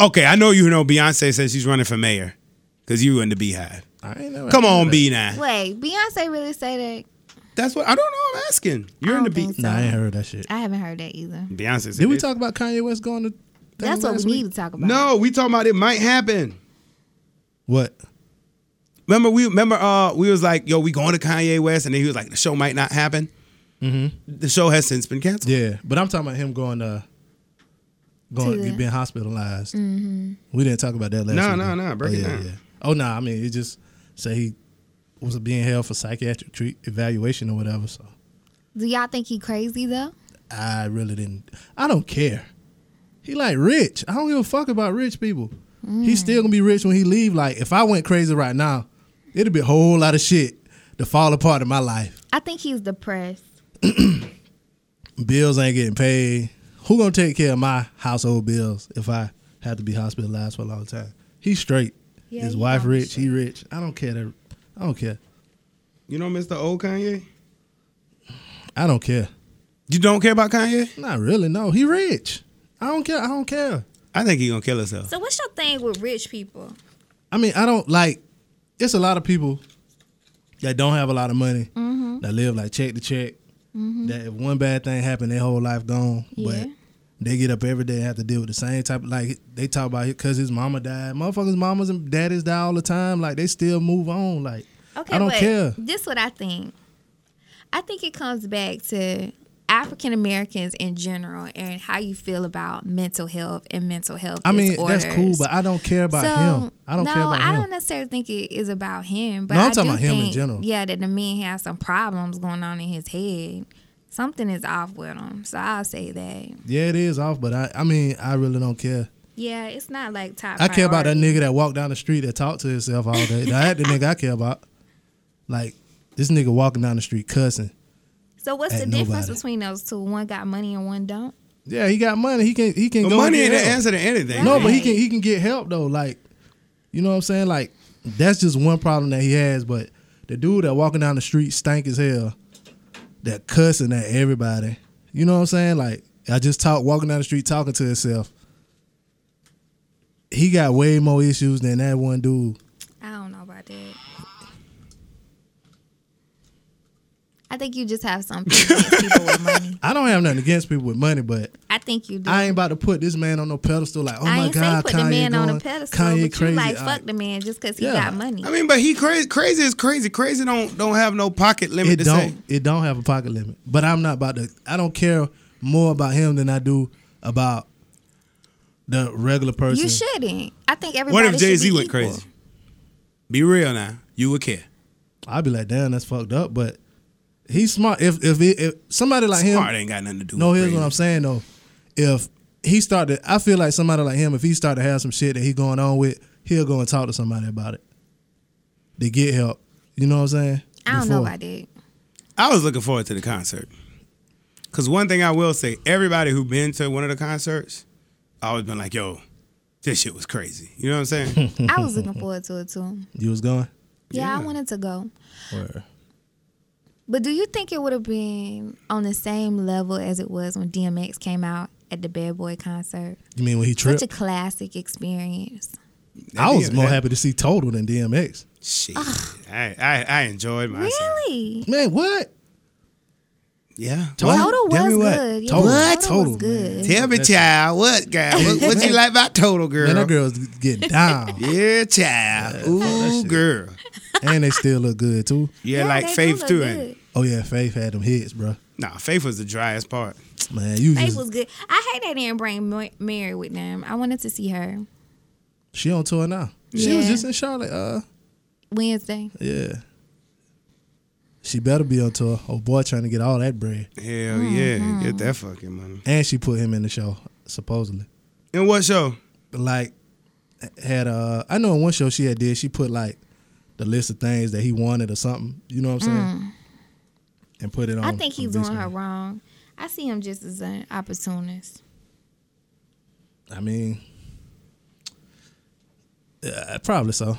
[SPEAKER 1] Okay, I know you know Beyonce says she's running for mayor because you in the Beehive.
[SPEAKER 3] I ain't never
[SPEAKER 1] Come
[SPEAKER 3] heard
[SPEAKER 1] on,
[SPEAKER 3] that.
[SPEAKER 1] B nine.
[SPEAKER 2] Wait, Beyonce really say
[SPEAKER 1] That's what I don't know. I'm asking. You're in the
[SPEAKER 2] don't
[SPEAKER 1] Bee.
[SPEAKER 2] think so.
[SPEAKER 3] Nah, I ain't heard that shit.
[SPEAKER 2] that? I haven't heard that either.
[SPEAKER 1] Beyonce. Said
[SPEAKER 3] Did we
[SPEAKER 1] it.
[SPEAKER 3] talk about Kanye West going to? thing
[SPEAKER 2] That's what we
[SPEAKER 3] last week?
[SPEAKER 2] need to talk about.
[SPEAKER 1] No, we talking about it might happen.
[SPEAKER 3] What?
[SPEAKER 1] Remember we remember uh we was like yo we going to Kanye West and then he was like the show might not happen. The show has since been canceled.
[SPEAKER 3] Mm-hmm. Yeah, but I'm talking about him going to
[SPEAKER 2] To
[SPEAKER 3] going
[SPEAKER 2] the-
[SPEAKER 3] being hospitalized.
[SPEAKER 1] Mm-hmm.
[SPEAKER 3] We didn't talk about that last.
[SPEAKER 1] No,
[SPEAKER 3] week,
[SPEAKER 1] no,
[SPEAKER 3] did we?
[SPEAKER 1] no, break
[SPEAKER 3] oh,
[SPEAKER 1] it
[SPEAKER 3] yeah,
[SPEAKER 1] down.
[SPEAKER 3] Yeah. Oh no, I mean it just say he was being held for psychiatric treat, evaluation or whatever. So
[SPEAKER 2] Do y'all think he crazy though?
[SPEAKER 3] I really didn't. I don't care. He like rich. I don't give a fuck about rich people.
[SPEAKER 2] Mm.
[SPEAKER 3] He's still gonna be rich when he leave. Like if I went crazy right now, it'd be a whole lot of shit to fall apart in my life.
[SPEAKER 2] I think he's depressed.
[SPEAKER 3] bills ain't getting paid. Who gonna take care of my household bills if I have to be hospitalized for a long time. He's straight.
[SPEAKER 2] Yeah,
[SPEAKER 3] His
[SPEAKER 2] he
[SPEAKER 3] wife
[SPEAKER 2] probably
[SPEAKER 3] rich. He rich. I don't care. That, I don't care.
[SPEAKER 1] You know Mr. Old Kanye?
[SPEAKER 3] I don't care.
[SPEAKER 1] You don't care about Kanye?
[SPEAKER 3] Not really. No, he rich. I don't care. I don't care.
[SPEAKER 1] I think he gonna kill himself.
[SPEAKER 2] So what's your thing with rich people?
[SPEAKER 3] I mean, I don't like. It's a lot of people that don't have a lot of money
[SPEAKER 2] Mm-hmm.
[SPEAKER 3] that live like check to check. That if one bad thing happened, their whole life gone.
[SPEAKER 2] Yeah.
[SPEAKER 3] But they get up every day and have to deal with the same type. Of, like they talk about it because his mama died. Motherfuckers, mamas and daddies die all the time. Like they still move on. Like
[SPEAKER 2] Okay,
[SPEAKER 3] I don't
[SPEAKER 2] but
[SPEAKER 3] care.
[SPEAKER 2] This what I think. I think it comes back to African Americans in general and how you feel about mental health and mental health.
[SPEAKER 3] I mean,
[SPEAKER 2] disorders.
[SPEAKER 3] that's cool, but I don't care about
[SPEAKER 2] So,
[SPEAKER 3] him. I don't
[SPEAKER 2] no,
[SPEAKER 3] care about
[SPEAKER 2] I
[SPEAKER 3] him.
[SPEAKER 2] don't necessarily think it is about him, but
[SPEAKER 3] No,
[SPEAKER 2] I
[SPEAKER 3] I'm talking
[SPEAKER 2] do
[SPEAKER 3] about him in
[SPEAKER 2] think,
[SPEAKER 3] general.
[SPEAKER 2] Yeah, that the man has some problems going on in his head. Something is off with him, so I'll say that.
[SPEAKER 3] Yeah, it is off, but I, I mean, I really don't care.
[SPEAKER 2] Yeah, it's not like top.
[SPEAKER 3] I care about that
[SPEAKER 2] priority.
[SPEAKER 3] nigga that walked down the street that talked to himself all day. That the nigga I care about. Like this nigga walking down the street cussing.
[SPEAKER 2] So what's
[SPEAKER 3] at
[SPEAKER 2] the difference
[SPEAKER 3] nobody.
[SPEAKER 2] between those two? One got money and one don't.
[SPEAKER 3] Yeah, he got money. He can he can
[SPEAKER 1] But
[SPEAKER 3] go
[SPEAKER 1] money ain't
[SPEAKER 3] and
[SPEAKER 1] the
[SPEAKER 3] get help.
[SPEAKER 1] answer to anything.
[SPEAKER 3] No, but he
[SPEAKER 2] Right.
[SPEAKER 3] can he can get help though. Like you know what I'm saying? Like that's just one problem that he has. But the dude that walking down the street stank as hell, that cussing at everybody. You know what I'm saying? Like I just talk walking down the street talking to himself. He got way more issues than that one dude.
[SPEAKER 2] I don't know about that. I think you just have something against people with money.
[SPEAKER 3] I don't have nothing against people with money, but
[SPEAKER 2] I think you do.
[SPEAKER 3] I ain't about to put this man on no pedestal. Like, oh
[SPEAKER 2] I
[SPEAKER 3] my
[SPEAKER 2] ain't
[SPEAKER 3] God,
[SPEAKER 2] say put
[SPEAKER 3] Kanye
[SPEAKER 2] the man
[SPEAKER 3] going,
[SPEAKER 2] on a pedestal,
[SPEAKER 3] Kanye
[SPEAKER 2] but
[SPEAKER 3] crazy.
[SPEAKER 2] you like
[SPEAKER 3] I-
[SPEAKER 2] fuck the man just because he
[SPEAKER 3] Yeah.
[SPEAKER 2] got money.
[SPEAKER 1] I mean, but he crazy. Crazy is crazy. Crazy don't don't have no pocket limit. to
[SPEAKER 3] it don't.
[SPEAKER 1] say.
[SPEAKER 3] It don't have a pocket limit. But I'm not about to. I don't care more about him than I do about the regular person.
[SPEAKER 2] you shouldn't. I think everybody.
[SPEAKER 1] What if Jay Z
[SPEAKER 2] should be
[SPEAKER 1] went
[SPEAKER 2] equal.
[SPEAKER 1] crazy? Be real now. You would care.
[SPEAKER 3] I'd be like, damn, that's fucked up. But he's smart. If if if, if somebody like him,
[SPEAKER 1] Smart ain't got nothing to do.
[SPEAKER 3] No,
[SPEAKER 1] with
[SPEAKER 3] here's
[SPEAKER 1] crazy.
[SPEAKER 3] what I'm saying though. If he started, I feel like somebody like him, if he started to have some shit that he going on with, he'll go and talk to somebody about it to get help. You know what I'm saying?
[SPEAKER 2] I don't know
[SPEAKER 3] Before.
[SPEAKER 2] about that.
[SPEAKER 1] I was looking forward to the concert. Cause one thing I will say, everybody who been to one of the concerts, I always been like, yo, this shit was crazy. You know what I'm saying?
[SPEAKER 2] I was looking forward to it too.
[SPEAKER 3] You was going.
[SPEAKER 2] Yeah, I
[SPEAKER 1] Yeah.
[SPEAKER 2] wanted to go. But do you think it would have been on the same level as it was when DMX came out at the Bad Boy concert?
[SPEAKER 3] You mean when he tripped?
[SPEAKER 2] Such a classic experience.
[SPEAKER 3] I was
[SPEAKER 1] That-
[SPEAKER 3] more
[SPEAKER 1] that-
[SPEAKER 3] happy to see Total than DMX.
[SPEAKER 1] Shit. I, I I enjoyed myself.
[SPEAKER 2] Really?
[SPEAKER 3] Man, what?
[SPEAKER 1] Yeah.
[SPEAKER 3] What?
[SPEAKER 2] Total
[SPEAKER 3] Tell me
[SPEAKER 2] was
[SPEAKER 3] what.
[SPEAKER 2] good. Yeah,
[SPEAKER 3] Total.
[SPEAKER 2] Total was
[SPEAKER 3] Total, man.
[SPEAKER 2] good.
[SPEAKER 1] Tell me, child, what guy? What, what you like about Total Girl?
[SPEAKER 3] Man, that girl's getting down,
[SPEAKER 1] Yeah, child. Ooh, girl.
[SPEAKER 3] and they still look good too.
[SPEAKER 1] Yeah, like
[SPEAKER 2] they do
[SPEAKER 1] Faith
[SPEAKER 2] look
[SPEAKER 1] too.
[SPEAKER 2] good.
[SPEAKER 1] ain't it?
[SPEAKER 3] Oh yeah, Faith had them hits, bro.
[SPEAKER 1] Nah, Faith was the driest part.
[SPEAKER 3] Man, you
[SPEAKER 2] Faith
[SPEAKER 3] just
[SPEAKER 2] was good. I hate they didn't bring Ma- Mary with them. I wanted to see her
[SPEAKER 3] she on tour now. She was
[SPEAKER 2] Yeah.
[SPEAKER 3] just in Charlotte. Uh,
[SPEAKER 2] Wednesday.
[SPEAKER 3] yeah. She better be on tour. Oh boy, trying to get all that bread.
[SPEAKER 1] Hell yeah, get that fucking money.
[SPEAKER 3] and she put him in the show supposedly.
[SPEAKER 1] And what show?
[SPEAKER 3] Like had uh I know in one show she had did she put like the list of things that he wanted or something. You know what I'm saying? And put it on.
[SPEAKER 2] Mm. I think he's
[SPEAKER 3] on this
[SPEAKER 2] doing her
[SPEAKER 3] one.
[SPEAKER 2] wrong. I see him just as an opportunist.
[SPEAKER 3] I mean, yeah, probably so.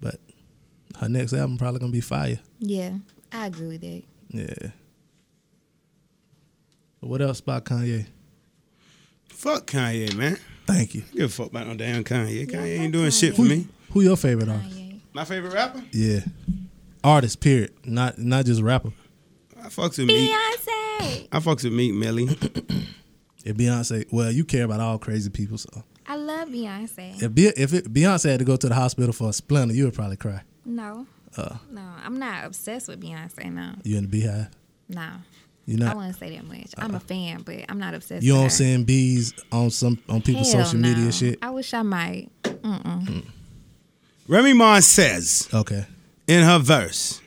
[SPEAKER 3] But her next album probably gonna be fire.
[SPEAKER 2] Yeah, I agree with that.
[SPEAKER 3] Yeah. What else about Kanye?
[SPEAKER 1] Fuck Kanye, man.
[SPEAKER 3] Thank you.
[SPEAKER 1] Give a fuck about no damn Kanye. Kanye ain't doing shit for me.
[SPEAKER 3] Who your favorite artist?
[SPEAKER 2] Kanye.
[SPEAKER 1] My favorite rapper?
[SPEAKER 3] Yeah, artist. Period. Not not just rapper.
[SPEAKER 1] I fucks with Meek.
[SPEAKER 2] Beyonce.
[SPEAKER 1] I fucks with Meek Millie.
[SPEAKER 3] If Beyonce, well, you care about all crazy people. So
[SPEAKER 2] I love Beyonce.
[SPEAKER 3] if Be- if it, Beyonce had to go to the hospital for a splinter, you would probably cry.
[SPEAKER 2] No.
[SPEAKER 3] Uh.
[SPEAKER 2] no, I'm not obsessed with Beyonce. No,
[SPEAKER 3] You in the beehive?
[SPEAKER 2] no.
[SPEAKER 3] You
[SPEAKER 2] I
[SPEAKER 3] not?
[SPEAKER 2] wouldn't say that much. I'm a fan, but I'm not obsessed.
[SPEAKER 3] Uh-uh. You
[SPEAKER 2] with
[SPEAKER 3] don't
[SPEAKER 2] her.
[SPEAKER 3] send bees on some on people's
[SPEAKER 2] Hell
[SPEAKER 3] social
[SPEAKER 2] no.
[SPEAKER 3] media shit?
[SPEAKER 2] I wish I might.
[SPEAKER 1] Remy Ma says
[SPEAKER 3] Okay.
[SPEAKER 1] in her verse,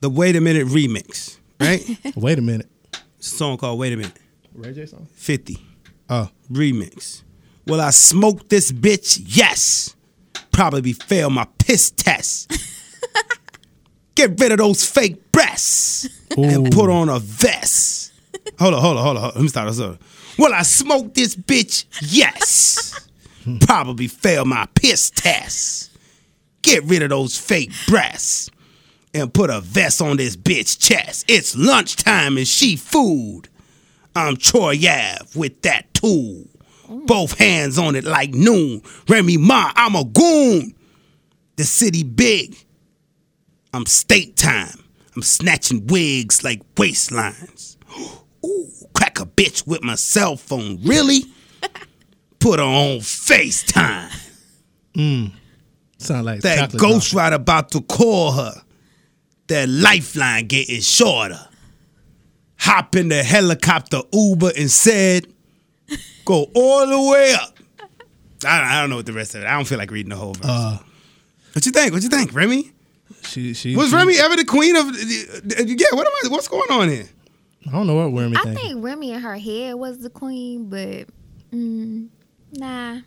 [SPEAKER 1] the Wait a Minute remix, right?
[SPEAKER 3] Wait a minute.
[SPEAKER 1] it's a song called Wait a Minute,
[SPEAKER 3] Ray J song?
[SPEAKER 1] 50
[SPEAKER 3] Oh,
[SPEAKER 1] remix. Will I smoke this bitch? Yes. Probably fail my piss test. Get rid of those fake breasts and
[SPEAKER 3] Ooh.
[SPEAKER 1] put on a vest. Hold on, hold on, hold on. hold on. Let me start this up. Will I smoke this bitch? Yes. Probably fail my piss test. Get rid of those fake breasts and put a vest on this bitch chest. It's lunchtime and she food. I'm Troy Ave with that tool. Both hands on it like noon. Remy Ma, I'm a goon. The city big. I'm state time. I'm snatching wigs like waistlines. Ooh, crack a bitch with my cell phone. Really? Put her on FaceTime.
[SPEAKER 3] Sound like
[SPEAKER 1] That
[SPEAKER 3] chocolate
[SPEAKER 1] ghost rider about to call her. That lifeline getting shorter. Hop in the helicopter Uber and said, go all the way up. I don't, I don't know what the rest of it. I don't feel like reading the whole verse.
[SPEAKER 3] Uh,
[SPEAKER 1] what you think? What you think, Remy?
[SPEAKER 3] drop. She, she,
[SPEAKER 1] Was
[SPEAKER 3] she-
[SPEAKER 1] Remy ever the queen of? Yeah. What am I? What's going on here?
[SPEAKER 3] I don't know what Remy
[SPEAKER 2] I
[SPEAKER 3] thinking.
[SPEAKER 2] think Remy in her head was the queen, but mm, nah.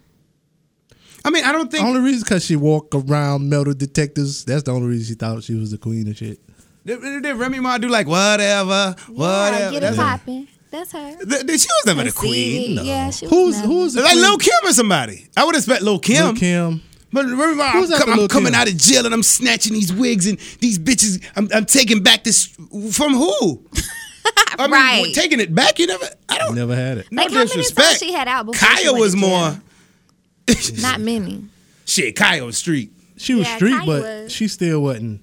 [SPEAKER 1] I mean, I don't think
[SPEAKER 3] Only reason because she walk around metal detectors. That's the only reason she thought she was the queen and shit.
[SPEAKER 1] did, did- did Remy Ma do like whatever,
[SPEAKER 2] Yeah,
[SPEAKER 1] whatever.
[SPEAKER 2] get it
[SPEAKER 1] That's-
[SPEAKER 2] popping. That's her.
[SPEAKER 1] Th- th- she was never the
[SPEAKER 2] Conceited.
[SPEAKER 1] queen.
[SPEAKER 2] Yeah, she was
[SPEAKER 3] Who's
[SPEAKER 2] never.
[SPEAKER 3] who's the
[SPEAKER 1] Like
[SPEAKER 3] queen?
[SPEAKER 1] Lil Kim or somebody. I would expect Lil Kim.
[SPEAKER 3] Lil' Kim.
[SPEAKER 1] But Remy Ma, I'm,
[SPEAKER 3] Who's after
[SPEAKER 1] com- I'm
[SPEAKER 3] Lil'
[SPEAKER 1] coming
[SPEAKER 3] Kim?
[SPEAKER 1] out of jail and I'm snatching these wigs and these bitches. I'm, I'm taking back this from who? I mean,
[SPEAKER 2] Right.
[SPEAKER 1] taking it back. You never. I don't.
[SPEAKER 3] Never had it.
[SPEAKER 1] No
[SPEAKER 2] Like, how many songs
[SPEAKER 1] disrespect.
[SPEAKER 2] she had out before she
[SPEAKER 1] Kaya
[SPEAKER 2] went
[SPEAKER 1] was
[SPEAKER 2] to
[SPEAKER 1] more.
[SPEAKER 2] Not many.
[SPEAKER 1] Shit, Kaya was street.
[SPEAKER 3] She was
[SPEAKER 2] Yeah,
[SPEAKER 3] street,
[SPEAKER 2] Kanye
[SPEAKER 3] but
[SPEAKER 2] was.
[SPEAKER 3] she still wasn't.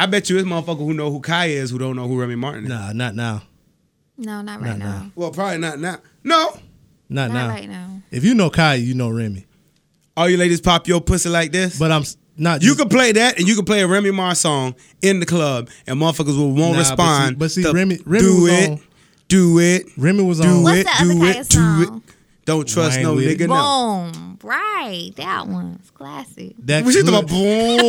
[SPEAKER 1] I bet you this motherfucker who know who Kaya is who don't know who Remy Martin is.
[SPEAKER 3] Nah, not now.
[SPEAKER 2] No, not right
[SPEAKER 3] Not
[SPEAKER 2] now.
[SPEAKER 1] Well, probably not now. No.
[SPEAKER 2] Not
[SPEAKER 3] Not, now.
[SPEAKER 2] right now.
[SPEAKER 3] If you know Kai, you know Remy.
[SPEAKER 1] All you ladies pop your pussy like this.
[SPEAKER 3] But I'm s- not.
[SPEAKER 1] you
[SPEAKER 3] just-
[SPEAKER 1] can play that and you can play a Remy Ma song in the club and motherfuckers will won't
[SPEAKER 3] Nah, but
[SPEAKER 1] respond.
[SPEAKER 3] see- but see,
[SPEAKER 1] to
[SPEAKER 3] Remy- Remy
[SPEAKER 1] do
[SPEAKER 3] was
[SPEAKER 1] it,
[SPEAKER 3] on-
[SPEAKER 1] do it,
[SPEAKER 3] Remy was
[SPEAKER 1] do
[SPEAKER 3] on.
[SPEAKER 2] What's
[SPEAKER 1] it,
[SPEAKER 2] the other
[SPEAKER 1] do
[SPEAKER 2] Kaya
[SPEAKER 1] it, do it.
[SPEAKER 2] song?
[SPEAKER 1] Don't trust
[SPEAKER 3] Wang
[SPEAKER 1] no
[SPEAKER 3] with it.
[SPEAKER 1] nigga now.
[SPEAKER 2] Boom. Right. That one's classic.
[SPEAKER 3] That
[SPEAKER 1] What you talking
[SPEAKER 3] hood,
[SPEAKER 1] about?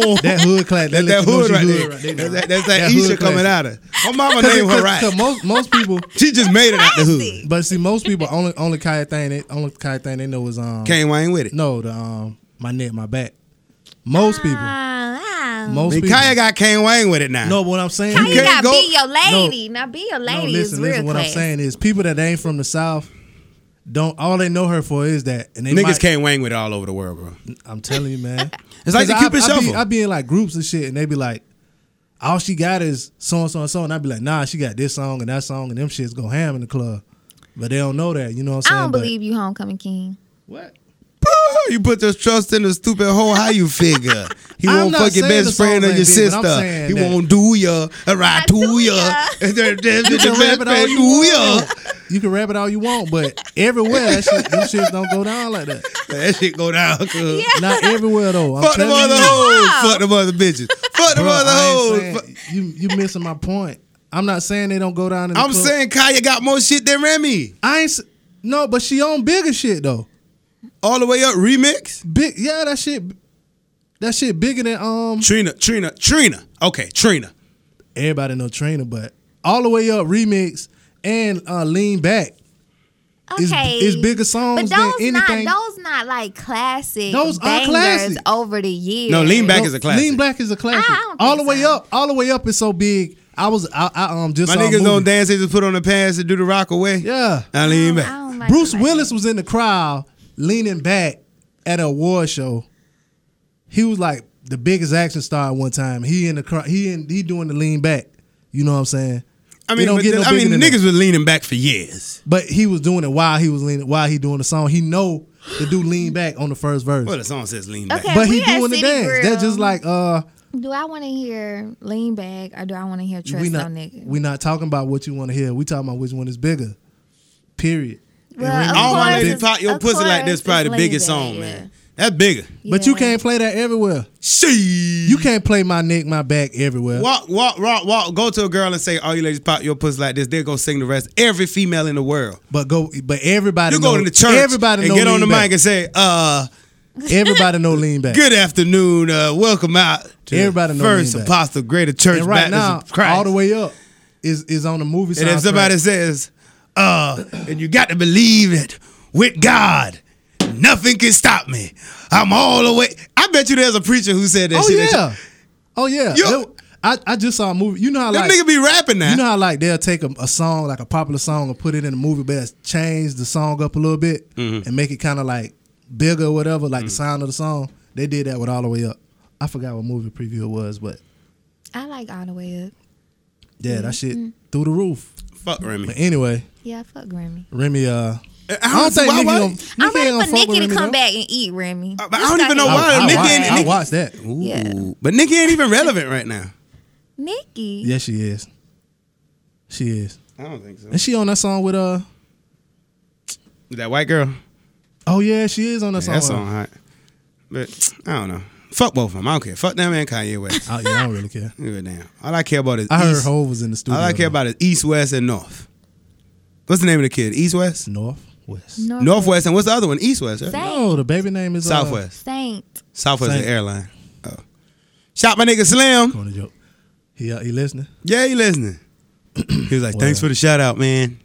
[SPEAKER 1] Boom.
[SPEAKER 3] that hood class. That,
[SPEAKER 1] That
[SPEAKER 3] let you know
[SPEAKER 1] hood
[SPEAKER 3] she
[SPEAKER 1] right
[SPEAKER 3] hood
[SPEAKER 1] there.
[SPEAKER 3] right there.
[SPEAKER 1] That's that- That's that
[SPEAKER 3] That hood
[SPEAKER 1] Isha coming out
[SPEAKER 3] class.
[SPEAKER 1] of. My mama
[SPEAKER 3] Cause,
[SPEAKER 1] named her
[SPEAKER 3] 'cause-
[SPEAKER 1] right.
[SPEAKER 3] 'cause most most people,
[SPEAKER 1] She just made it out the hood.
[SPEAKER 2] classic.
[SPEAKER 3] but see, most people only only Kai thing they only Kai thing they know is um
[SPEAKER 1] Kane Wayne with it.
[SPEAKER 3] no the um my neck my back. Most people,
[SPEAKER 2] Ah, ah.
[SPEAKER 1] I
[SPEAKER 3] most
[SPEAKER 1] mean,
[SPEAKER 3] people.
[SPEAKER 1] Kaya got Kane Wayne with it now.
[SPEAKER 3] no, but what I'm saying,
[SPEAKER 2] How you
[SPEAKER 1] can't
[SPEAKER 2] gotta
[SPEAKER 1] go-
[SPEAKER 2] be your lady. now be your lady
[SPEAKER 3] no,
[SPEAKER 2] is
[SPEAKER 3] listen,
[SPEAKER 2] real
[SPEAKER 3] listen. What I'm
[SPEAKER 2] class.
[SPEAKER 3] saying is, people that ain't from the south don't all they know her for is that, and they
[SPEAKER 1] Niggas
[SPEAKER 3] might,
[SPEAKER 1] Kane Wayne with it all over the world, bro.
[SPEAKER 3] I'm telling you, man.
[SPEAKER 1] It's like the
[SPEAKER 3] Cause I-
[SPEAKER 1] Cupid
[SPEAKER 3] I,
[SPEAKER 1] Shuffle.
[SPEAKER 3] Be, I be in like groups and shit, and they be like, "All she got is so and so and so," and I be like, "Nah, she got this song and that song, and them shits go ham in the club." But they don't know that, you know what I'm
[SPEAKER 2] I
[SPEAKER 3] saying?
[SPEAKER 2] don't
[SPEAKER 3] But-
[SPEAKER 2] believe you, homecoming king.
[SPEAKER 3] what.
[SPEAKER 1] You put your trust in a stupid hoe. How you figure? He
[SPEAKER 3] I'm
[SPEAKER 1] won't
[SPEAKER 3] not
[SPEAKER 1] fuck your
[SPEAKER 3] saying
[SPEAKER 1] best
[SPEAKER 3] the
[SPEAKER 1] friend or
[SPEAKER 3] songs
[SPEAKER 1] your
[SPEAKER 3] ain't big, but I'm
[SPEAKER 1] sister.
[SPEAKER 3] saying
[SPEAKER 1] He
[SPEAKER 3] that-
[SPEAKER 1] won't do ya, a ride to
[SPEAKER 2] do
[SPEAKER 1] ya.
[SPEAKER 2] ya.
[SPEAKER 1] That's your
[SPEAKER 3] You can
[SPEAKER 1] best
[SPEAKER 3] rap it all
[SPEAKER 1] friend
[SPEAKER 3] you
[SPEAKER 1] do ya.
[SPEAKER 3] want. You can rap it all you want, but everywhere that shit, them shits don't go down like that.
[SPEAKER 1] That shit go down. cuz.
[SPEAKER 3] Not everywhere though. I'm
[SPEAKER 1] Fuck the
[SPEAKER 3] telling
[SPEAKER 1] mother
[SPEAKER 3] you.
[SPEAKER 1] hoes. Fuck the mother bitches. Fuck the
[SPEAKER 3] Bro,
[SPEAKER 1] mother
[SPEAKER 3] I
[SPEAKER 1] hoes.
[SPEAKER 3] ain't
[SPEAKER 1] Fuck-
[SPEAKER 3] saying- You you missing my point. I'm not saying they don't go down. In the
[SPEAKER 1] I'm
[SPEAKER 3] club.
[SPEAKER 1] saying Kaya got more shit than Remy.
[SPEAKER 3] I ain't s- no, but she on bigger shit though.
[SPEAKER 1] All the way up remix.
[SPEAKER 3] Big yeah, that shit. That shit bigger than um.
[SPEAKER 1] Trina, Trina, Trina. Okay, Trina.
[SPEAKER 3] Everybody know Trainer, but all the way up remix and uh, lean back. It's-
[SPEAKER 2] Okay,
[SPEAKER 3] it's bigger
[SPEAKER 2] but
[SPEAKER 3] songs than
[SPEAKER 2] those
[SPEAKER 3] anything.
[SPEAKER 2] Not, those not like classic.
[SPEAKER 3] Those are
[SPEAKER 2] bangers
[SPEAKER 3] classic.
[SPEAKER 2] over the years.
[SPEAKER 1] No, lean back
[SPEAKER 3] No,
[SPEAKER 1] is a classic.
[SPEAKER 3] Lean back is a classic.
[SPEAKER 2] I don't think
[SPEAKER 3] all the way
[SPEAKER 2] so.
[SPEAKER 3] up, all the way up is so big. I was I, I um just
[SPEAKER 1] My
[SPEAKER 3] saw a
[SPEAKER 1] niggas
[SPEAKER 3] movie.
[SPEAKER 1] don't dance. They just put on the pants and do the rock away.
[SPEAKER 3] Yeah,
[SPEAKER 1] I
[SPEAKER 2] I
[SPEAKER 1] lean
[SPEAKER 2] don't-
[SPEAKER 1] back.
[SPEAKER 2] Oh, I don't like
[SPEAKER 3] Bruce
[SPEAKER 2] them like
[SPEAKER 3] Willis
[SPEAKER 2] that.
[SPEAKER 3] was in the crowd leaning back at a award show. He was like the biggest action star at one time. He in the crowd. He in he doing the lean back. You know what I'm saying?
[SPEAKER 1] I
[SPEAKER 3] It
[SPEAKER 1] mean,
[SPEAKER 3] don't
[SPEAKER 1] but
[SPEAKER 3] get
[SPEAKER 1] the-
[SPEAKER 3] no
[SPEAKER 1] I
[SPEAKER 3] bigger
[SPEAKER 1] mean,
[SPEAKER 3] than that.
[SPEAKER 1] niggas were leaning back for years.
[SPEAKER 3] But he was doing it while he was leaning while he doing the song. He know the dude lean back on the first verse.
[SPEAKER 1] Well, the song says lean back.
[SPEAKER 2] Okay.
[SPEAKER 3] but
[SPEAKER 2] we
[SPEAKER 3] he
[SPEAKER 2] at
[SPEAKER 3] doing the
[SPEAKER 2] City
[SPEAKER 3] dance. That's
[SPEAKER 2] Grill.
[SPEAKER 3] just like uh
[SPEAKER 2] Do I want to hear lean back or do I want to hear trust
[SPEAKER 3] we
[SPEAKER 2] no
[SPEAKER 3] not
[SPEAKER 2] nigga?
[SPEAKER 3] we not talking about what you want to hear. We talking about which one is bigger. Period. And
[SPEAKER 2] Well,
[SPEAKER 3] Remy-
[SPEAKER 2] of
[SPEAKER 1] All my
[SPEAKER 2] course
[SPEAKER 1] lady
[SPEAKER 2] it's-
[SPEAKER 1] pop your
[SPEAKER 2] of
[SPEAKER 1] pussy like
[SPEAKER 2] course
[SPEAKER 1] this probably the
[SPEAKER 2] it's
[SPEAKER 1] biggest
[SPEAKER 2] lean
[SPEAKER 1] song,
[SPEAKER 2] back,
[SPEAKER 1] man. That's bigger.
[SPEAKER 3] but you
[SPEAKER 2] Yeah.
[SPEAKER 3] can't play that everywhere.
[SPEAKER 1] She
[SPEAKER 3] You can't play my neck, my back everywhere.
[SPEAKER 1] walk, walk, walk, walk. Go to a girl and say, "All you ladies pop your pussy like this." They're gonna sing the rest. Every female in the world.
[SPEAKER 3] But go, but everybody.
[SPEAKER 1] You go
[SPEAKER 3] know-
[SPEAKER 1] to the church.
[SPEAKER 3] Everybody
[SPEAKER 1] and
[SPEAKER 3] know
[SPEAKER 1] get on the
[SPEAKER 3] lean
[SPEAKER 1] mic and say, "Uh,
[SPEAKER 3] back. Everybody know lean back.
[SPEAKER 1] good afternoon. Uh, welcome out to
[SPEAKER 3] Everybody
[SPEAKER 1] the
[SPEAKER 3] know
[SPEAKER 1] First
[SPEAKER 3] lean back.
[SPEAKER 1] Apostle Greater Church
[SPEAKER 3] And right
[SPEAKER 1] Baptist
[SPEAKER 3] now,
[SPEAKER 1] of Christ."
[SPEAKER 3] all the way up is is on the movie.
[SPEAKER 1] And if
[SPEAKER 3] soundtrack.
[SPEAKER 1] somebody says, uh, and you got to believe it with God, nothing can stop me. I'm all the way. I bet you there's a preacher who said that
[SPEAKER 3] oh
[SPEAKER 1] shit.
[SPEAKER 3] yeah, oh yeah.
[SPEAKER 1] You-
[SPEAKER 3] It- I, I just saw a movie. You know how
[SPEAKER 1] Them
[SPEAKER 3] like
[SPEAKER 1] nigga be rapping now.
[SPEAKER 3] you know how like they'll take a, a song like a popular song and put it in a movie, but it's change the song up a little bit
[SPEAKER 1] Mm-hmm.
[SPEAKER 3] and make it kind of like bigger or whatever, like
[SPEAKER 1] Mm.
[SPEAKER 3] the sound of the song. They did that with all the way up. I forgot what movie preview it was, but
[SPEAKER 2] I like all the way up.
[SPEAKER 3] yeah, that shit
[SPEAKER 2] Mm-hmm.
[SPEAKER 3] through the roof.
[SPEAKER 1] Fuck
[SPEAKER 3] But
[SPEAKER 1] Remy.
[SPEAKER 3] anyway,
[SPEAKER 2] Yeah, fuck Remy.
[SPEAKER 3] Remy, uh, I
[SPEAKER 1] Eh, How-
[SPEAKER 3] don't think
[SPEAKER 1] why-
[SPEAKER 3] Nicki
[SPEAKER 1] why-
[SPEAKER 3] gonna- Nicki
[SPEAKER 2] I'm
[SPEAKER 3] ain't
[SPEAKER 2] ready
[SPEAKER 3] gonna
[SPEAKER 2] for Nikki
[SPEAKER 3] fuck with
[SPEAKER 2] to
[SPEAKER 3] Remy,
[SPEAKER 2] come
[SPEAKER 3] though.
[SPEAKER 2] back and eat Remy.
[SPEAKER 1] Uh, I- I don't even know
[SPEAKER 3] I,
[SPEAKER 1] why
[SPEAKER 3] I,
[SPEAKER 1] Nicki
[SPEAKER 3] watched,
[SPEAKER 1] and-
[SPEAKER 3] I
[SPEAKER 1] Nicki-
[SPEAKER 3] watched that.
[SPEAKER 1] Ooh.
[SPEAKER 2] Yeah.
[SPEAKER 1] But Nicki ain't even relevant right now.
[SPEAKER 2] Nikki.
[SPEAKER 3] Yeah, she is. She is,
[SPEAKER 1] I don't think so.
[SPEAKER 3] and she on that song with uh.
[SPEAKER 1] That white girl.
[SPEAKER 3] Oh yeah, she is on that song.
[SPEAKER 1] That song hot. But I don't know. Fuck both of them. I don't care. Fuck them and Kanye West.
[SPEAKER 3] I, yeah, I don't really care.
[SPEAKER 1] Give a damn. All I care about is
[SPEAKER 3] I heard
[SPEAKER 1] East.
[SPEAKER 3] Hov was in the studio.
[SPEAKER 1] All I care
[SPEAKER 3] though.
[SPEAKER 1] about is East, West, and North. What's the name of the kid? East, West,
[SPEAKER 3] North West.
[SPEAKER 2] North-
[SPEAKER 1] Northwest, and what's the other one? East, West, right?
[SPEAKER 2] Sa-
[SPEAKER 3] No, the baby name is uh,
[SPEAKER 1] Southwest.
[SPEAKER 2] Saint.
[SPEAKER 1] Southwest is
[SPEAKER 3] Same.
[SPEAKER 1] airline. Oh, shot my nigga Slim.
[SPEAKER 3] On a joke. He uh, he listening.
[SPEAKER 1] Yeah, he listening. He was like,
[SPEAKER 3] Well.
[SPEAKER 1] "Thanks for the shout out, man."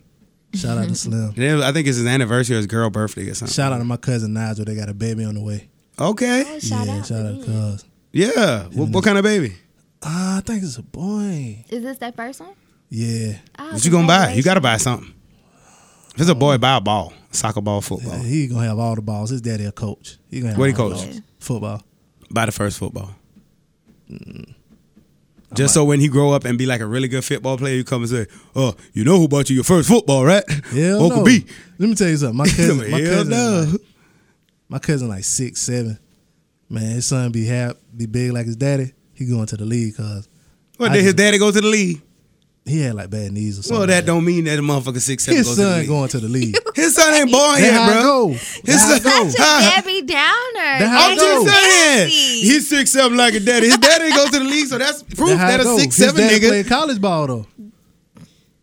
[SPEAKER 3] Shout out to Slim.
[SPEAKER 1] And then I think it's his anniversary or his girl birthday or something.
[SPEAKER 3] Shout out to my cousin Nigel. They got a baby on the way.
[SPEAKER 2] Oh,
[SPEAKER 1] Okay.
[SPEAKER 2] shout
[SPEAKER 3] yeah,
[SPEAKER 2] out.
[SPEAKER 3] shout
[SPEAKER 2] to
[SPEAKER 3] out to
[SPEAKER 2] them.
[SPEAKER 3] cuz.
[SPEAKER 1] Yeah. What, what kind of baby?
[SPEAKER 3] Ah, I think it's a boy.
[SPEAKER 2] Is this that first one?
[SPEAKER 3] Yeah.
[SPEAKER 2] Oh,
[SPEAKER 1] What you gonna buy? You
[SPEAKER 2] congratulations.
[SPEAKER 1] gotta buy something. If it's a boy, buy a ball, soccer ball, football.
[SPEAKER 3] He gonna have all the balls. His daddy a coach. He gonna have
[SPEAKER 1] What he
[SPEAKER 3] all the
[SPEAKER 1] coach?
[SPEAKER 3] balls. Football.
[SPEAKER 1] Buy the first football. Just so when he grow up and be like a really good football player, you come and say, "Oh, you know who bought you your first football, right?
[SPEAKER 3] Hell
[SPEAKER 1] Uncle
[SPEAKER 3] no.
[SPEAKER 1] B."
[SPEAKER 3] Let me tell you something. My cousin, my
[SPEAKER 1] Hell
[SPEAKER 3] cousin,
[SPEAKER 1] no.
[SPEAKER 3] like, my cousin, like six seven. Man, his son be half, be big like his daddy. He going to the league cause
[SPEAKER 1] Well,
[SPEAKER 3] I
[SPEAKER 1] did his
[SPEAKER 3] just-
[SPEAKER 1] daddy go to the league?
[SPEAKER 3] he had like bad knees or something.
[SPEAKER 1] Well, that
[SPEAKER 3] like
[SPEAKER 1] don't mean that the motherfucker six seven
[SPEAKER 3] His
[SPEAKER 1] goes to the
[SPEAKER 3] son
[SPEAKER 1] league.
[SPEAKER 3] going to the league.
[SPEAKER 1] His son ain't born
[SPEAKER 3] That how
[SPEAKER 1] yet,
[SPEAKER 3] it
[SPEAKER 1] bro.
[SPEAKER 3] go.
[SPEAKER 1] His
[SPEAKER 3] That how it
[SPEAKER 1] son.
[SPEAKER 2] Such a
[SPEAKER 1] Huh?
[SPEAKER 2] Debbie Downer.
[SPEAKER 3] how
[SPEAKER 1] I'm
[SPEAKER 3] it
[SPEAKER 2] That's
[SPEAKER 3] go.
[SPEAKER 1] just saying.
[SPEAKER 2] nasty.
[SPEAKER 1] He's six seven like his daddy. His daddy didn't go to the league, so that's proof
[SPEAKER 3] That how
[SPEAKER 1] that
[SPEAKER 3] it
[SPEAKER 1] a
[SPEAKER 3] go.
[SPEAKER 1] six
[SPEAKER 3] His
[SPEAKER 1] seven
[SPEAKER 3] dad
[SPEAKER 1] nigga.
[SPEAKER 3] played college ball though.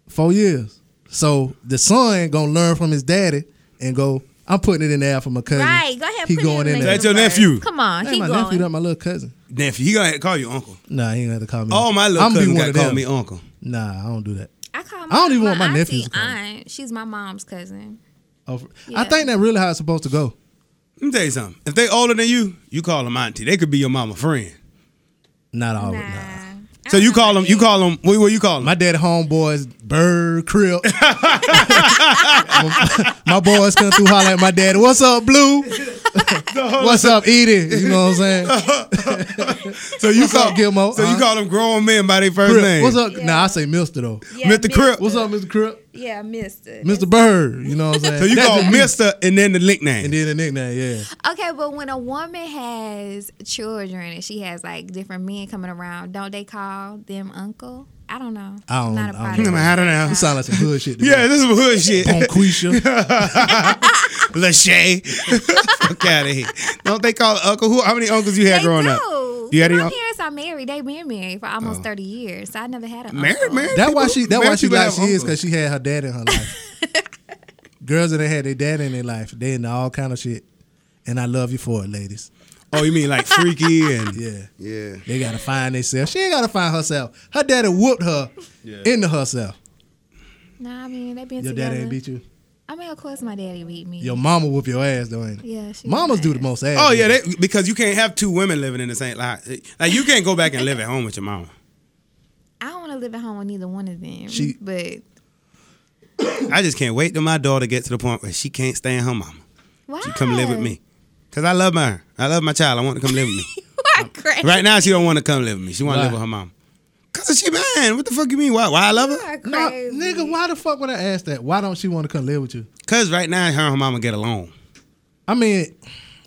[SPEAKER 3] Four years. So the son gonna learn from his daddy and go. I'm putting it in there for my cousin.
[SPEAKER 2] Right. Go ahead.
[SPEAKER 3] He
[SPEAKER 2] put
[SPEAKER 3] going
[SPEAKER 2] it
[SPEAKER 3] in,
[SPEAKER 2] the
[SPEAKER 3] there.
[SPEAKER 1] That's your
[SPEAKER 2] universe.
[SPEAKER 1] nephew.
[SPEAKER 2] Come on.
[SPEAKER 3] That
[SPEAKER 2] he
[SPEAKER 3] ain't my
[SPEAKER 2] going.
[SPEAKER 3] nephew, that my little cousin.
[SPEAKER 1] Nephew, he gonna call you uncle.
[SPEAKER 3] Nah, he ain't gonna have to call me.
[SPEAKER 1] All my little
[SPEAKER 3] I'm Mm. be
[SPEAKER 1] cousins
[SPEAKER 3] one
[SPEAKER 1] got
[SPEAKER 3] of
[SPEAKER 1] call
[SPEAKER 3] them.
[SPEAKER 1] me uncle.
[SPEAKER 3] Nah, I don't do that.
[SPEAKER 2] I call
[SPEAKER 3] I don't even want my
[SPEAKER 2] auntie
[SPEAKER 3] nephews to call me.
[SPEAKER 2] Aunt. She's my mom's cousin.
[SPEAKER 3] Oh, for- I
[SPEAKER 2] Yeah.
[SPEAKER 3] think that really how it's supposed to go.
[SPEAKER 1] Let me tell you something. If they older than you, you call them auntie. They could be your mama friend.
[SPEAKER 3] Not
[SPEAKER 2] nah.
[SPEAKER 3] always. Oh, Nah.
[SPEAKER 2] I
[SPEAKER 1] So you
[SPEAKER 2] don't
[SPEAKER 1] call
[SPEAKER 2] know
[SPEAKER 1] them. You
[SPEAKER 2] that.
[SPEAKER 1] call them. What, what you call them?
[SPEAKER 3] My daddy homeboys, Bird Crip. my, my boys come through holler at my daddy. What's up, Blue? What's up, Edie? You know what I'm saying?
[SPEAKER 1] so you
[SPEAKER 3] What's
[SPEAKER 1] call
[SPEAKER 3] up, Gilmo?
[SPEAKER 1] So you
[SPEAKER 3] Uh-huh.
[SPEAKER 1] call them grown men by their first
[SPEAKER 3] Crip.
[SPEAKER 1] name.
[SPEAKER 3] What's up?
[SPEAKER 2] Yeah.
[SPEAKER 3] Nah, I say Mister though.
[SPEAKER 2] Yeah,
[SPEAKER 1] Mr.
[SPEAKER 2] Miss-
[SPEAKER 1] Crip.
[SPEAKER 3] What's up, Mr. Crip?
[SPEAKER 2] Yeah, Mister.
[SPEAKER 3] Mr. Bird. You know what I'm saying?
[SPEAKER 1] So you
[SPEAKER 3] That's
[SPEAKER 1] call
[SPEAKER 3] just me.
[SPEAKER 1] Mister and then the lick name.
[SPEAKER 3] and then the nickname. Yeah,
[SPEAKER 2] Okay, but when a woman has children and she has like different men coming around, don't they call them uncle? I don't know.
[SPEAKER 3] I don't-
[SPEAKER 2] I'm not a
[SPEAKER 3] I don't
[SPEAKER 2] product.
[SPEAKER 1] know. I don't know.
[SPEAKER 3] you sound like some hood shit. to me.
[SPEAKER 1] yeah, this is hood shit.
[SPEAKER 3] Bonquisha.
[SPEAKER 1] Lachey. Fuck out of here. Don't they call it uncle? Who? How many uncles you had
[SPEAKER 2] They
[SPEAKER 1] growing
[SPEAKER 2] do.
[SPEAKER 1] up? You had any
[SPEAKER 2] My
[SPEAKER 1] un-
[SPEAKER 2] parents are married. They've been married for almost
[SPEAKER 3] Oh.
[SPEAKER 2] thirty years. So I never had an
[SPEAKER 1] married?
[SPEAKER 2] uncle.
[SPEAKER 1] Married?
[SPEAKER 3] That's why
[SPEAKER 1] people-
[SPEAKER 3] she. That's
[SPEAKER 1] married
[SPEAKER 3] why she
[SPEAKER 1] people
[SPEAKER 3] like
[SPEAKER 1] have
[SPEAKER 3] she is
[SPEAKER 1] uncles.
[SPEAKER 3] because she had her dad in her life. Girls that they had their dad in their life, they into all kind of shit, and I love you for it, ladies.
[SPEAKER 1] Oh, you mean like freaky and
[SPEAKER 3] Yeah.
[SPEAKER 1] yeah.
[SPEAKER 3] They gotta find themselves. She ain't gotta find herself. Her daddy whooped her
[SPEAKER 1] Yeah.
[SPEAKER 3] into herself.
[SPEAKER 2] Nah, I mean they've been
[SPEAKER 3] Your
[SPEAKER 2] together.
[SPEAKER 3] daddy ain't beat you.
[SPEAKER 2] I mean, of course, my daddy beat me.
[SPEAKER 3] Your mama whoop your ass though, ain't it?
[SPEAKER 2] Yeah, she
[SPEAKER 3] Mamas
[SPEAKER 2] whooped
[SPEAKER 3] do
[SPEAKER 2] my
[SPEAKER 3] the most ass.
[SPEAKER 1] Oh yeah,
[SPEAKER 3] whooping.
[SPEAKER 1] they, because you can't have two women living in the same like like you can't go back and live at home with your mama.
[SPEAKER 2] I don't want to live at home with neither one of them.
[SPEAKER 3] She-
[SPEAKER 2] but
[SPEAKER 1] I just can't wait till my daughter gets to the point where she can't stand her mama.
[SPEAKER 2] why?
[SPEAKER 1] She come live with me. Cause I love my, I love my child. I want her to come live with me.
[SPEAKER 2] you are crazy.
[SPEAKER 1] Right now, she don't want to come live with me. She want to
[SPEAKER 3] Why?
[SPEAKER 1] live with her mom. Cause she man, what the fuck you mean? Why? Why I love
[SPEAKER 2] You
[SPEAKER 1] her?
[SPEAKER 2] are
[SPEAKER 3] Nah,
[SPEAKER 2] crazy.
[SPEAKER 3] nigga, why the fuck would I ask that? Why don't she want to come live with you?
[SPEAKER 1] Cause right now, her and her mama get along.
[SPEAKER 3] I mean,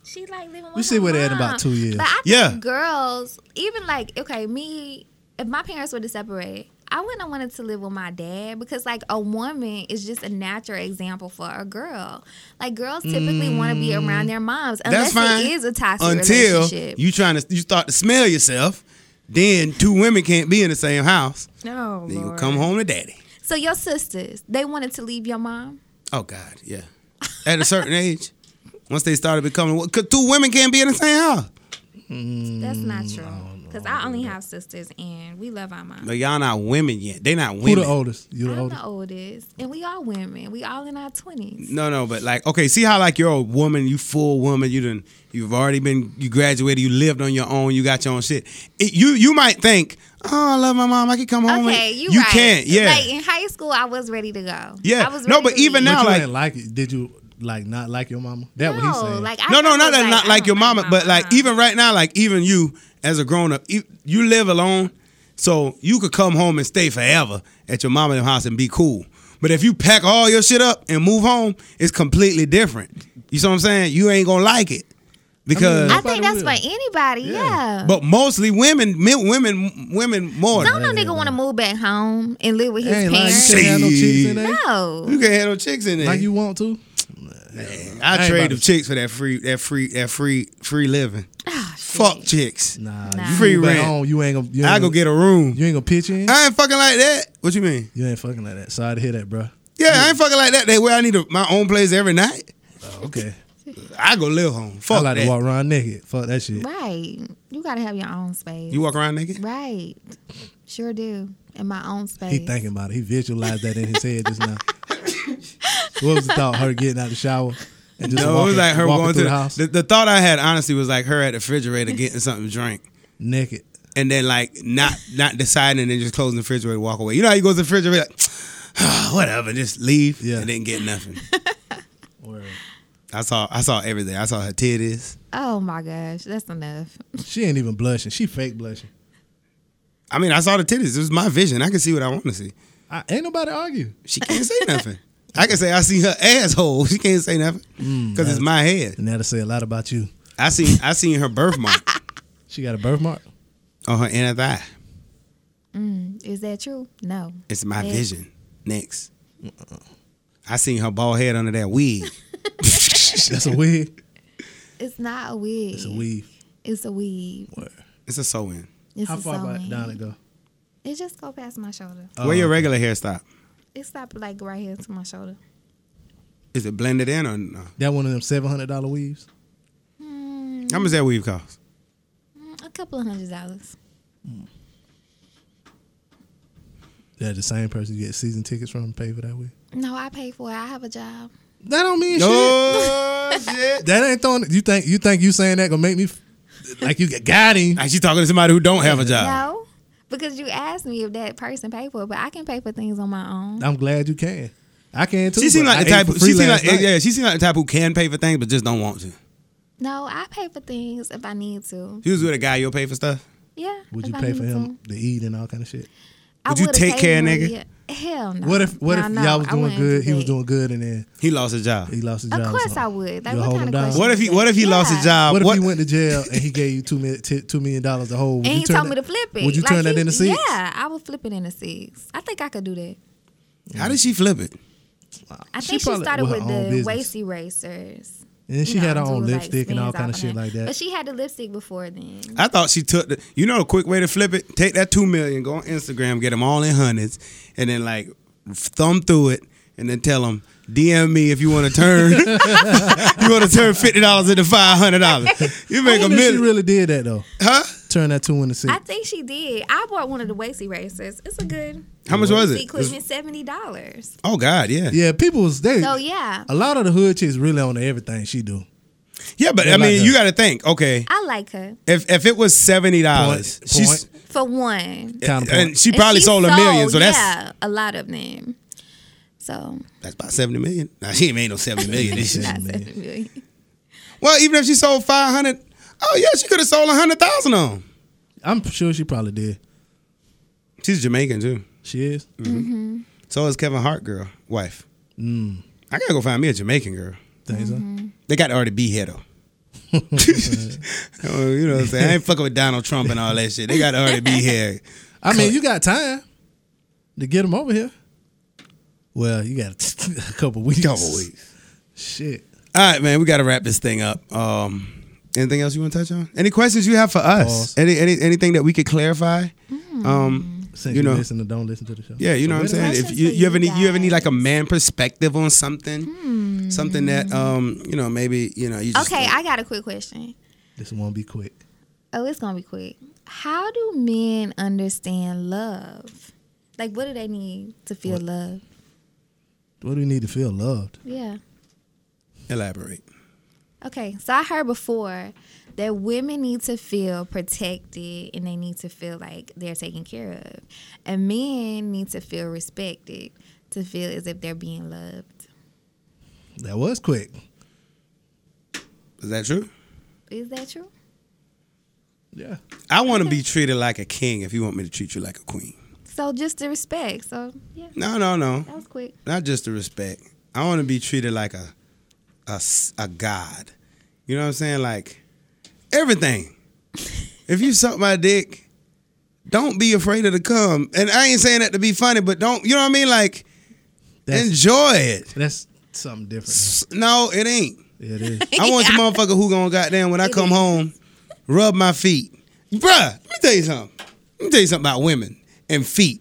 [SPEAKER 2] She like living with.
[SPEAKER 3] We see
[SPEAKER 2] her
[SPEAKER 3] where they at in
[SPEAKER 2] mom.
[SPEAKER 3] about two years.
[SPEAKER 2] But I think
[SPEAKER 1] Yeah.
[SPEAKER 2] girls, even like okay, me, if my parents were to separate, I wouldn't have wanted to live with my dad because like a woman is just a natural example for a girl. Like girls typically want to be
[SPEAKER 3] Mm.
[SPEAKER 2] around their moms
[SPEAKER 1] That's
[SPEAKER 2] unless
[SPEAKER 1] fine.
[SPEAKER 2] it is a toxic
[SPEAKER 1] Until
[SPEAKER 2] relationship.
[SPEAKER 1] you trying to you start to smell yourself, then two women can't be in the same house.
[SPEAKER 2] no,
[SPEAKER 1] Then you
[SPEAKER 2] Lord.
[SPEAKER 1] come home to daddy.
[SPEAKER 2] So your sisters, they wanted to leave your mom.
[SPEAKER 1] Oh God, yeah. At a certain age, once they started becoming, cause two women can't be in the same house. oh,
[SPEAKER 2] That's not true. Because I only have sisters and we love our moms.
[SPEAKER 1] But y'all not women yet. They not
[SPEAKER 3] Who
[SPEAKER 1] women.
[SPEAKER 3] the oldest? You the
[SPEAKER 2] I'm
[SPEAKER 3] oldest.
[SPEAKER 2] the oldest. And we all women. We all in our 20s.
[SPEAKER 1] No, no, but like, okay, see how like you're a woman, you full woman, you done, you've already been, you graduated, you lived on your own, you got your own shit. It, you you might think, oh, I love my mom, I can come home.
[SPEAKER 2] Okay,
[SPEAKER 1] and-"
[SPEAKER 2] you, right.
[SPEAKER 1] can't, yeah,
[SPEAKER 2] Like in high school, I was ready to go.
[SPEAKER 1] Yeah.
[SPEAKER 2] I was
[SPEAKER 1] No,
[SPEAKER 2] ready
[SPEAKER 1] but
[SPEAKER 2] to
[SPEAKER 1] even
[SPEAKER 2] leave.
[SPEAKER 1] now,
[SPEAKER 3] But you
[SPEAKER 1] like-
[SPEAKER 3] ain't like it. Did you like not like your mama?
[SPEAKER 2] no,
[SPEAKER 3] That what he's saying.
[SPEAKER 2] like I
[SPEAKER 1] no, no,
[SPEAKER 2] was
[SPEAKER 1] not that, not
[SPEAKER 2] I
[SPEAKER 1] like
[SPEAKER 2] don't
[SPEAKER 1] your
[SPEAKER 2] my
[SPEAKER 1] mama, but like even right now, like even you as a grown up, you, you live alone, so you could come home and stay forever at your mama's house and be cool. But if you pack all your shit up and move home, it's completely different. You see what I'm saying? You ain't gonna like it because.
[SPEAKER 2] I think that's for
[SPEAKER 3] Nobody
[SPEAKER 2] anybody. Yeah.
[SPEAKER 1] but mostly women, men, women, women more.
[SPEAKER 2] Don't no nigga want to move back home and live with his
[SPEAKER 3] Hey, like you
[SPEAKER 2] parents.
[SPEAKER 3] can't have no chicks in there.
[SPEAKER 1] You
[SPEAKER 2] no.
[SPEAKER 1] can have no chicks in there.
[SPEAKER 3] Like you want to? I
[SPEAKER 1] I
[SPEAKER 3] ain't
[SPEAKER 1] trade
[SPEAKER 3] about
[SPEAKER 1] them
[SPEAKER 3] to-
[SPEAKER 1] chicks for that free, that free, that free, free living.
[SPEAKER 2] Ah,
[SPEAKER 1] Fuck chicks.
[SPEAKER 3] Nah.
[SPEAKER 2] Nah.
[SPEAKER 3] You
[SPEAKER 1] Free
[SPEAKER 3] move back
[SPEAKER 1] rent.
[SPEAKER 3] Home, you ain't gonna. You ain't
[SPEAKER 1] I go
[SPEAKER 3] gonna-
[SPEAKER 1] get a room.
[SPEAKER 3] You ain't gonna pitch in.
[SPEAKER 1] I ain't fucking like that. What you mean?
[SPEAKER 3] You ain't fucking like that. Sorry to hear that, bro.
[SPEAKER 1] Yeah, I ain't fucking like that. They where I need a, my own place every night.
[SPEAKER 3] Okay.
[SPEAKER 1] I go live home.
[SPEAKER 3] I
[SPEAKER 1] Oh, Fuck
[SPEAKER 3] like
[SPEAKER 1] that.
[SPEAKER 3] to walk around naked. Fuck that shit.
[SPEAKER 2] Right. You got to have your own space.
[SPEAKER 1] You walk around naked.
[SPEAKER 2] right. Sure do. In my own space.
[SPEAKER 3] He thinking about it. He visualized that in his head just now. what was the thought? Her getting out of the shower and just
[SPEAKER 1] No,
[SPEAKER 3] walking,
[SPEAKER 1] it was like her
[SPEAKER 3] walking
[SPEAKER 1] going
[SPEAKER 3] through
[SPEAKER 1] to
[SPEAKER 3] the house
[SPEAKER 1] The, the thought I had honestly was like her at the refrigerator getting something to drink.
[SPEAKER 3] naked.
[SPEAKER 1] and then like not not deciding and then just closing the refrigerator and walk away. You know how you go to the refrigerator, like, whatever, just leave
[SPEAKER 3] Yeah.
[SPEAKER 1] and didn't get nothing.
[SPEAKER 3] Or
[SPEAKER 1] I saw I saw everything. I saw her titties.
[SPEAKER 2] Oh my gosh. That's enough.
[SPEAKER 3] she ain't even blushing. She fake blushing.
[SPEAKER 1] I mean, I saw the titties. It was my vision. I could see what I want to see.
[SPEAKER 3] I, ain't nobody argue.
[SPEAKER 1] She can't say nothing. I can say I see her asshole. She can't say nothing
[SPEAKER 3] Mm,
[SPEAKER 1] because it's my head.
[SPEAKER 3] And that'll say a lot about you.
[SPEAKER 1] I seen I seen her birthmark
[SPEAKER 3] She got a birthmark.
[SPEAKER 1] on her inner thigh.
[SPEAKER 2] Is that true? No.
[SPEAKER 1] It's my
[SPEAKER 2] Yeah.
[SPEAKER 1] vision. Next, I seen her bald head under that wig.
[SPEAKER 3] That's a wig.
[SPEAKER 2] It's not a wig.
[SPEAKER 3] It's a weave.
[SPEAKER 2] It's a weave.
[SPEAKER 1] It's a sew-in.
[SPEAKER 2] It's
[SPEAKER 3] How
[SPEAKER 2] a
[SPEAKER 3] far
[SPEAKER 2] sewing.
[SPEAKER 3] back down it go?
[SPEAKER 2] It just go past my shoulder.
[SPEAKER 3] Oh,
[SPEAKER 1] Where your regular hair stop?
[SPEAKER 2] It stopped like right here to my shoulder.
[SPEAKER 1] Is it blended in or no?
[SPEAKER 3] That one of them seven hundred dollar weaves.
[SPEAKER 1] How much that weave cost?
[SPEAKER 2] Mm, A couple of hundred dollars.
[SPEAKER 3] That the same person you get season tickets from pay for that weave.
[SPEAKER 2] No, I pay for it. I have a job.
[SPEAKER 3] That don't mean
[SPEAKER 1] Oh
[SPEAKER 3] shit.
[SPEAKER 1] shit!
[SPEAKER 3] That ain't throwing. You think you think you saying that gonna make me f- like you got him?
[SPEAKER 1] Like she talking to somebody who don't have a job.
[SPEAKER 2] No, because you asked me if that person paid for it, but I can pay for things on my own.
[SPEAKER 3] I'm glad you can. I can too.
[SPEAKER 1] She seemed
[SPEAKER 3] but I
[SPEAKER 1] like the
[SPEAKER 3] ate
[SPEAKER 1] type.
[SPEAKER 3] for
[SPEAKER 1] Who,
[SPEAKER 3] free
[SPEAKER 1] she seemed like
[SPEAKER 3] last night.
[SPEAKER 1] yeah. She seemed like the type who can pay for things but just don't want to.
[SPEAKER 2] No, I pay for things if I need to.
[SPEAKER 1] She was with a guy. You'll pay for stuff.
[SPEAKER 2] Yeah.
[SPEAKER 3] Would
[SPEAKER 2] if
[SPEAKER 3] you
[SPEAKER 2] I
[SPEAKER 3] pay for
[SPEAKER 2] need
[SPEAKER 3] him to eat and all kind of shit?
[SPEAKER 2] I
[SPEAKER 1] Would you
[SPEAKER 2] would've
[SPEAKER 1] take
[SPEAKER 2] paid
[SPEAKER 1] care of
[SPEAKER 2] him
[SPEAKER 1] nigga?
[SPEAKER 2] if- Hell no.
[SPEAKER 3] What if what
[SPEAKER 2] No,
[SPEAKER 3] if
[SPEAKER 2] no,
[SPEAKER 3] y'all was
[SPEAKER 2] I
[SPEAKER 3] doing
[SPEAKER 2] wouldn't do
[SPEAKER 3] good? He was
[SPEAKER 2] that.
[SPEAKER 3] doing good and then
[SPEAKER 1] He lost his job.
[SPEAKER 3] he lost his
[SPEAKER 2] Of
[SPEAKER 3] job. or
[SPEAKER 2] course
[SPEAKER 3] something.
[SPEAKER 2] I would. Like,
[SPEAKER 3] You'll
[SPEAKER 2] what
[SPEAKER 3] hold
[SPEAKER 2] kind
[SPEAKER 3] him
[SPEAKER 2] of
[SPEAKER 3] down.
[SPEAKER 2] question
[SPEAKER 1] What uh, if he? What if he lost his
[SPEAKER 2] Yeah.
[SPEAKER 1] job?
[SPEAKER 3] What if he went to jail and he gave you two million t- two million dollars a whole? Would
[SPEAKER 2] And
[SPEAKER 3] you
[SPEAKER 2] he
[SPEAKER 3] turn
[SPEAKER 2] told me
[SPEAKER 3] that-
[SPEAKER 2] to flip it.
[SPEAKER 3] Would you
[SPEAKER 2] Like,
[SPEAKER 3] turn that
[SPEAKER 2] he-
[SPEAKER 3] into six?
[SPEAKER 2] Yeah, I would flip it into six. I think I could do that.
[SPEAKER 1] How did she flip it?
[SPEAKER 2] I
[SPEAKER 3] She
[SPEAKER 2] think she,
[SPEAKER 3] probably-
[SPEAKER 2] started
[SPEAKER 3] with
[SPEAKER 2] with,
[SPEAKER 3] her own
[SPEAKER 2] the
[SPEAKER 3] business.
[SPEAKER 2] waist erasers.
[SPEAKER 3] And then she
[SPEAKER 2] You know,
[SPEAKER 3] had her
[SPEAKER 2] do,
[SPEAKER 3] own
[SPEAKER 2] like,
[SPEAKER 3] lipstick and all
[SPEAKER 2] spins
[SPEAKER 3] kind of
[SPEAKER 2] off
[SPEAKER 3] shit like
[SPEAKER 2] But
[SPEAKER 3] that.
[SPEAKER 2] she had the lipstick before then.
[SPEAKER 1] I thought she took the. You know, the quick way to flip it: take that two million, go on Instagram, get them all in hundreds, and then like thumb through it, and then tell them DM me if you want to turn. you want to turn fifty dollars into five hundred dollars. You
[SPEAKER 3] I
[SPEAKER 1] make a
[SPEAKER 3] wonder if she
[SPEAKER 1] million,
[SPEAKER 3] really did that though.
[SPEAKER 1] huh?
[SPEAKER 3] Turn that two into six.
[SPEAKER 2] I think she did. I bought one of the waist erasers. It's a good.
[SPEAKER 1] How much was
[SPEAKER 2] The
[SPEAKER 1] it?
[SPEAKER 2] equipment seventy dollars.
[SPEAKER 1] Oh God, yeah.
[SPEAKER 3] Yeah, people was they.
[SPEAKER 2] So yeah,
[SPEAKER 3] A lot of the hood chicks really on to everything she do.
[SPEAKER 1] Yeah, but
[SPEAKER 3] They
[SPEAKER 1] I
[SPEAKER 3] like
[SPEAKER 1] mean,
[SPEAKER 3] her.
[SPEAKER 1] you got to think. Okay,
[SPEAKER 2] I like her
[SPEAKER 1] if if it was seventy dollars,
[SPEAKER 3] Point,
[SPEAKER 1] she's
[SPEAKER 3] point.
[SPEAKER 2] for one.
[SPEAKER 3] Counterpoint.
[SPEAKER 1] and she probably
[SPEAKER 2] And she
[SPEAKER 1] sold a million, so that's
[SPEAKER 2] yeah, a lot of them. So
[SPEAKER 1] that's about seventy million. Now she ain't made no seventy million. this year.
[SPEAKER 2] not seventy million.
[SPEAKER 1] Well, even if she sold five hundred, oh yeah, she could have sold a hundred thousand on. 'em.
[SPEAKER 3] I'm sure she probably did.
[SPEAKER 1] She's Jamaican too.
[SPEAKER 3] She is.
[SPEAKER 1] So is Kevin Hart, girl, wife. I gotta go find me a Jamaican girl.
[SPEAKER 3] Think so?
[SPEAKER 2] Mm-hmm.
[SPEAKER 1] They got to already be here though. Oh, you know what I'm saying? I ain't fucking with Donald Trump and all that shit. They got to already be here.
[SPEAKER 3] I mean, you got time to get them over here. Well, you got a couple weeks.
[SPEAKER 1] Couple weeks.
[SPEAKER 3] Shit.
[SPEAKER 1] All right, man, we got to wrap this thing up. Um, anything else you want to touch on? Any questions you have for us?
[SPEAKER 3] Pause.
[SPEAKER 1] Any, any anything that we could clarify?
[SPEAKER 2] Hmm.
[SPEAKER 1] Um,
[SPEAKER 3] Since
[SPEAKER 1] you
[SPEAKER 3] you,
[SPEAKER 1] know,
[SPEAKER 3] listen to don't listen to the show.
[SPEAKER 1] yeah, you know what I'm
[SPEAKER 3] So
[SPEAKER 1] saying. If
[SPEAKER 2] Questions
[SPEAKER 1] you
[SPEAKER 2] for
[SPEAKER 1] you ever
[SPEAKER 2] you
[SPEAKER 1] need you ever need like a
[SPEAKER 2] guys. Hmm.
[SPEAKER 1] man perspective on something, something that um you know maybe you know you just
[SPEAKER 2] Okay, I got a quick question.
[SPEAKER 3] This won't be quick.
[SPEAKER 2] Oh, it's gonna be quick. How do men understand love? Like, what do they need to feel love?
[SPEAKER 3] What do we need to feel loved?
[SPEAKER 2] Yeah.
[SPEAKER 1] Elaborate.
[SPEAKER 2] Okay, so I heard before that women need to feel protected and they need to feel like they're taken care of, and men need to feel respected to feel as if they're being loved.
[SPEAKER 3] That was quick.
[SPEAKER 1] Is that true?
[SPEAKER 2] Is that true?
[SPEAKER 3] Yeah.
[SPEAKER 1] I want to be treated like a king if you want me to treat you like a queen.
[SPEAKER 2] So just the respect. So yeah,
[SPEAKER 1] No, no, no.
[SPEAKER 2] that was quick.
[SPEAKER 1] Not just the respect. I want to be treated like a, a, s- a god. You know what I'm saying? Like everything. if you suck my dick, don't be afraid of the cum. And I ain't saying that to be funny, but don't, you know what I mean? Like
[SPEAKER 3] That's
[SPEAKER 1] enjoy it.
[SPEAKER 3] that's something different.
[SPEAKER 1] S- No, it ain't.
[SPEAKER 3] It is.
[SPEAKER 1] I want the motherfucker who gonna goddamn when I come home, rub my feet. Bruh, let me tell you something. Let me tell you something about women and feet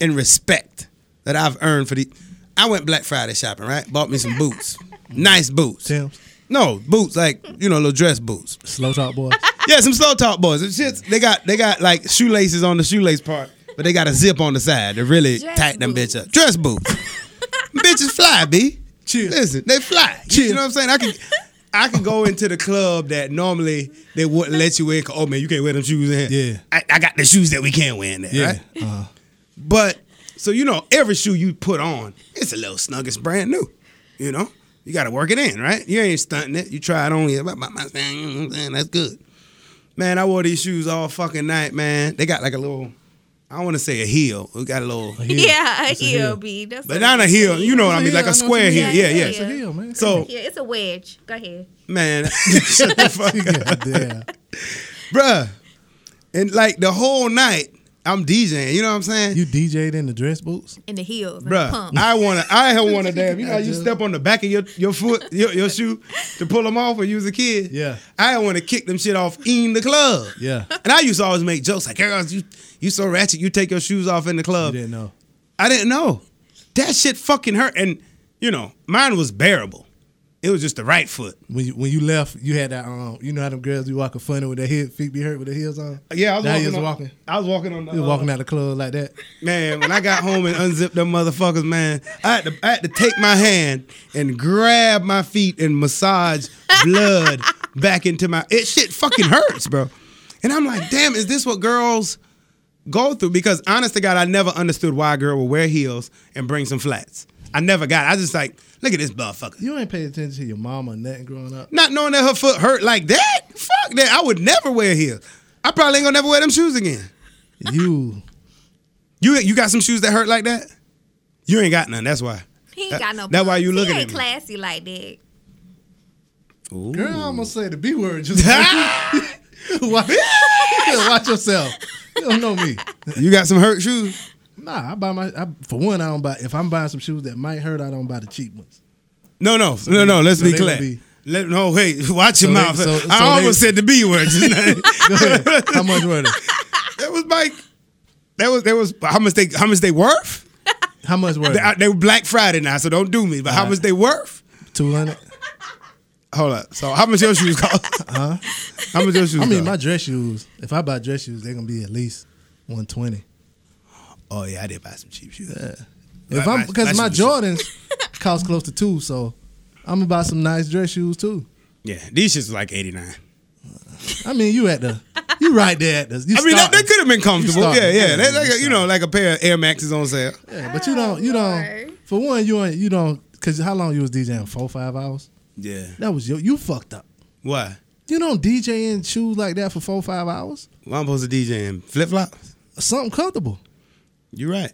[SPEAKER 1] and respect that I've earned for the I went Black Friday shopping, right? Bought me some boots. Nice boots.
[SPEAKER 3] Tim,
[SPEAKER 1] No, boots like, you know, little dress boots.
[SPEAKER 3] slow talk boys.
[SPEAKER 1] Yeah, some slow talk boys. Some shits, they got they got like shoelaces on the shoelace part, but they got a zip on the side to really
[SPEAKER 2] Dress
[SPEAKER 1] tighten them
[SPEAKER 2] boots.
[SPEAKER 1] bitch up. Dress boots. Bitches fly, B.
[SPEAKER 3] Chill.
[SPEAKER 1] Listen, they fly. You know what I'm saying? I can I can go into the club that normally they wouldn't let you in. 'cause, Oh man, you can't wear them shoes in here.
[SPEAKER 3] Yeah.
[SPEAKER 1] I, I got the shoes that we can wear in there.
[SPEAKER 3] Yeah.
[SPEAKER 1] Right?
[SPEAKER 3] Uh,
[SPEAKER 1] But so you know, every shoe you put on, it's a little snug. It's brand new. You know, you got to work it in, right? You ain't stunting it. You try it on. You know what I'm saying? That's good. Man, I wore these shoes all fucking night, man. They got like a little. I don't want to say a heel. We got a little,
[SPEAKER 3] Yeah,
[SPEAKER 2] Yeah,
[SPEAKER 3] it's a
[SPEAKER 2] a
[SPEAKER 3] heel.
[SPEAKER 2] will be. That's
[SPEAKER 1] but not a heel. You know what I mean? Like
[SPEAKER 3] Yeah,
[SPEAKER 1] a
[SPEAKER 3] I know what
[SPEAKER 1] square
[SPEAKER 3] you
[SPEAKER 1] heel.
[SPEAKER 3] mean.
[SPEAKER 1] Yeah,
[SPEAKER 3] It's a
[SPEAKER 1] yeah.
[SPEAKER 3] heel, man.
[SPEAKER 1] So
[SPEAKER 2] Yeah, it's a wedge. Go ahead.
[SPEAKER 1] man, shut the fuck up.
[SPEAKER 3] yeah.
[SPEAKER 1] bruh. And like the whole night, I'm DJing. You know what I'm saying?
[SPEAKER 3] You DJ'd in the dress boots?
[SPEAKER 2] And the heels. And the
[SPEAKER 1] Bruh,
[SPEAKER 2] pump.
[SPEAKER 1] I wanna, I have wanna damn. You know, how you
[SPEAKER 3] Just-
[SPEAKER 1] step on the back of your your foot, your, your shoe, to pull them off when you was a kid.
[SPEAKER 3] Yeah.
[SPEAKER 1] I wanna kick them shit off in the club.
[SPEAKER 3] Yeah.
[SPEAKER 1] and I used to always make jokes like, "Girls, you you so ratchet, you take your shoes off in the
[SPEAKER 3] You
[SPEAKER 1] club."
[SPEAKER 3] didn't know.
[SPEAKER 1] I didn't know. That shit fucking hurt, and you know, mine was bearable. It was just the right foot.
[SPEAKER 3] When you when you left, you had that um you know how them girls be walking funny with their head feet be hurt with their heels on?
[SPEAKER 1] Yeah, I was
[SPEAKER 3] Now
[SPEAKER 1] walking.
[SPEAKER 3] you was
[SPEAKER 1] on,
[SPEAKER 3] walking.
[SPEAKER 1] I was walking on. The,
[SPEAKER 3] You
[SPEAKER 1] uh,
[SPEAKER 3] was walking out the club like that.
[SPEAKER 1] Man, when I got home and unzipped them motherfuckers, man, I had to I had to take my hand and grab my feet and massage blood back into my it shit fucking hurts, bro. And I'm like, damn, is this what girls go through? Because honest to God, I never understood why a girl would wear heels and bring some flats. I never got it. I just like, look at this motherfucker.
[SPEAKER 3] You ain't paid attention to your mama or nothing growing up.
[SPEAKER 1] Not knowing that her foot hurt like that, fuck that. I would never wear heels. I probably ain't gonna never wear them shoes again.
[SPEAKER 3] You
[SPEAKER 1] You you got some shoes that hurt like that? You ain't got none. That's why.
[SPEAKER 2] He ain't
[SPEAKER 1] That-
[SPEAKER 2] got no.
[SPEAKER 1] that why you
[SPEAKER 2] boots.
[SPEAKER 1] looking
[SPEAKER 2] he
[SPEAKER 1] at
[SPEAKER 2] ain't
[SPEAKER 1] me.
[SPEAKER 2] classy like that.
[SPEAKER 3] girl, I almost say the B word just watch, watch yourself. You don't know me.
[SPEAKER 1] you got some hurt shoes.
[SPEAKER 3] Nah, I buy my. I, for one, I don't buy. If I'm buying some shoes that might hurt, I don't buy the cheap ones.
[SPEAKER 1] No, no, no, no. Let's
[SPEAKER 3] so
[SPEAKER 1] be
[SPEAKER 3] they gonna
[SPEAKER 1] clear.
[SPEAKER 3] be-
[SPEAKER 1] Let, no, hey, watch your
[SPEAKER 3] So they-
[SPEAKER 1] mouth.
[SPEAKER 3] so- so
[SPEAKER 1] I almost
[SPEAKER 3] they-
[SPEAKER 1] said the B word. just now.
[SPEAKER 3] Go ahead. How much were they?
[SPEAKER 1] that was like that was that was how much they how much they worth?
[SPEAKER 3] How much were
[SPEAKER 1] They,
[SPEAKER 3] they?
[SPEAKER 1] I- they were Black Friday now, so don't do me. But how much they worth?
[SPEAKER 3] Two hundred.
[SPEAKER 1] Hold up. So how much your shoes cost? Huh? How much your shoes?
[SPEAKER 3] I mean, my
[SPEAKER 1] cost?
[SPEAKER 3] dress shoes. If I buy dress shoes, they're gonna be at least one twenty.
[SPEAKER 1] oh yeah, I did buy some cheap shoes.
[SPEAKER 3] If
[SPEAKER 1] My-
[SPEAKER 3] I'm
[SPEAKER 1] my-
[SPEAKER 3] because
[SPEAKER 1] my
[SPEAKER 3] my
[SPEAKER 1] shoes-
[SPEAKER 3] Jordans cost close to two, so I'm gonna buy some nice dress shoes too.
[SPEAKER 1] Yeah, these shits were like eighty nine.
[SPEAKER 3] I mean, you at the, you right there at the. You
[SPEAKER 1] I mean, that,
[SPEAKER 3] starting.
[SPEAKER 1] that could have been comfortable.
[SPEAKER 3] starting.
[SPEAKER 1] Yeah, yeah.
[SPEAKER 3] Yeah,
[SPEAKER 1] They, like
[SPEAKER 3] you
[SPEAKER 1] a, you know, like a pair of Air Maxes on sale.
[SPEAKER 3] Yeah, but you don't, you
[SPEAKER 2] Lord.
[SPEAKER 3] don't. For one, you ain't, you don't, cause how long you was DJing? Four, five hours.
[SPEAKER 1] Yeah.
[SPEAKER 3] That was your, you fucked up.
[SPEAKER 1] Why?
[SPEAKER 3] You don't DJ in shoes like that for four, five hours.
[SPEAKER 1] Why I'm supposed to DJ in flip flops?
[SPEAKER 3] Something comfortable.
[SPEAKER 1] You right.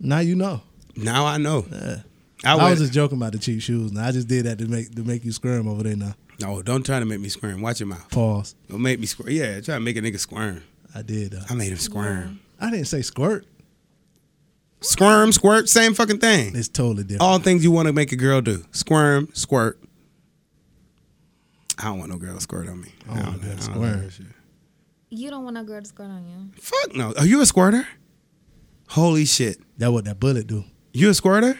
[SPEAKER 3] Now you know.
[SPEAKER 1] Now I know.
[SPEAKER 3] Uh, I,
[SPEAKER 1] I, wear-
[SPEAKER 3] was just joking about the cheap shoes. Now I just did that to make to make you squirm over there. Now
[SPEAKER 1] No, don't try to make me squirm. Watch your mouth.
[SPEAKER 3] pause.
[SPEAKER 1] Don't make me squirm. Yeah, try to make a nigga squirm.
[SPEAKER 3] I did. Uh,
[SPEAKER 1] I made him squirm.
[SPEAKER 3] I didn't say squirt.
[SPEAKER 1] Squirm, squirt, same fucking thing.
[SPEAKER 3] It's totally different.
[SPEAKER 1] All things you want to make a girl do. Squirm, squirt. I don't want no girl to squirt on me.
[SPEAKER 3] I don't want a girl to
[SPEAKER 1] I don't like
[SPEAKER 3] squirm.
[SPEAKER 1] that shit.
[SPEAKER 2] You don't want a girl to squirt on you.
[SPEAKER 1] Fuck no. Are you a squirter? Holy shit.
[SPEAKER 3] That what that bullet do.
[SPEAKER 1] You a squirter?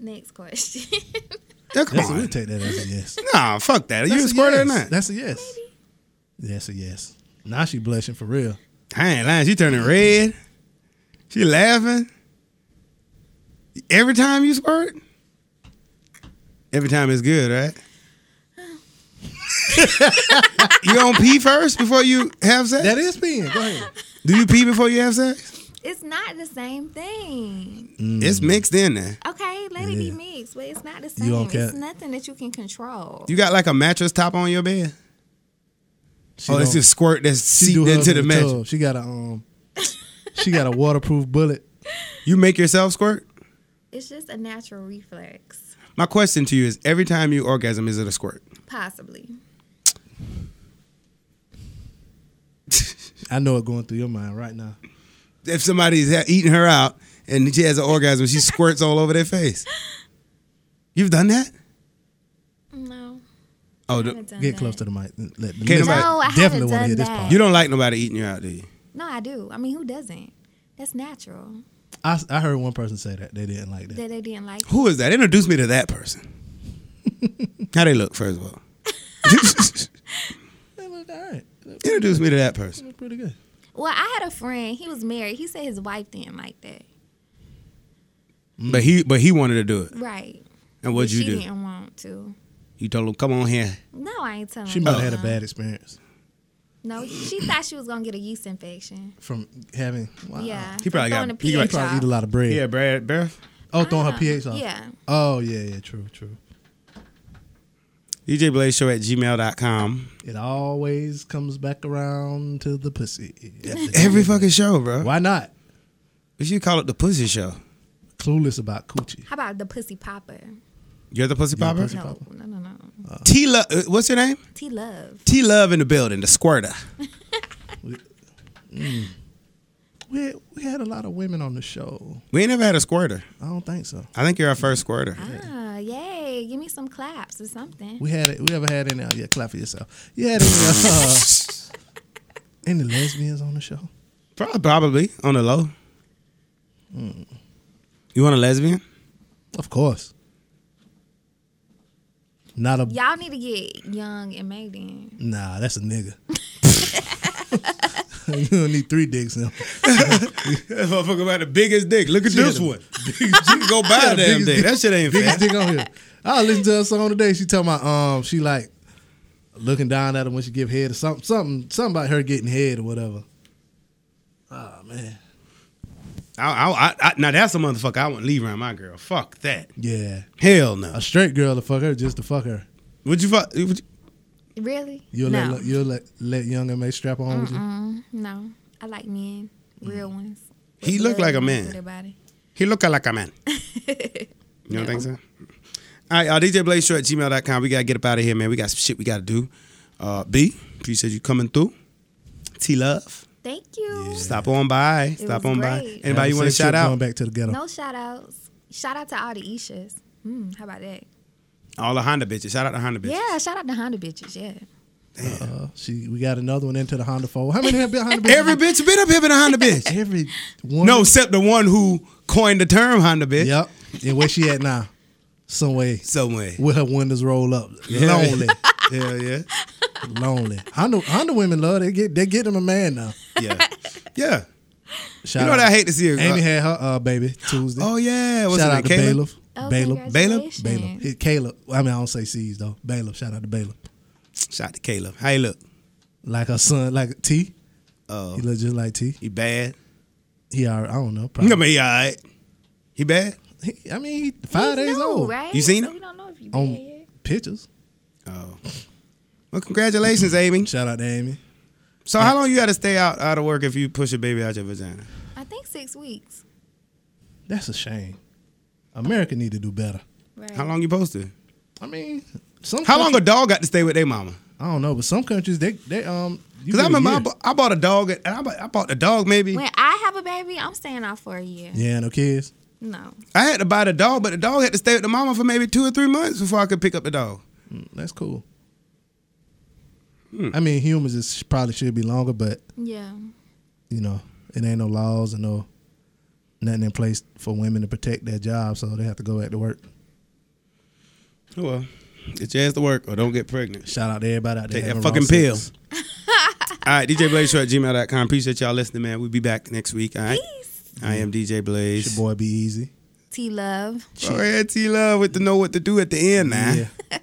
[SPEAKER 2] Next question.
[SPEAKER 1] Yeah, come
[SPEAKER 3] That's we
[SPEAKER 1] on.
[SPEAKER 3] take that as a yes.
[SPEAKER 1] Nah, fuck that. Are you
[SPEAKER 3] That's
[SPEAKER 1] a squirter
[SPEAKER 3] yes.
[SPEAKER 1] or not?
[SPEAKER 3] That's a yes. That's a yes. Now she blushing for real.
[SPEAKER 1] I ain't lying. She turning red. She laughing. Every time you squirt? Every time it's good, right? you don't pee first before you have sex?
[SPEAKER 3] That is peeing. Go ahead.
[SPEAKER 1] Do you pee before you have sex?
[SPEAKER 2] It's not the same thing.
[SPEAKER 1] It's mixed in there.
[SPEAKER 2] Okay, let it be mixed, but it's not the same.
[SPEAKER 3] don't
[SPEAKER 2] It's
[SPEAKER 3] care.
[SPEAKER 2] nothing that you can control.
[SPEAKER 1] You got like a mattress top on your bed?
[SPEAKER 3] She
[SPEAKER 1] oh, it's
[SPEAKER 3] don't-
[SPEAKER 1] just squirt that's
[SPEAKER 3] she do
[SPEAKER 1] seeped
[SPEAKER 3] hers
[SPEAKER 1] into
[SPEAKER 3] in
[SPEAKER 1] the
[SPEAKER 3] tub.
[SPEAKER 1] mattress.
[SPEAKER 3] She got a um, she got a waterproof bullet.
[SPEAKER 1] You make yourself squirt?
[SPEAKER 2] It's just a natural reflex,
[SPEAKER 1] My question to you is every time you orgasm, is it a squirt?
[SPEAKER 2] possibly.
[SPEAKER 3] I know it going through your mind right now.
[SPEAKER 1] if somebody's ha- eating her out and she has an orgasm, she squirts all over their face. You've done that?
[SPEAKER 2] No.
[SPEAKER 1] Oh,
[SPEAKER 2] I
[SPEAKER 1] th-
[SPEAKER 2] haven't done
[SPEAKER 3] Get
[SPEAKER 2] that.
[SPEAKER 3] close to the mic. Let the
[SPEAKER 1] Can't
[SPEAKER 3] listeners
[SPEAKER 1] nobody-
[SPEAKER 2] No, I
[SPEAKER 3] definitely
[SPEAKER 2] haven't
[SPEAKER 3] wanna
[SPEAKER 2] done
[SPEAKER 3] hear this
[SPEAKER 2] that.
[SPEAKER 3] part.
[SPEAKER 1] you don't like nobody eating you out, do you?
[SPEAKER 2] No, I do. I mean, who doesn't? That's natural
[SPEAKER 3] I, I heard one person say that they didn't like that.
[SPEAKER 2] that they didn't like.
[SPEAKER 1] Who is that? Introduce me to that person. How they look, first of all.
[SPEAKER 3] That looked all right. That
[SPEAKER 1] Introduce me to that person.
[SPEAKER 3] looked pretty good.
[SPEAKER 2] Well, I had a friend. He was married. He said his wife didn't like that.
[SPEAKER 1] But he but he wanted to do it.
[SPEAKER 2] Right.
[SPEAKER 1] And what'd you
[SPEAKER 2] she
[SPEAKER 1] do?
[SPEAKER 2] didn't want to.
[SPEAKER 1] You told him, come on here.
[SPEAKER 2] No, I ain't telling.
[SPEAKER 3] She might
[SPEAKER 2] you
[SPEAKER 3] have had
[SPEAKER 2] no.
[SPEAKER 3] a bad experience
[SPEAKER 2] No, she thought she was gonna get a yeast infection.
[SPEAKER 3] from having. Wow.
[SPEAKER 2] Yeah.
[SPEAKER 1] He probably
[SPEAKER 2] Throwing
[SPEAKER 1] got-
[SPEAKER 2] the
[SPEAKER 1] he
[SPEAKER 3] She
[SPEAKER 1] probably
[SPEAKER 2] pH
[SPEAKER 3] probably
[SPEAKER 2] off.
[SPEAKER 3] eat a lot of bread.
[SPEAKER 1] Yeah, Brad, Beth.
[SPEAKER 3] Oh, throwing her
[SPEAKER 2] Ah,
[SPEAKER 3] pH off.
[SPEAKER 2] yeah.
[SPEAKER 3] Oh yeah, yeah. True, true.
[SPEAKER 1] DJ Blaze Show at gmail.com.
[SPEAKER 3] It always comes back around to the pussy.
[SPEAKER 1] Every fucking show, bro.
[SPEAKER 3] Why not?
[SPEAKER 1] We should call it the Pussy Show.
[SPEAKER 3] Clueless about coochie.
[SPEAKER 2] How about the pussy popper?
[SPEAKER 1] You're the Pussy Popper?
[SPEAKER 3] Pussy-
[SPEAKER 2] No,
[SPEAKER 3] popper?
[SPEAKER 2] no, no, no.
[SPEAKER 1] T Love, what's your name?
[SPEAKER 2] T love.
[SPEAKER 1] T Love in the building, the squirter.
[SPEAKER 3] We we had a lot of women on the show.
[SPEAKER 1] We ain't never had a squirter.
[SPEAKER 3] I don't think so.
[SPEAKER 1] I think you're our first squirter.
[SPEAKER 2] Ah, yay! Give me some claps or something.
[SPEAKER 3] We had it. We ever had any? oh, Yeah, clap for yourself. You had any? Uh, any lesbians on the show?
[SPEAKER 1] Prob- Probably on the low. You want a lesbian?
[SPEAKER 3] Of course. Not a
[SPEAKER 2] Y'all need to get young and made in.
[SPEAKER 3] nah. That's a nigga. you don't need three dicks now.
[SPEAKER 1] That motherfucker about the biggest dick. Look at this one. you can go buy a damn
[SPEAKER 3] biggest
[SPEAKER 1] dick.
[SPEAKER 3] dick.
[SPEAKER 1] That shit ain't
[SPEAKER 3] biggest
[SPEAKER 1] fat.
[SPEAKER 3] dick on here. I listened to her song today. She talking about um she like looking down at him when she give head or something something something about her getting head or whatever.
[SPEAKER 1] Ah,
[SPEAKER 3] Oh man.
[SPEAKER 1] I, I, I, I, now that's a motherfucker I wouldn't leave around my girl. Fuck that.
[SPEAKER 3] Yeah.
[SPEAKER 1] Hell
[SPEAKER 3] A
[SPEAKER 1] no.
[SPEAKER 3] straight girl to fuck her just to fuck her.
[SPEAKER 1] Would you fuck? Would you,
[SPEAKER 2] Really?
[SPEAKER 3] You'll
[SPEAKER 2] no, Mm-hmm.
[SPEAKER 3] let you'll let let young and may strap on with you.
[SPEAKER 2] no. I like men, real ones.
[SPEAKER 1] Mm. He
[SPEAKER 2] With
[SPEAKER 1] look
[SPEAKER 2] love
[SPEAKER 1] like a
[SPEAKER 2] and
[SPEAKER 1] man.
[SPEAKER 2] for their body.
[SPEAKER 1] he look like a man. You don't think so? All right, uh, DJ Blaze Show at gmail.com. We got to get up out of here, man. We got some shit we got to do. Uh, B, appreciate you coming through. T Love.
[SPEAKER 2] Thank you.
[SPEAKER 1] Stop on by. Stop
[SPEAKER 2] was
[SPEAKER 1] on by.
[SPEAKER 2] great.
[SPEAKER 1] Anybody you want to
[SPEAKER 3] Said she
[SPEAKER 1] shout
[SPEAKER 3] was
[SPEAKER 1] out?
[SPEAKER 3] Going back to the ghetto.
[SPEAKER 2] No shout outs. Shout out to all the Ishas. Hmm, how about that?
[SPEAKER 1] All the Honda bitches. Shout out to Honda bitches.
[SPEAKER 2] Yeah, shout out to Honda bitches. Yeah.
[SPEAKER 3] Uh, she we got another one into the Honda Fold. How many have been Honda?
[SPEAKER 1] Every bitch been up here been a Honda bitch.
[SPEAKER 3] every one.
[SPEAKER 1] No, except the one who coined the term Honda bitch.
[SPEAKER 3] Yep. And where she at now? Some way
[SPEAKER 1] Somewhere.
[SPEAKER 3] with her windows roll up,
[SPEAKER 1] Yeah.
[SPEAKER 3] lonely.
[SPEAKER 1] Hell yeah.
[SPEAKER 3] lonely. Honda, Honda women love they get they get them a man now.
[SPEAKER 1] Yeah. Yeah.
[SPEAKER 3] Shout
[SPEAKER 1] You know what I hate to see her-
[SPEAKER 3] Amy had her uh, baby Tuesday.
[SPEAKER 1] Oh yeah. What's
[SPEAKER 3] shout
[SPEAKER 1] her
[SPEAKER 3] out to
[SPEAKER 1] name? Caleb?
[SPEAKER 3] Bailiff.
[SPEAKER 2] Oh,
[SPEAKER 3] Bailiff.
[SPEAKER 2] congratulations.
[SPEAKER 3] Bailiff. Hit Caleb. I mean I don't say C's though. Bailiff. Shout out to Bailiff.
[SPEAKER 1] Shout out to Caleb. How you look?
[SPEAKER 3] Like her son, like T.
[SPEAKER 1] Oh,
[SPEAKER 3] He look just like T.
[SPEAKER 1] he bad.
[SPEAKER 3] He are I don't know.
[SPEAKER 1] You
[SPEAKER 3] Probably.
[SPEAKER 1] know he all right. He bad?
[SPEAKER 3] He- I mean he five
[SPEAKER 2] He's
[SPEAKER 3] days
[SPEAKER 2] new,
[SPEAKER 3] old.
[SPEAKER 2] right?
[SPEAKER 1] Ah, You seen
[SPEAKER 2] So
[SPEAKER 1] him?
[SPEAKER 2] We don't know if you
[SPEAKER 3] On
[SPEAKER 2] did yet.
[SPEAKER 3] pictures.
[SPEAKER 1] Oh. Well, congratulations, Amy.
[SPEAKER 3] Shout out to Amy.
[SPEAKER 1] So how long you gotta stay out out of work if you push a baby out your vagina?
[SPEAKER 2] I think six weeks.
[SPEAKER 3] That's a shame. America need to do better.
[SPEAKER 2] Right.
[SPEAKER 1] How long you supposed to?
[SPEAKER 3] I mean, some
[SPEAKER 1] How long a
[SPEAKER 3] countries-
[SPEAKER 1] dog got to stay with their mama?
[SPEAKER 3] I don't know, but some countries they they um. you
[SPEAKER 1] Because I
[SPEAKER 3] get a
[SPEAKER 1] remember I
[SPEAKER 3] year.
[SPEAKER 1] bought, I bought a dog and I bought, I bought the dog maybe.
[SPEAKER 2] When I have a baby, I'm staying out for a year.
[SPEAKER 3] Yeah, no kids.
[SPEAKER 2] No.
[SPEAKER 1] I had to buy the dog, but the dog had to stay with the mama for maybe two or three months before I could pick up the dog.
[SPEAKER 3] Mm, That's cool.
[SPEAKER 1] Hmm.
[SPEAKER 3] I mean, humans is probably should be longer, but
[SPEAKER 2] Yeah.
[SPEAKER 3] you know, it ain't no laws and no nothing in place for women to protect their job, so they have to go back to work.
[SPEAKER 1] Oh well, get your ass to work or don't get pregnant.
[SPEAKER 3] Shout out to everybody out there.
[SPEAKER 1] Take that
[SPEAKER 3] having raw
[SPEAKER 1] fucking
[SPEAKER 3] sex.
[SPEAKER 1] All right, DJ Blaze Show at gmail.com. Appreciate y'all listening, man. We'll be back next week. All right. I am DJ
[SPEAKER 3] Your
[SPEAKER 1] Blaze.
[SPEAKER 3] boy be easy.
[SPEAKER 2] T Love.
[SPEAKER 1] Oh, yeah, T Love with the know what to do at the end, man.
[SPEAKER 3] Yeah.